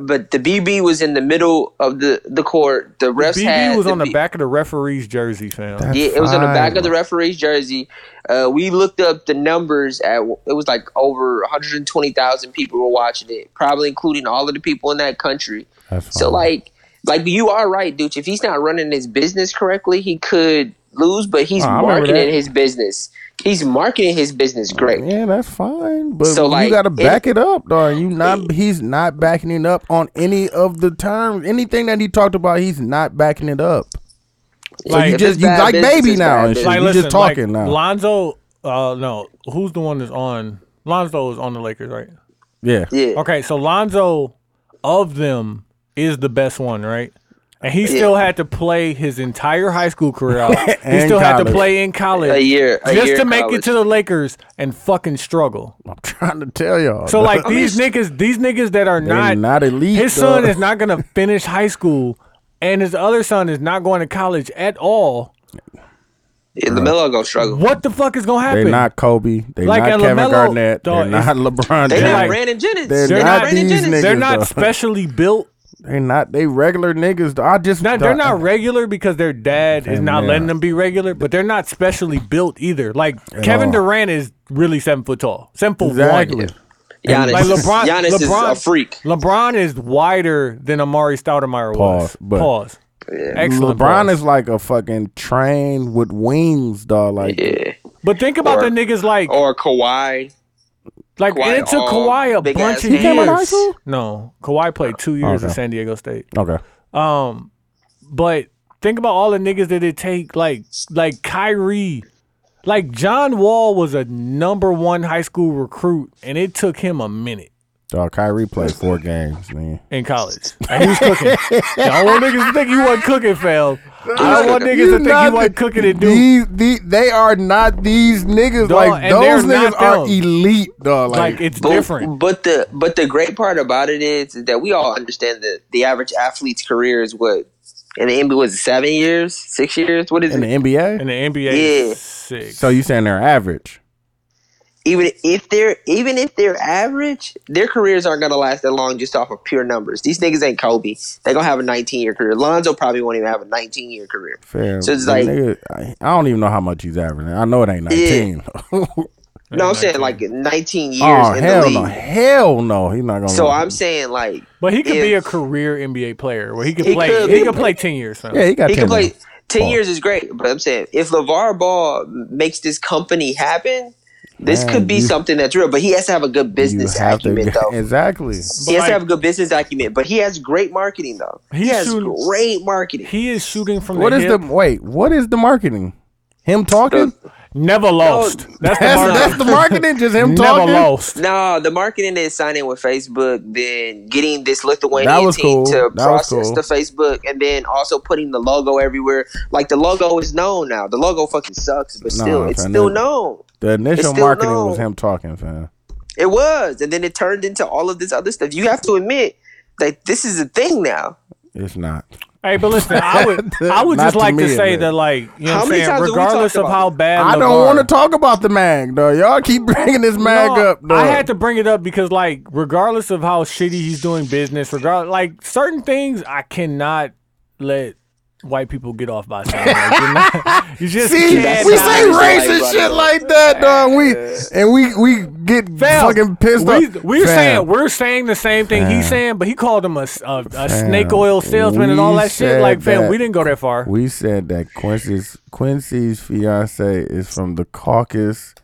but the BB was in the middle of the the court. The refs
BB
had
was
the
on the
B-
back of the referee's jersey, fam.
yeah, it was on the back of the referee's jersey. Uh, we looked up the numbers at it was like over 120,000 people were watching it, probably including all of the people in that country. so
Uh-huh.
like like you are right, dude. If he's not running his business correctly, he could lose, but he's
Oh, I remember
marketing
that.
his business. He's marketing his business great.
Yeah, that's fine. But
So,
you
like,
gotta
it-
back it, up, dog. You not he's not backing it up on any of the terms. Anything that he talked about, he's not backing it up. So you just you like baby now and shit.
Like,
you
listen,
just talking
like,
now.
Lonzo, uh, no, who's the one that's on? Lonzo is on the Lakers, right?
yeah.
Okay, so Lonzo of them is the best one, right? And he still had to play his entire high school career
[LAUGHS]
out. he
And
still had to
college.
play in college
A year- a
just
year
to make
college.
it to the Lakers and fucking struggle.
I'm trying to tell y'all.
So
dog.
like these niggas, these niggas that are
They
not
not elite,
His son
dog.
is not gonna
[LAUGHS]
finish high school, and his other son is not going to college at all.
Yeah, LaMelo gonna struggle.
What the fuck is gonna happen?
They not Kobe. They
Like,
not
and
Kevin
LaMelo,
Garnett.
dog,
They're not [LAUGHS]
it's-
LeBron.
They
James.
not
Brandon Jennings.
They're,
They're
not,
not-
these niggas.
They're
[LAUGHS]
not
dog.
specially built.
They're not. They regular niggas. dog. I just.
Now, they're not regular because their dad is
Damn,
not
yeah.
letting them be regular, but they're not specially built either. Like Kevin
all.
Durant is really seven foot tall, seven foot
Exactly.
one.
Giannis is- Giannis is a freak.
LeBron is wider than Amari Stoudemire was.
Pause, but-
Pause. Excellent.
LeBron
pause.
is like a fucking train with wings, dog. Like,
But think about the niggas like
or Kawhi.
Like
Kawhi
it took
all
Kawhi a
big ass
bunch of
He came out of high
years.
school?
No, Kawhi played two years
Okay.
at San Diego State.
okay.
Um, but think about all the niggas that it take, like like Kyrie, like John Wall was a number one high school recruit, and it took him a minute
Dog, Kyrie played four games, man.
in college. And he
[LAUGHS]
was cooking. I don't want niggas to think he wasn't cooking, fam. I don't want niggas
You
to think he
not
wasn't cooking and do.
These, the- they are not these niggas.
Dog,
like
and they're
those niggas
not
are
them.
elite, dog. Like,
But- But the but the great part about it is, is that we all understand that the average athlete's career is what in the NBA was it seven years, six years. What is
in the
it?
NBA.
In the NBA,
Yeah.
six.
So you saying they're average?
Even if they're even if they're average, their careers aren't gonna last that long just off of pure numbers. These niggas ain't Kobe. They gonna have a 19 year career. Lonzo probably won't even have a 19 year career.
Fair.
So it's
The
like-
nigga, I, I don't even know how much he's averaging. I know it ain't
Yeah.
nineteen. [LAUGHS]
No, I'm saying like 19 years
oh
in
hell
the
no,
league.
hell no, he's not gonna.
So I'm saying like,
But he could
if-
be a career NBA player where he could
He
play.
could
he
be.
could play ten years. fam.
Yeah, he got
he
10
can play.
years.
Ten
Ball.
years is great, but I'm saying if LeVar Ball makes this company happen, this
Man,
could be
you-
something that's real. But he has to have a good business
have to- [LAUGHS]
acumen, though.
exactly.
he has to have a good business acumen, but he has great marketing, though. He
He's
has
shooting-
great marketing.
He is shooting from
What
the
is
hip.
the wait? What is the marketing? Him talking?
Never lost. that's, the
[LAUGHS]
marketing.
that's the marketing. Just him
Never
talking.
lost.
No, the marketing is signing with Facebook, then getting this Lithuanian
That was
team
cool.
to
That was
process
cool.
the Facebook, and then also putting the logo everywhere. Like the logo is known now. The logo fucking sucks, but
Nah,
still, it's
fam,
still
that-
known.
The initial
still
marketing
known.
was him talking, fam.
It was, and then it turned into all of this other stuff. You have to admit that this is a thing now.
It's not.
Hey, but listen, I would
[LAUGHS]
I would
Not
just
to
like to
me,
say
man.
that like you know
How
what I'm
many times
saying,
have we
regardless
talked
of
about
how bad
I don't
LeVar-
want to talk about the mag, though. Y'all keep bringing this mag
No,
up, though.
I had to bring it up because, like, regardless of how shitty he's doing business, regard like certain things, I cannot let white people get off by saying. Like,
[LAUGHS]
you're not- you just
See,
can't
we
not-
say racist shit like that, dog. [LAUGHS] We and we we get fucking pissed
we,
off.
We're
Fam,
saying we're saying the same thing
Fam.
he's saying, but he called him a, s- a-
Fam,
a snake oil salesman and all
we
that shit.
said
Like, fam,
that-
we didn't go that far.
We said that Quincy's Quincy's fiance is from the Caucasus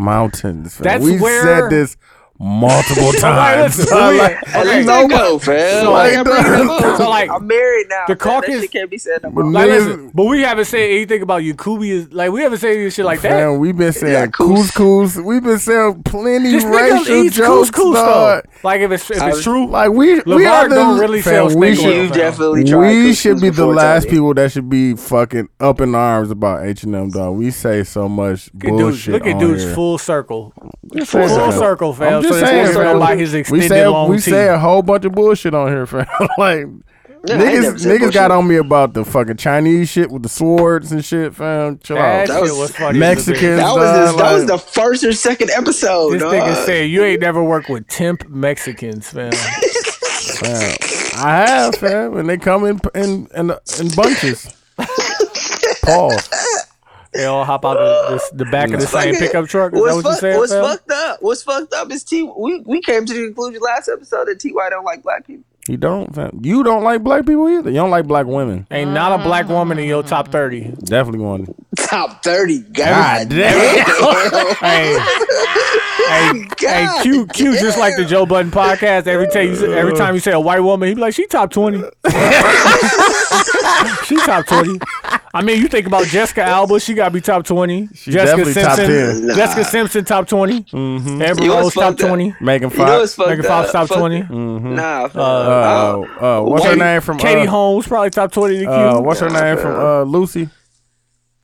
Mountains. fam.
That's
we
where-
said this
[LAUGHS]
multiple
Like,
[LAUGHS] times.
listen,
I
we- [LAUGHS]
like- [LAUGHS]
At least
like,
I go, fam. Like, I bring it up. So, like,
I'm married now.
the
man. That
caucus-
shit can't be said. no
But
more.
Like,
niggas-
listen, but we haven't said anything about Yakubi. Is like we haven't said any shit like that.
Fam, we've been saying couscous. We've been saying plenty
This nigga
racial
eats
jokes.
couscous,
dog.
though. Like if it's if
I-
it's true,
like we we
LeVar
are the,
don't really
fam,
sell
we
steak
should,
oil, fam.
definitely tried
we
couscous
should be the
before
last
Tony.
people that should be fucking up in arms about H and M. Dog, we say so much
Look at dudes,
bullshit.
look at
on
dudes
here.
full circle, full
Just saying, fam.
circle, fam.
I'm just
so
saying,
it's all
fam.
about his extended
we say,
long
we
teeth.
say a whole bunch of bullshit on here, [LAUGHS] fam. like
Yeah, I ain't never
niggas,
said
niggas got
bullshit.
on me about the fucking Chinese shit with the swords and shit, fam. Chill
That
out.
shit was funny as a bitch.
Mexicans.
That was this,
dog,
that was
like-
the first or second episode.
This
dog.
nigga said you ain't never worked with temp Mexicans, fam.
Fam, I have, fam, and they come in in in, in bunches. Paul,
they all hop out the, this, the back of the same
Fucking-
pickup truck. Is that what you
What's, fuck-
saying,
what's
fam?
fucked up? What's fucked up is T. We, we came to the conclusion last episode that Ty don't like black people.
you don't, fam. You don't like black people either. You don't like black women.
Ain't not a black woman in your top thirty.
Definitely one.
Top [LAUGHS] thirty,
God
god,
damn.
[LAUGHS]
hey, hey, hey, Q, Q, just like the Joe Button podcast. Every time you say, every time you say a white woman, he be like, she top twenty. [LAUGHS] she top twenty. I mean, you think about Jessica Alba, she gotta be top twenty. Jessica
definitely top
Simpson,
10.
Jessica
Nah.
Simpson top twenty.
Mm-hmm.
Amber
You know
Rose
what's
top
fucked up?
twenty.
Megan
You know
Fox.
what's fucked
Megan
up?
Fox top
Fuck-
twenty.
Mm-hmm.
Nah, fuck.
Uh, uh, what's her
Katie-
name from
Katie
uh,
Holmes? Probably top twenty. To Q.
uh, What's her name from uh, Lucy?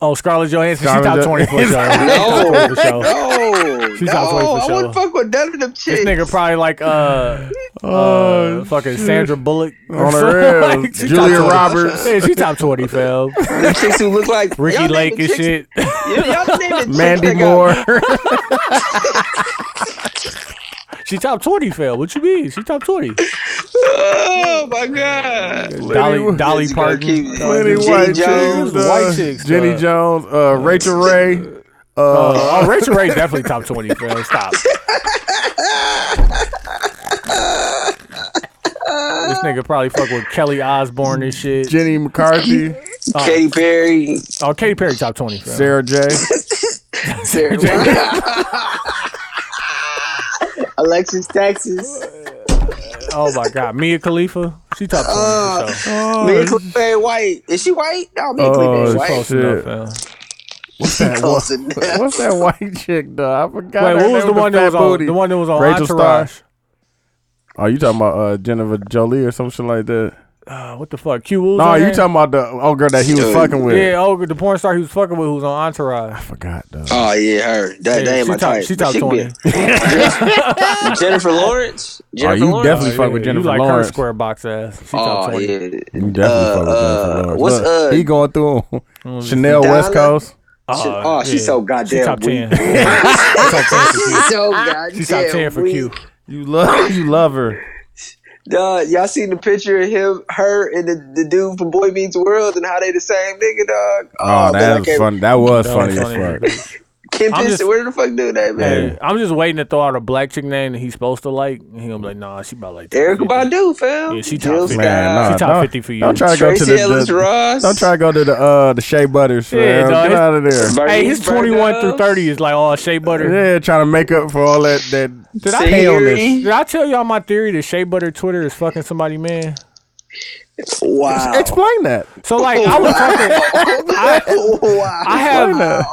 oh, Scarlett Johansson.
Scarlett
she top
Jo-
twenty for sure.
no,
Top 20 for sure.
no,
She's
Oh, no,
top 20 for
I
sure.
wouldn't fuck with none of them
This
chicks.
nigga probably like uh,
[LAUGHS] Oh,
uh fucking
shit.
Sandra Bullock or
On the
[LAUGHS] something.
real.
she top
Julia
20.
Roberts.
Yeah, she top twenty, fam.
them chicks who look like
Ricky
y'all
Lake
naming
and
chicks-
shit. [LAUGHS]
y- Y'all naming chicks
Mandy
that got-
Moore.
She top twenty, fam. What you mean? She top twenty.
Oh my god.
Dolly Dolly
Just gonna keep
Parton.
it.
Dolly-
Lenny
Jenny
White
Jones,
Jones, uh,
White chicks,
Jenny
uh,
Jones, uh, Rachel Ray. Uh, [LAUGHS]
Uh, oh, Rachel Ray definitely top twenty, fam. Stop. this nigga probably fuck with Kelly Osbourne and shit. Uh,
Jenny
[LAUGHS]
McCarthy,
Katy Perry,
Oh, Katy Perry top twenty, fam.
Sarah J.
Sarah, [LAUGHS] Alexis, Texas.
Oh my god, Mia Khalifa. She top twenty
Uh,
for sure.
Mia Khalifa ain't white. Is she white? No, Mia Khalifa
Oh,
ain't
shit.
white.
Close enough, fam.
What's that, one-
Close enough.
what's that white chick, though? I forgot.
Wait,
her
what was
name
the
with
one that
fat
was on?
booty.
The one that was on
Rachel
Entourage.
Starr. Oh, you talking about uh, Jennifer Jolie or some shit like that?
Uh, what the fuck? Q. What was
No,
her
you
name?
talking about the old girl that he was fucking with?
Yeah, oh, the porn star he was fucking with, who was on Entourage.
Forgot though.
Oh yeah, her. That, that
Yeah,
ain't
she
my
top,
type.
she
but
top
she can be-
twenty. [LAUGHS]
[LAUGHS] Jennifer Lawrence.
Oh,
Jennifer
you
Lawrence.
definitely fuck with
Yeah, you
Jennifer
like
Lawrence.
her square box ass. She top
Oh
twenty.
yeah.
You definitely fuck with
Uh,
Jennifer Lawrence.
what's,
Look,
uh,
he going through 'em. Chanel
Donna?
West Coast.
She- oh, she's so goddamn
She top
weak.
ten. [LAUGHS] She top ten
[LAUGHS]
for Q.
So goddamn.
She top ten for Q.
weak.
You
[LAUGHS]
love you love her.
Duh, y'all seen the picture of him, her, and the, the dude from Boy Meets World, and how they the same nigga, dog.
Oh,
man, I
that was
can't-
funny. That was
That was
funny as
funny.
fuck.
Kim
I'm
Piston,
just-
where the fuck do that, man?
Hey, I'm just waiting to throw out a black chick name that he's supposed to like, and he gonna be like, "Nah, she about like." top
Erica
50.
Badu, fam.
Yeah, she top
Jill
fifty.
Stein.
Man, nah,
She top
don't-
50 for you.
Don't try to go
Tracy
to the,
Ellis
the-
Ross.
Don't try to go to the uh the Shea Butters.
Yeah,
fam.
dog,
Get
it's-
out of there.
Bernice
Hey, his
Bernal.
21 through 30 is like all shea butter.
Yeah, trying to make up for all that that
Did I-
paleness.
Did I tell y'all my theory that shea butter Twitter is fucking somebody, man? [LAUGHS]
Wow. [LAUGHS]
Explain that.
So like, I was talking.
wow.
I have, you know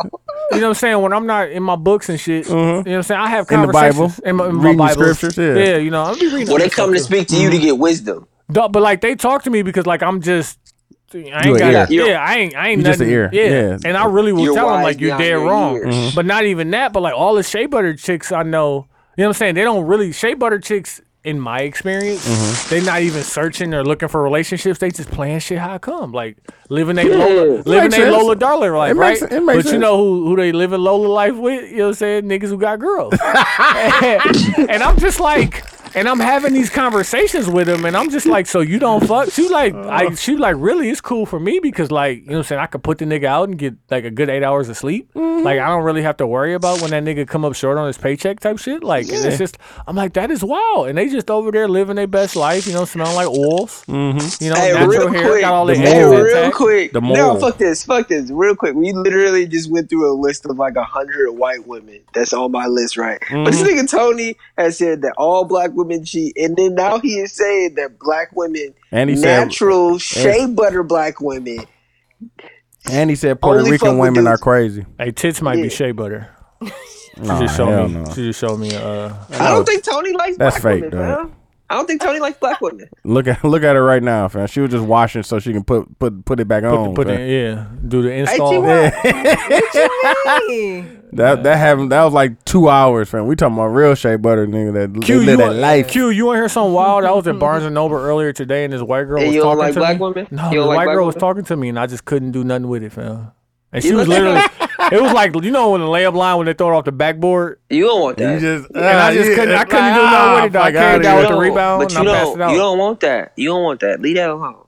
what I'm saying, when I'm not in my books and shit,
Uh-huh.
you know what I'm saying, I have
In the Bible.
conversations. In, my, in
Reading
my Bible.
scriptures, yeah.
you know, I'm be reading.
Well,
other
they
stuff,
come to
too.
speak to you to get wisdom.
Duh, but like, they talk to me because like, I'm just, I
You a
ain't got,
ear.
yeah, I ain't, I ain't
You just
nothing.
a ear.
Yeah.
Yeah. Mm-hmm.
And I really will
You're
tell them
wise
like, you're
beyond
dead
your
wrong.
years. Mhm.
But not even that, but like all the shea butter chicks I know, You know what I'm saying? They don't really shea butter chicks, in my experience,
Mhm.
they're not even searching or looking for relationships. They just playing shit how it come. Like living they
Yeah.
Lola,
It
living
makes
they
sense.
Lola Darling life,
It
right?
makes- it makes
but you
sense.
know who who they living Lola life with? You know what I'm saying? Niggas who got girls. [LAUGHS] and I'm just like and I'm having these conversations with him, and I'm just like, so you don't fuck? She like,
Uh.
I she like, really, it's cool for me because like, you know, what I'm saying I could put the nigga out and get like a good eight hours of sleep.
Mm-hmm.
Like, I don't really have to worry about when that nigga come up short on his paycheck type shit. Like, and
Yeah.
it's just, I'm like, that is wild, and they just over there living their best life, you know, smelling like oils, mm-hmm. you know,
Hey,
natural
real
hair,
quick.
got all
hey,
the edges
real
intact.
quick. No, fuck this. Fuck this. Real quick. We literally just went through a list of like a hundred white women. That's on my list, right? But this
Mhm.
Mm-hmm.
nigga Tony has said that all black women cheat, and then now he is saying that black women,
And he said-
natural
and-
shea butter black women,
And he said Puerto
Only fuck
Rican
with
women
dudes.
are crazy.
Hey, tits might
Yeah.
be shea
[LAUGHS]
butter. She
Nah,
just showed
hell
me.
no.
She just showed me. Uh,
I don't think Tony likes
That's
black
fake,
women,
dog.
man. I don't think Tony likes black women.
Look at look at her right now, fam. She was just washing so she can put put put it back
Put,
on.
the, put
fam.
the, yeah, do the install.
what you mean?
That that happened. That was like two hours, fam. We talking about real shea butter, nigga. That
Q,
they
you
live that
want-
life.
Q, you want to hear something wild? I was at Barnes and Noble earlier today, and this white girl
And
was
you don't
talking
like
to
black
me.
women?
No,
You
the
don't like
white
black
girl was
women?
talking to me, and I just couldn't do nothing with it, fam. And she
You
was
look
literally, [LAUGHS]
like
it was like you know when the layup line when they throw it off the backboard.
You don't want that.
You just, uh,
and I just couldn't, I couldn't do
ah,
nothing with it. dog. I carried down with the rebound,
But you
and I passed
don't.
it out.
You don't want that. You don't want that. Leave that alone.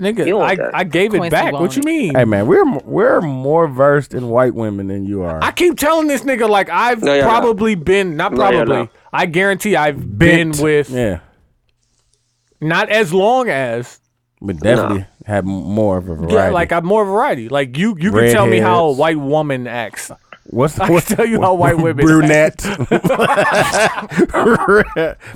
Nigga,
you don't want
I-
that.
I gave it Quincy back. What wanted you it. mean?
Hey man, we're mo- we're more versed in white women than you are.
I keep telling this nigga like I've
No, you're not.
probably been not
No, you're
probably.
not.
I guarantee I've been
Bent.
with
yeah,
not as long as
but definitely have m- more of a variety.
yeah, like I'm more variety. Like you, you can tell me how a
Redheads.
white woman acts.
what's
I can
what's
tell you how white women
[LAUGHS]
[LAUGHS]
brunette,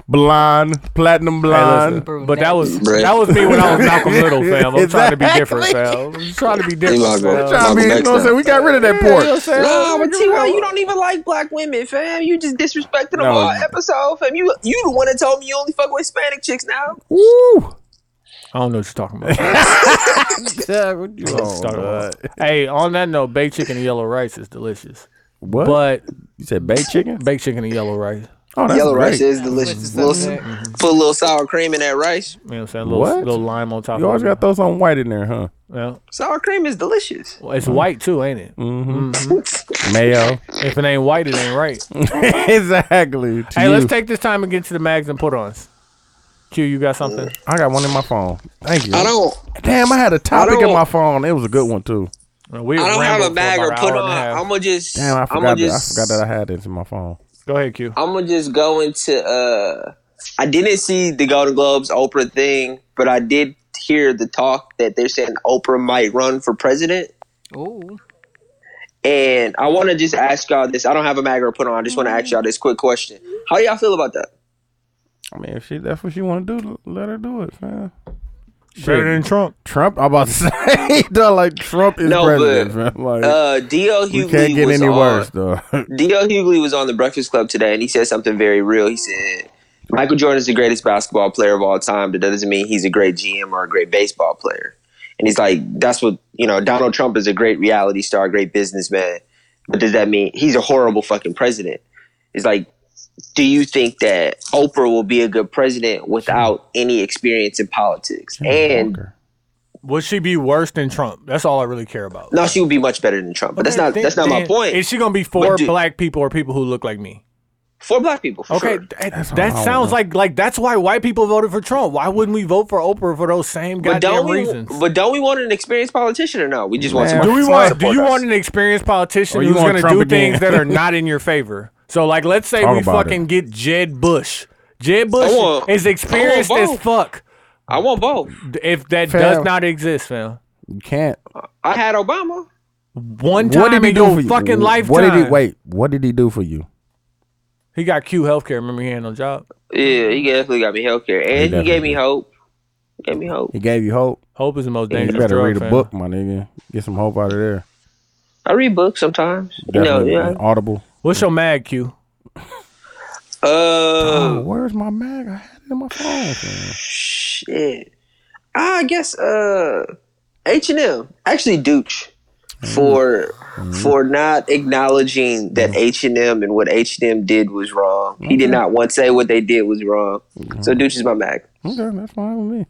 blonde, platinum blonde.
but that was that was me when I was [LAUGHS] Malcolm Little, fam. I'm trying to be different,
Exactly.
fam. I'm trying to be different.
Malcolm-
fam.
Trying to be- you know what I'm saying? We got rid of that
Yeah,
pork.
you know what I'm saying?
No, but T.Y., you don't even like black women, fam. You just disrespected them
No.
all episode, fam. You you the one that told me you only fuck with Hispanic chicks now.
Woo!
I don't know what you're talking [LAUGHS] about. I don't know what you're talking about. Hey, on that note, baked chicken and yellow rice is delicious.
What?
But
you said baked chicken?
Baked chicken and yellow rice.
Oh, that's
Yellow
great.
rice is delicious. Little- Put a little sour cream in that rice.
You know what I'm saying? A little,
What?
little lime on top
You
of
always
it.
got to throw something white in there, huh?
yeah.
Sour cream is delicious.
Well, It's white too, ain't it?
Mm-hmm.
Mhm.
Mayo. [LAUGHS]
If it ain't white, it ain't right.
exactly. to
hey, let's
you.
take this time and get to the mags and put ons. Q, you got something?
I got one in my phone. Thank you.
I don't-
Damn, I had a topic in
don't-
my phone. It was a good one too.
We
I don't have
rambled
a
for
bag
about
or
an
put
hour and a
on.
half.
I'm gonna just.
Damn, I
I'm
forgot.
gonna
That, I
just.
forgot that I had this in my phone.
Go ahead, Q.
I'm gonna just go into. uh I didn't see the Golden Globes Oprah thing, but I did hear the talk that they're saying Oprah might run for president.
Ooh.
And I want to just ask y'all this. I don't have a mag or put on. I just want to ask y'all this quick question. How do y'all feel about that?
I mean, if she that's what she want to do, let her do it, man.
Better than Trump.
Trump, I'm about to [LAUGHS] say, dog, like Trump is
No,
president,
but
man. Like,
uh, D.L.
we
Hughley
can't get
was
any
on.
worse, though. [LAUGHS]
D.L. Hughley was on the Breakfast Club today, and he said something very real. He said, "Michael Jordan is the greatest basketball player of all time, but that doesn't mean he's a great GM or a great baseball player." And he's like, "That's what you know. Donald Trump is a great reality star, a great businessman, but does that mean he's a horrible fucking president?" It's like, do you think that Oprah will be a good president without any experience in politics? And
Would she be worse than Trump? That's all I really care about.
no, she would be much better than Trump, but that's
Okay,
not
then-
that's not my
then
point.
Is she gonna be for
But do-
black people or people who look like me?
For black people. for
Okay,
sure.
th- that sounds like like that's why white people voted for Trump. Why wouldn't we vote for Oprah for those same
But
goddamn
don't we?
reasons?
But don't we want an experienced politician or no? We just want
Man,
somebody.
do we
who
want? Do
supports
you
us.
want an experienced politician
Or you
who's
want
going to
Trump
do
again.
things that
[LAUGHS]
are not in your favor? So, like, let's say
Talk
we
about it.
fucking get Jeb Bush. Jeb Bush
I want-
is experienced
I want
as
both.
fuck.
I want both.
If that
Fam.
does not exist, fam,
you can't.
I had Obama.
one time in your fucking lifetime,
What did he wait? What did he do for you?
He got Q healthcare. Remember, he had no job.
Yeah, he definitely got me healthcare, and he,
definitely
gave me hope. Gave me hope.
He gave you hope.
Hope is the most
You
dangerous
better
drug,
read a
fam.
book, my nigga. Get some hope out of there.
I read books sometimes.
Definitely
You know, yeah.
audible.
What's your mag, Q?
Uh,
Oh, where's my mag? I had it in my phone. fam.
shit. I guess uh, H and M. Actually, Dooch. for
Mm-hmm.
for not acknowledging that H and M and what H and M did was wrong. He
Mm-hmm.
did not once say what they did was wrong. So Dooch is my Mac.
Okay, that's fine with me.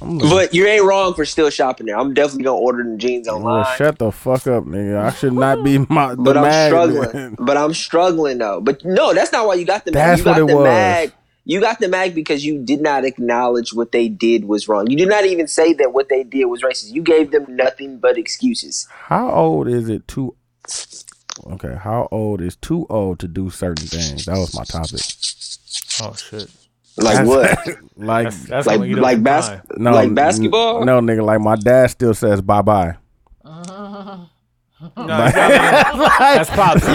But you ain't wrong for still shopping there. I'm definitely gonna order the jeans online.
Well, shut the fuck up, nigga. I should not be my. The
but I'm
mag,
struggling.
man.
[LAUGHS] But I'm struggling though. But no, that's not why you got the mag.
That's
you got
what it
the
was.
mag. You got the mag because you did not acknowledge what they did was wrong. You did not even say that what they did was racist. You gave them nothing but excuses.
How old is it too? Okay, how old is too old to do certain things? That was my topic.
Oh shit.
Like
That's- [LAUGHS]
what?
like
that's Like- when you don't like bas- die.
no,
like
n-
basketball?
No, nigga. Like my dad still says bye bye.
No, that's that's pops. You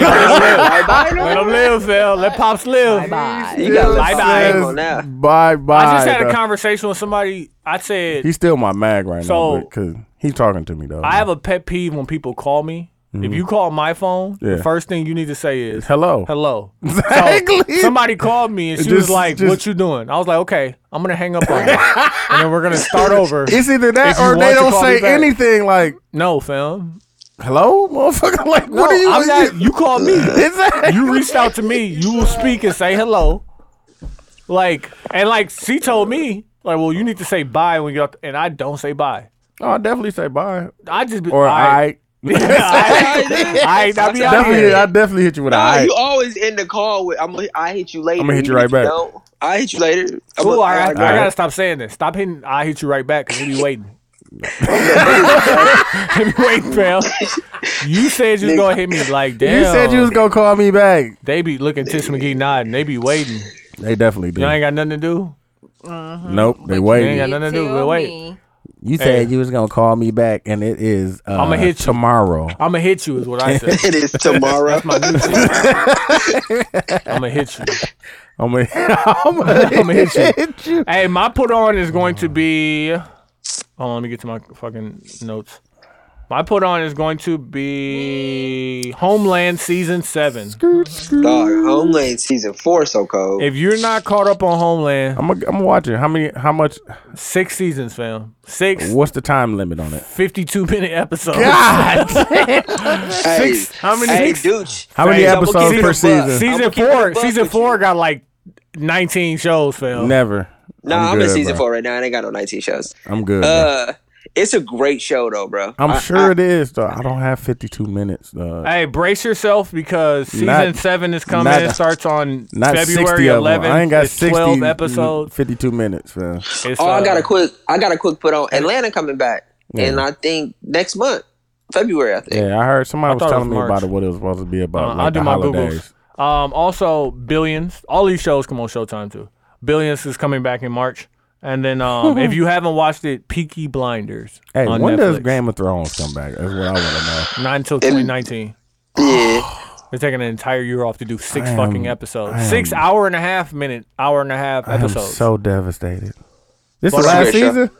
[LAUGHS]
gotta let him live. Let him live, Phil. Let pops live.
Bye
You gotta let
Bye-bye.
Phil go
[LAUGHS]
now.
Bye bye.
I just had a conversation with somebody. I said
He's still my mag right
So-
now because he's talking to me though.
I have a pet peeve when people call me. If
Mhm.
you call my phone,
Yeah.
the first thing you need to say is
Hello.
Hello.
[LAUGHS] Exactly.
So, somebody called me and she
Just-
was like,
just-
"What you doing?" I was like, "Okay, I'm gonna hang
[LAUGHS]
up on you, and then we're gonna start over."
It's either
If
that
you
or
want
they
to
don't
call me
say
back.
anything. Like
No, fam.
hello, motherfucker. Like what
No,
are you?
I'm not. You called me.
Exactly.
You reached out to me. You will speak and say hello. Like and like, she told me like, well, you need to say bye when you get out, and I don't say bye.
No, I definitely say bye
I just be,
or
I.
I. [LAUGHS]
I ain't not be out
Definitely,
here.
I definitely hit you with a
Nah,
I.
you always end the call with I'm. I hit you later.
I'ma hit you
even
right
if
back.
don't. I hit you later. I'm
Ooh,
a-
I, I,
I'm a-
gotta stop saying this. Stop hitting. I hit you right back because we be waiting. [LAUGHS] we be waiting, fam. You said you was gonna hit me like damn.
You said you was gonna call me back.
They be looking Tish McGee nodding. They be waiting.
They definitely do.
You ain't got nothing to do.
nope, they
You ain't
waited.
got nothing to do. But wait.
You
Hey.
said you was gonna call me back, and it is. Uh,
I'ma hit you.
tomorrow.
I'm gonna hit you is what I said.
It is tomorrow.
That's my new thing. I'm gonna hit you.
I'm [LAUGHS] gonna, I'm gonna
I'ma hit
[LAUGHS] hit,
you.
you.
Hey, my put on is going to be. Hold on, let me get to my fucking notes. My put on is going to be Homeland season seven.
Dog, Homeland season four so cold.
If you're not caught up on Homeland,
I'm gonna, I'm gonna watch it. How many? How much?
six seasons, fam. Six
What's the time limit on
[LAUGHS]
it?
52 minute episodes. Ah,
hey,
Six- how many-
Hey,
six-
Dooch.
How many
Hey, I'ma
episodes
keep
per
it
season?
Season
keep it a
four,
buck
season
with
four got like 19 shows, fam.
Never.
No, I'm, in
good,
season
bro.
four right now. and I ain't got no 19 shows.
I'm good. bro.
Uh, it's a great show though, bro.
I'm
I-
sure it is, though. I don't have 52 minutes, uh, though.
Hey, brace yourself because season
Not-
seven is coming.
not-
it starts on
Not
February
60 of them.
11th.
I ain't got Mm.
it's
60
12 episodes.
52 minutes, man.
It's, uh,
Oh, I got a quick. I got a quick put on Atlanta coming back,
Yeah.
and I think next month, February. I think.
Yeah, I heard somebody
I
was
thought it
telling
was
me
March.
about it, what it was supposed to be about.
Uh,
like
I'll do
the
my
holidays.
Googles. Um, also, Billions. All these shows come on Showtime too. Billions is coming back in March. And then um,
[LAUGHS]
if you haven't watched it, Peaky Blinders.
Hey,
on
when
Netflix.
does Game of Thrones come back? That's what I want to
[LAUGHS]
know.
Not until 2019.
Yeah.
They're taking an entire year off to do six
I am-
fucking episodes.
I am-
six hour and a half minute, hour and a half
I am
episodes.
so devastated. This
Well,
is the
that's
last
a great show.
season?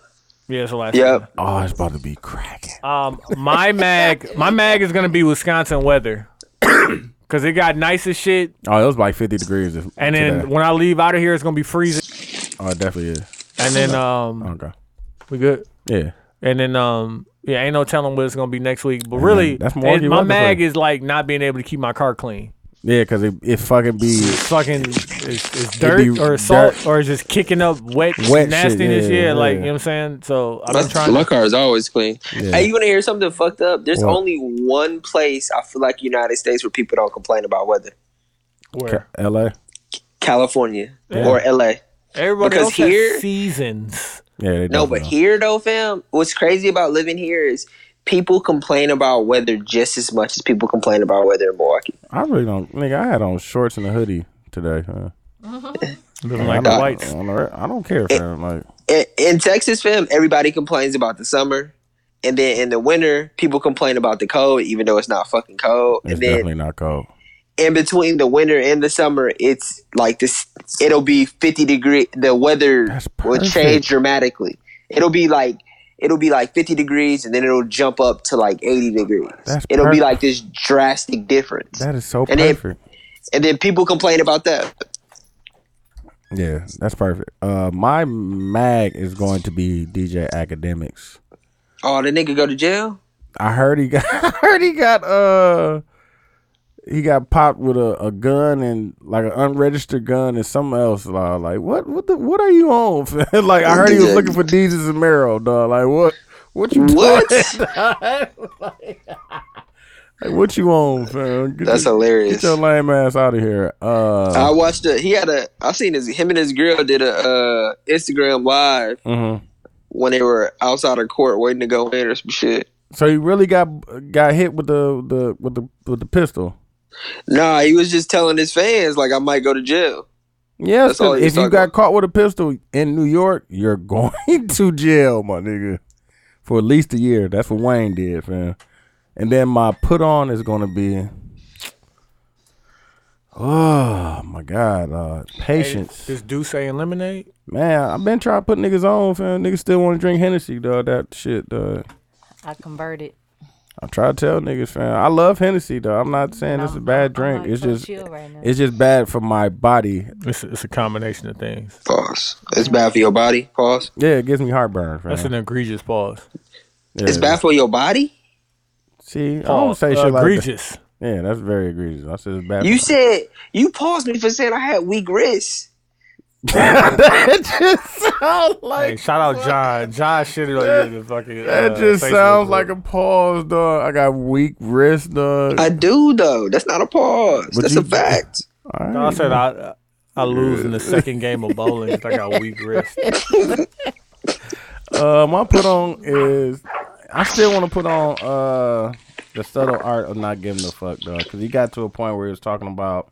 yeah, it's the last
Yep.
Oh, it's about to be cracking.
Um, my mag, my mag is gonna be Wisconsin weather, cause it got nice as shit.
Oh, it was like 50 degrees. This,
And then
today.
when I leave out of here, it's gonna be freezing.
Oh, it definitely is.
And then um,
Okay.
we good.
Yeah.
And then um, yeah, ain't no telling what it's gonna be next week. But really,
that's
it,
Milwaukee
my
weather for
mag
you.
is like not being able to keep my car clean.
Yeah, because it, it fucking be.
It's fucking it's, it's
It
dirt
be
or salt
dirt.
or it's just kicking up wet,
Wet shit,
nastiness.
yeah,
yeah, like you
yeah.
know what I'm saying. So I've been
My,
trying.
my
To,
car is always clean.
Yeah.
Hey, you want to hear something fucked up? There's
What?
only one place I feel like United States where people don't complain about weather:
where
LA?
California or LA.
everybody
because
else has
here-
seasons.
Yeah, they
No, but
definitely-
here though, fam, what's crazy about living here is people complain about weather just as much as people complain about weather in Milwaukee.
I really don't. Nigga, I had on shorts and a hoodie today. Huh?
Living Mm-hmm. like
I,
the
don't-
whites.
I don't- I don't care, fam. Like,
In, in Texas, fam, everybody complains about the summer. And then in the winter, people complain about the cold, even though it's not fucking cold.
it's
and then
definitely not cold.
in between the winter and the summer, it's like this. It'll be fifty degree. The weather
That's
will
perfect.
change dramatically. It'll be like it'll be like fifty degrees, and then it'll jump up to like eighty degrees.
That's
it'll be
perfect.
like this drastic difference.
That is so
And then-
perfect.
and then people complain about that.
yeah, that's perfect. Uh, my mag is going to be DJ Academics.
Oh, the nigga go to jail.
I heard he got [LAUGHS] I heard he got uh he got popped with a, a gun and like an unregistered gun and something else. Dog. Like what what the what are you on? [LAUGHS] fam? like I heard he was looking for Jesus and Mero, dog. Like what what you [LAUGHS]
What?
doing? like what you on, fam? Get
That's
your-
hilarious.
Get your lame ass out of here. Uh
I watched it. He had a. I seen his him and his girl did a uh, Instagram live
mhm.
when they were outside of court waiting to go in or some shit.
So he really got got hit with the the with the with the pistol.
Nah, he was just telling his fans like I might go to jail.
Yes,
That's all he was
if you
talking
got caught with a pistol in New York, you're [LAUGHS] going to jail, my nigga, for at least a year. That's what Wayne did, fam. And then my put on is gonna be, oh my god, uh, patience,
Hey, this Duce and lemonade.
man. I've been trying to put niggas on, fam. Niggas still want to drink Hennessy, dog. That shit, dog.
I converted.
I try to tell niggas, fam. I love Hennessy, though. I'm not saying it's a bad drink. it's
so
just,
chill right now.
it's just bad for my body.
It's a, it's a combination of things.
Pause. It's bad for your body. Pause.
Yeah, it gives me heartburn, fam.
That's an egregious pause.
It's
Yeah.
bad for your body.
See, I
Paul,
don't say
uh,
shit like
egregious.
that. Yeah, that's very egregious. I said it's bad.
You said you paused me for saying I had weak wrists.
that just [LAUGHS] sounds like
Hey, shout out John. John shitted on you. in The fucking,
that
uh,
just
Facebook
sounds
group.
like a pause, dog. I got weak wrist, dog.
I do though. That's not a pause.
But
That's
you-
a fact.
All
No, I
right.
said I I lose in the second game of bowling. 'cause I got weak wrist.
Uh, my put on is I still want to put on uh the subtle art of not giving a fuck, dog. Because he got to a point where he was talking about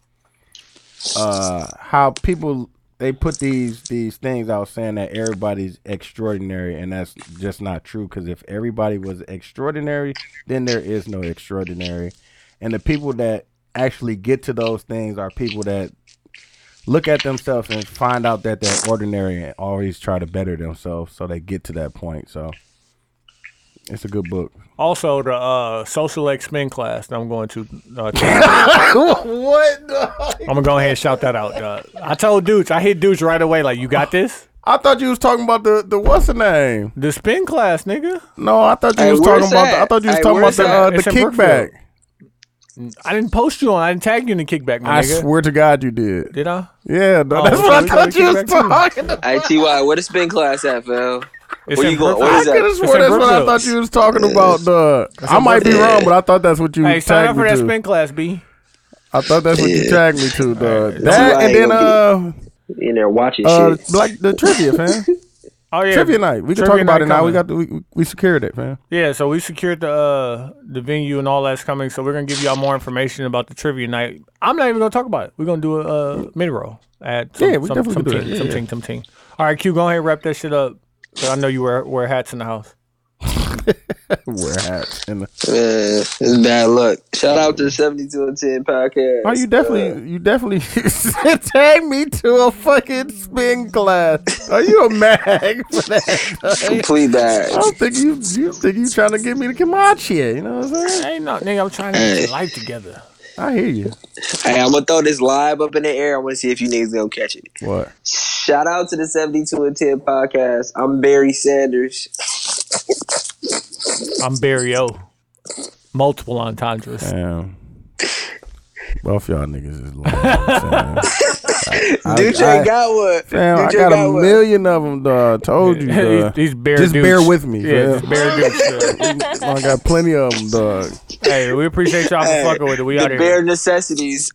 uh how people they put these these things out saying that everybody's extraordinary and that's just not true because if everybody was extraordinary then there is no extraordinary and the people that actually get to those things are people that look at themselves and find out that they're ordinary and always try to better themselves so they get to that point so it's a good book
Also, the uh, social X men class that I'm going to. Uh,
what?
I'm gonna go ahead and shout that out. dog. I told dudes, I hit dudes right away. Like, you got this?
i thought you was talking about the the what's the name
the spin class nigga
no i thought you
Hey,
was
where's
talking about the,
that?
i thought you was
Hey,
talking about
where's
the
that?
uh, the
It's in
kickback
I didn't post you on. I didn't tag you in the kickback, my
I
nigga.
swear to God, you did.
Did I?
Yeah, no,
Oh,
that's
so
what I
we
thought
gotta
you was
get back to it.
talking about.
Hey Ty, where the spin class at, fam?
It's
where
in
you going?
Brookfield.
What is
I could
that?
have sworn that's what I thought you was talking about. Duh.
That's
I
in
might be
Brookfield.
wrong, but I thought that's what you
hey, sign
tagged
up for
me
that
to.
spin class, B.
I thought that's what you tagged me to. Duh.
That's
That
why I
and
ain't
then uh,
gonna be in there watching
uh,
shit.
like the trivia, fam.
Oh yeah,
Trivia night. We can talk
Trivia
about it now. We
coming.
got the, we we secured it, fam.
Yeah, so we secured the uh, the venue and all that's coming. So we're gonna give y'all more information about the trivia night. I'm not even gonna talk about it. We're gonna do a uh, mid roll at some,
Yeah, we
some,
definitely
some
can do
team,
that. Yeah,
some
yeah.
team, some team. All right, Q, go ahead and wrap that shit up. 'Cause I know you wear wear hats in the house.
Wear hats and
Man, it's bad luck. Shout out to the 72 and 10 podcast.
Oh, you definitely, you definitely [LAUGHS] tagged me to a fucking spin class. Are you a mag [LAUGHS] for that? dog?
Complete
I
bag.
don't think you, you think you trying to get me to Kimachia. You know what I'm saying?
Hey, no, nigga, I'm trying to get
Hey.
your life together.
I hear you.
Hey, I'm gonna throw this live up in the air. I want to see if you niggas gonna catch it.
What?
Shout out to the 72 and 10 podcast. I'm Barry Sanders.
I'm Barry O. Multiple entendres.
Damn. Both y'all niggas is lying. fam. I-
Dude,
I-
ain't got one.
Fam, I
Dude, you
got a
got one.
million of them, dog. I told you,
[LAUGHS] He's-
dog.
he's bare
Just bear
dudes.
with me.
Yeah,
fam.
just bear
[LAUGHS]
dudes,
I got plenty of them, dog.
Hey, we appreciate y'all for fucking with it. We
the
out here.
bare necessities.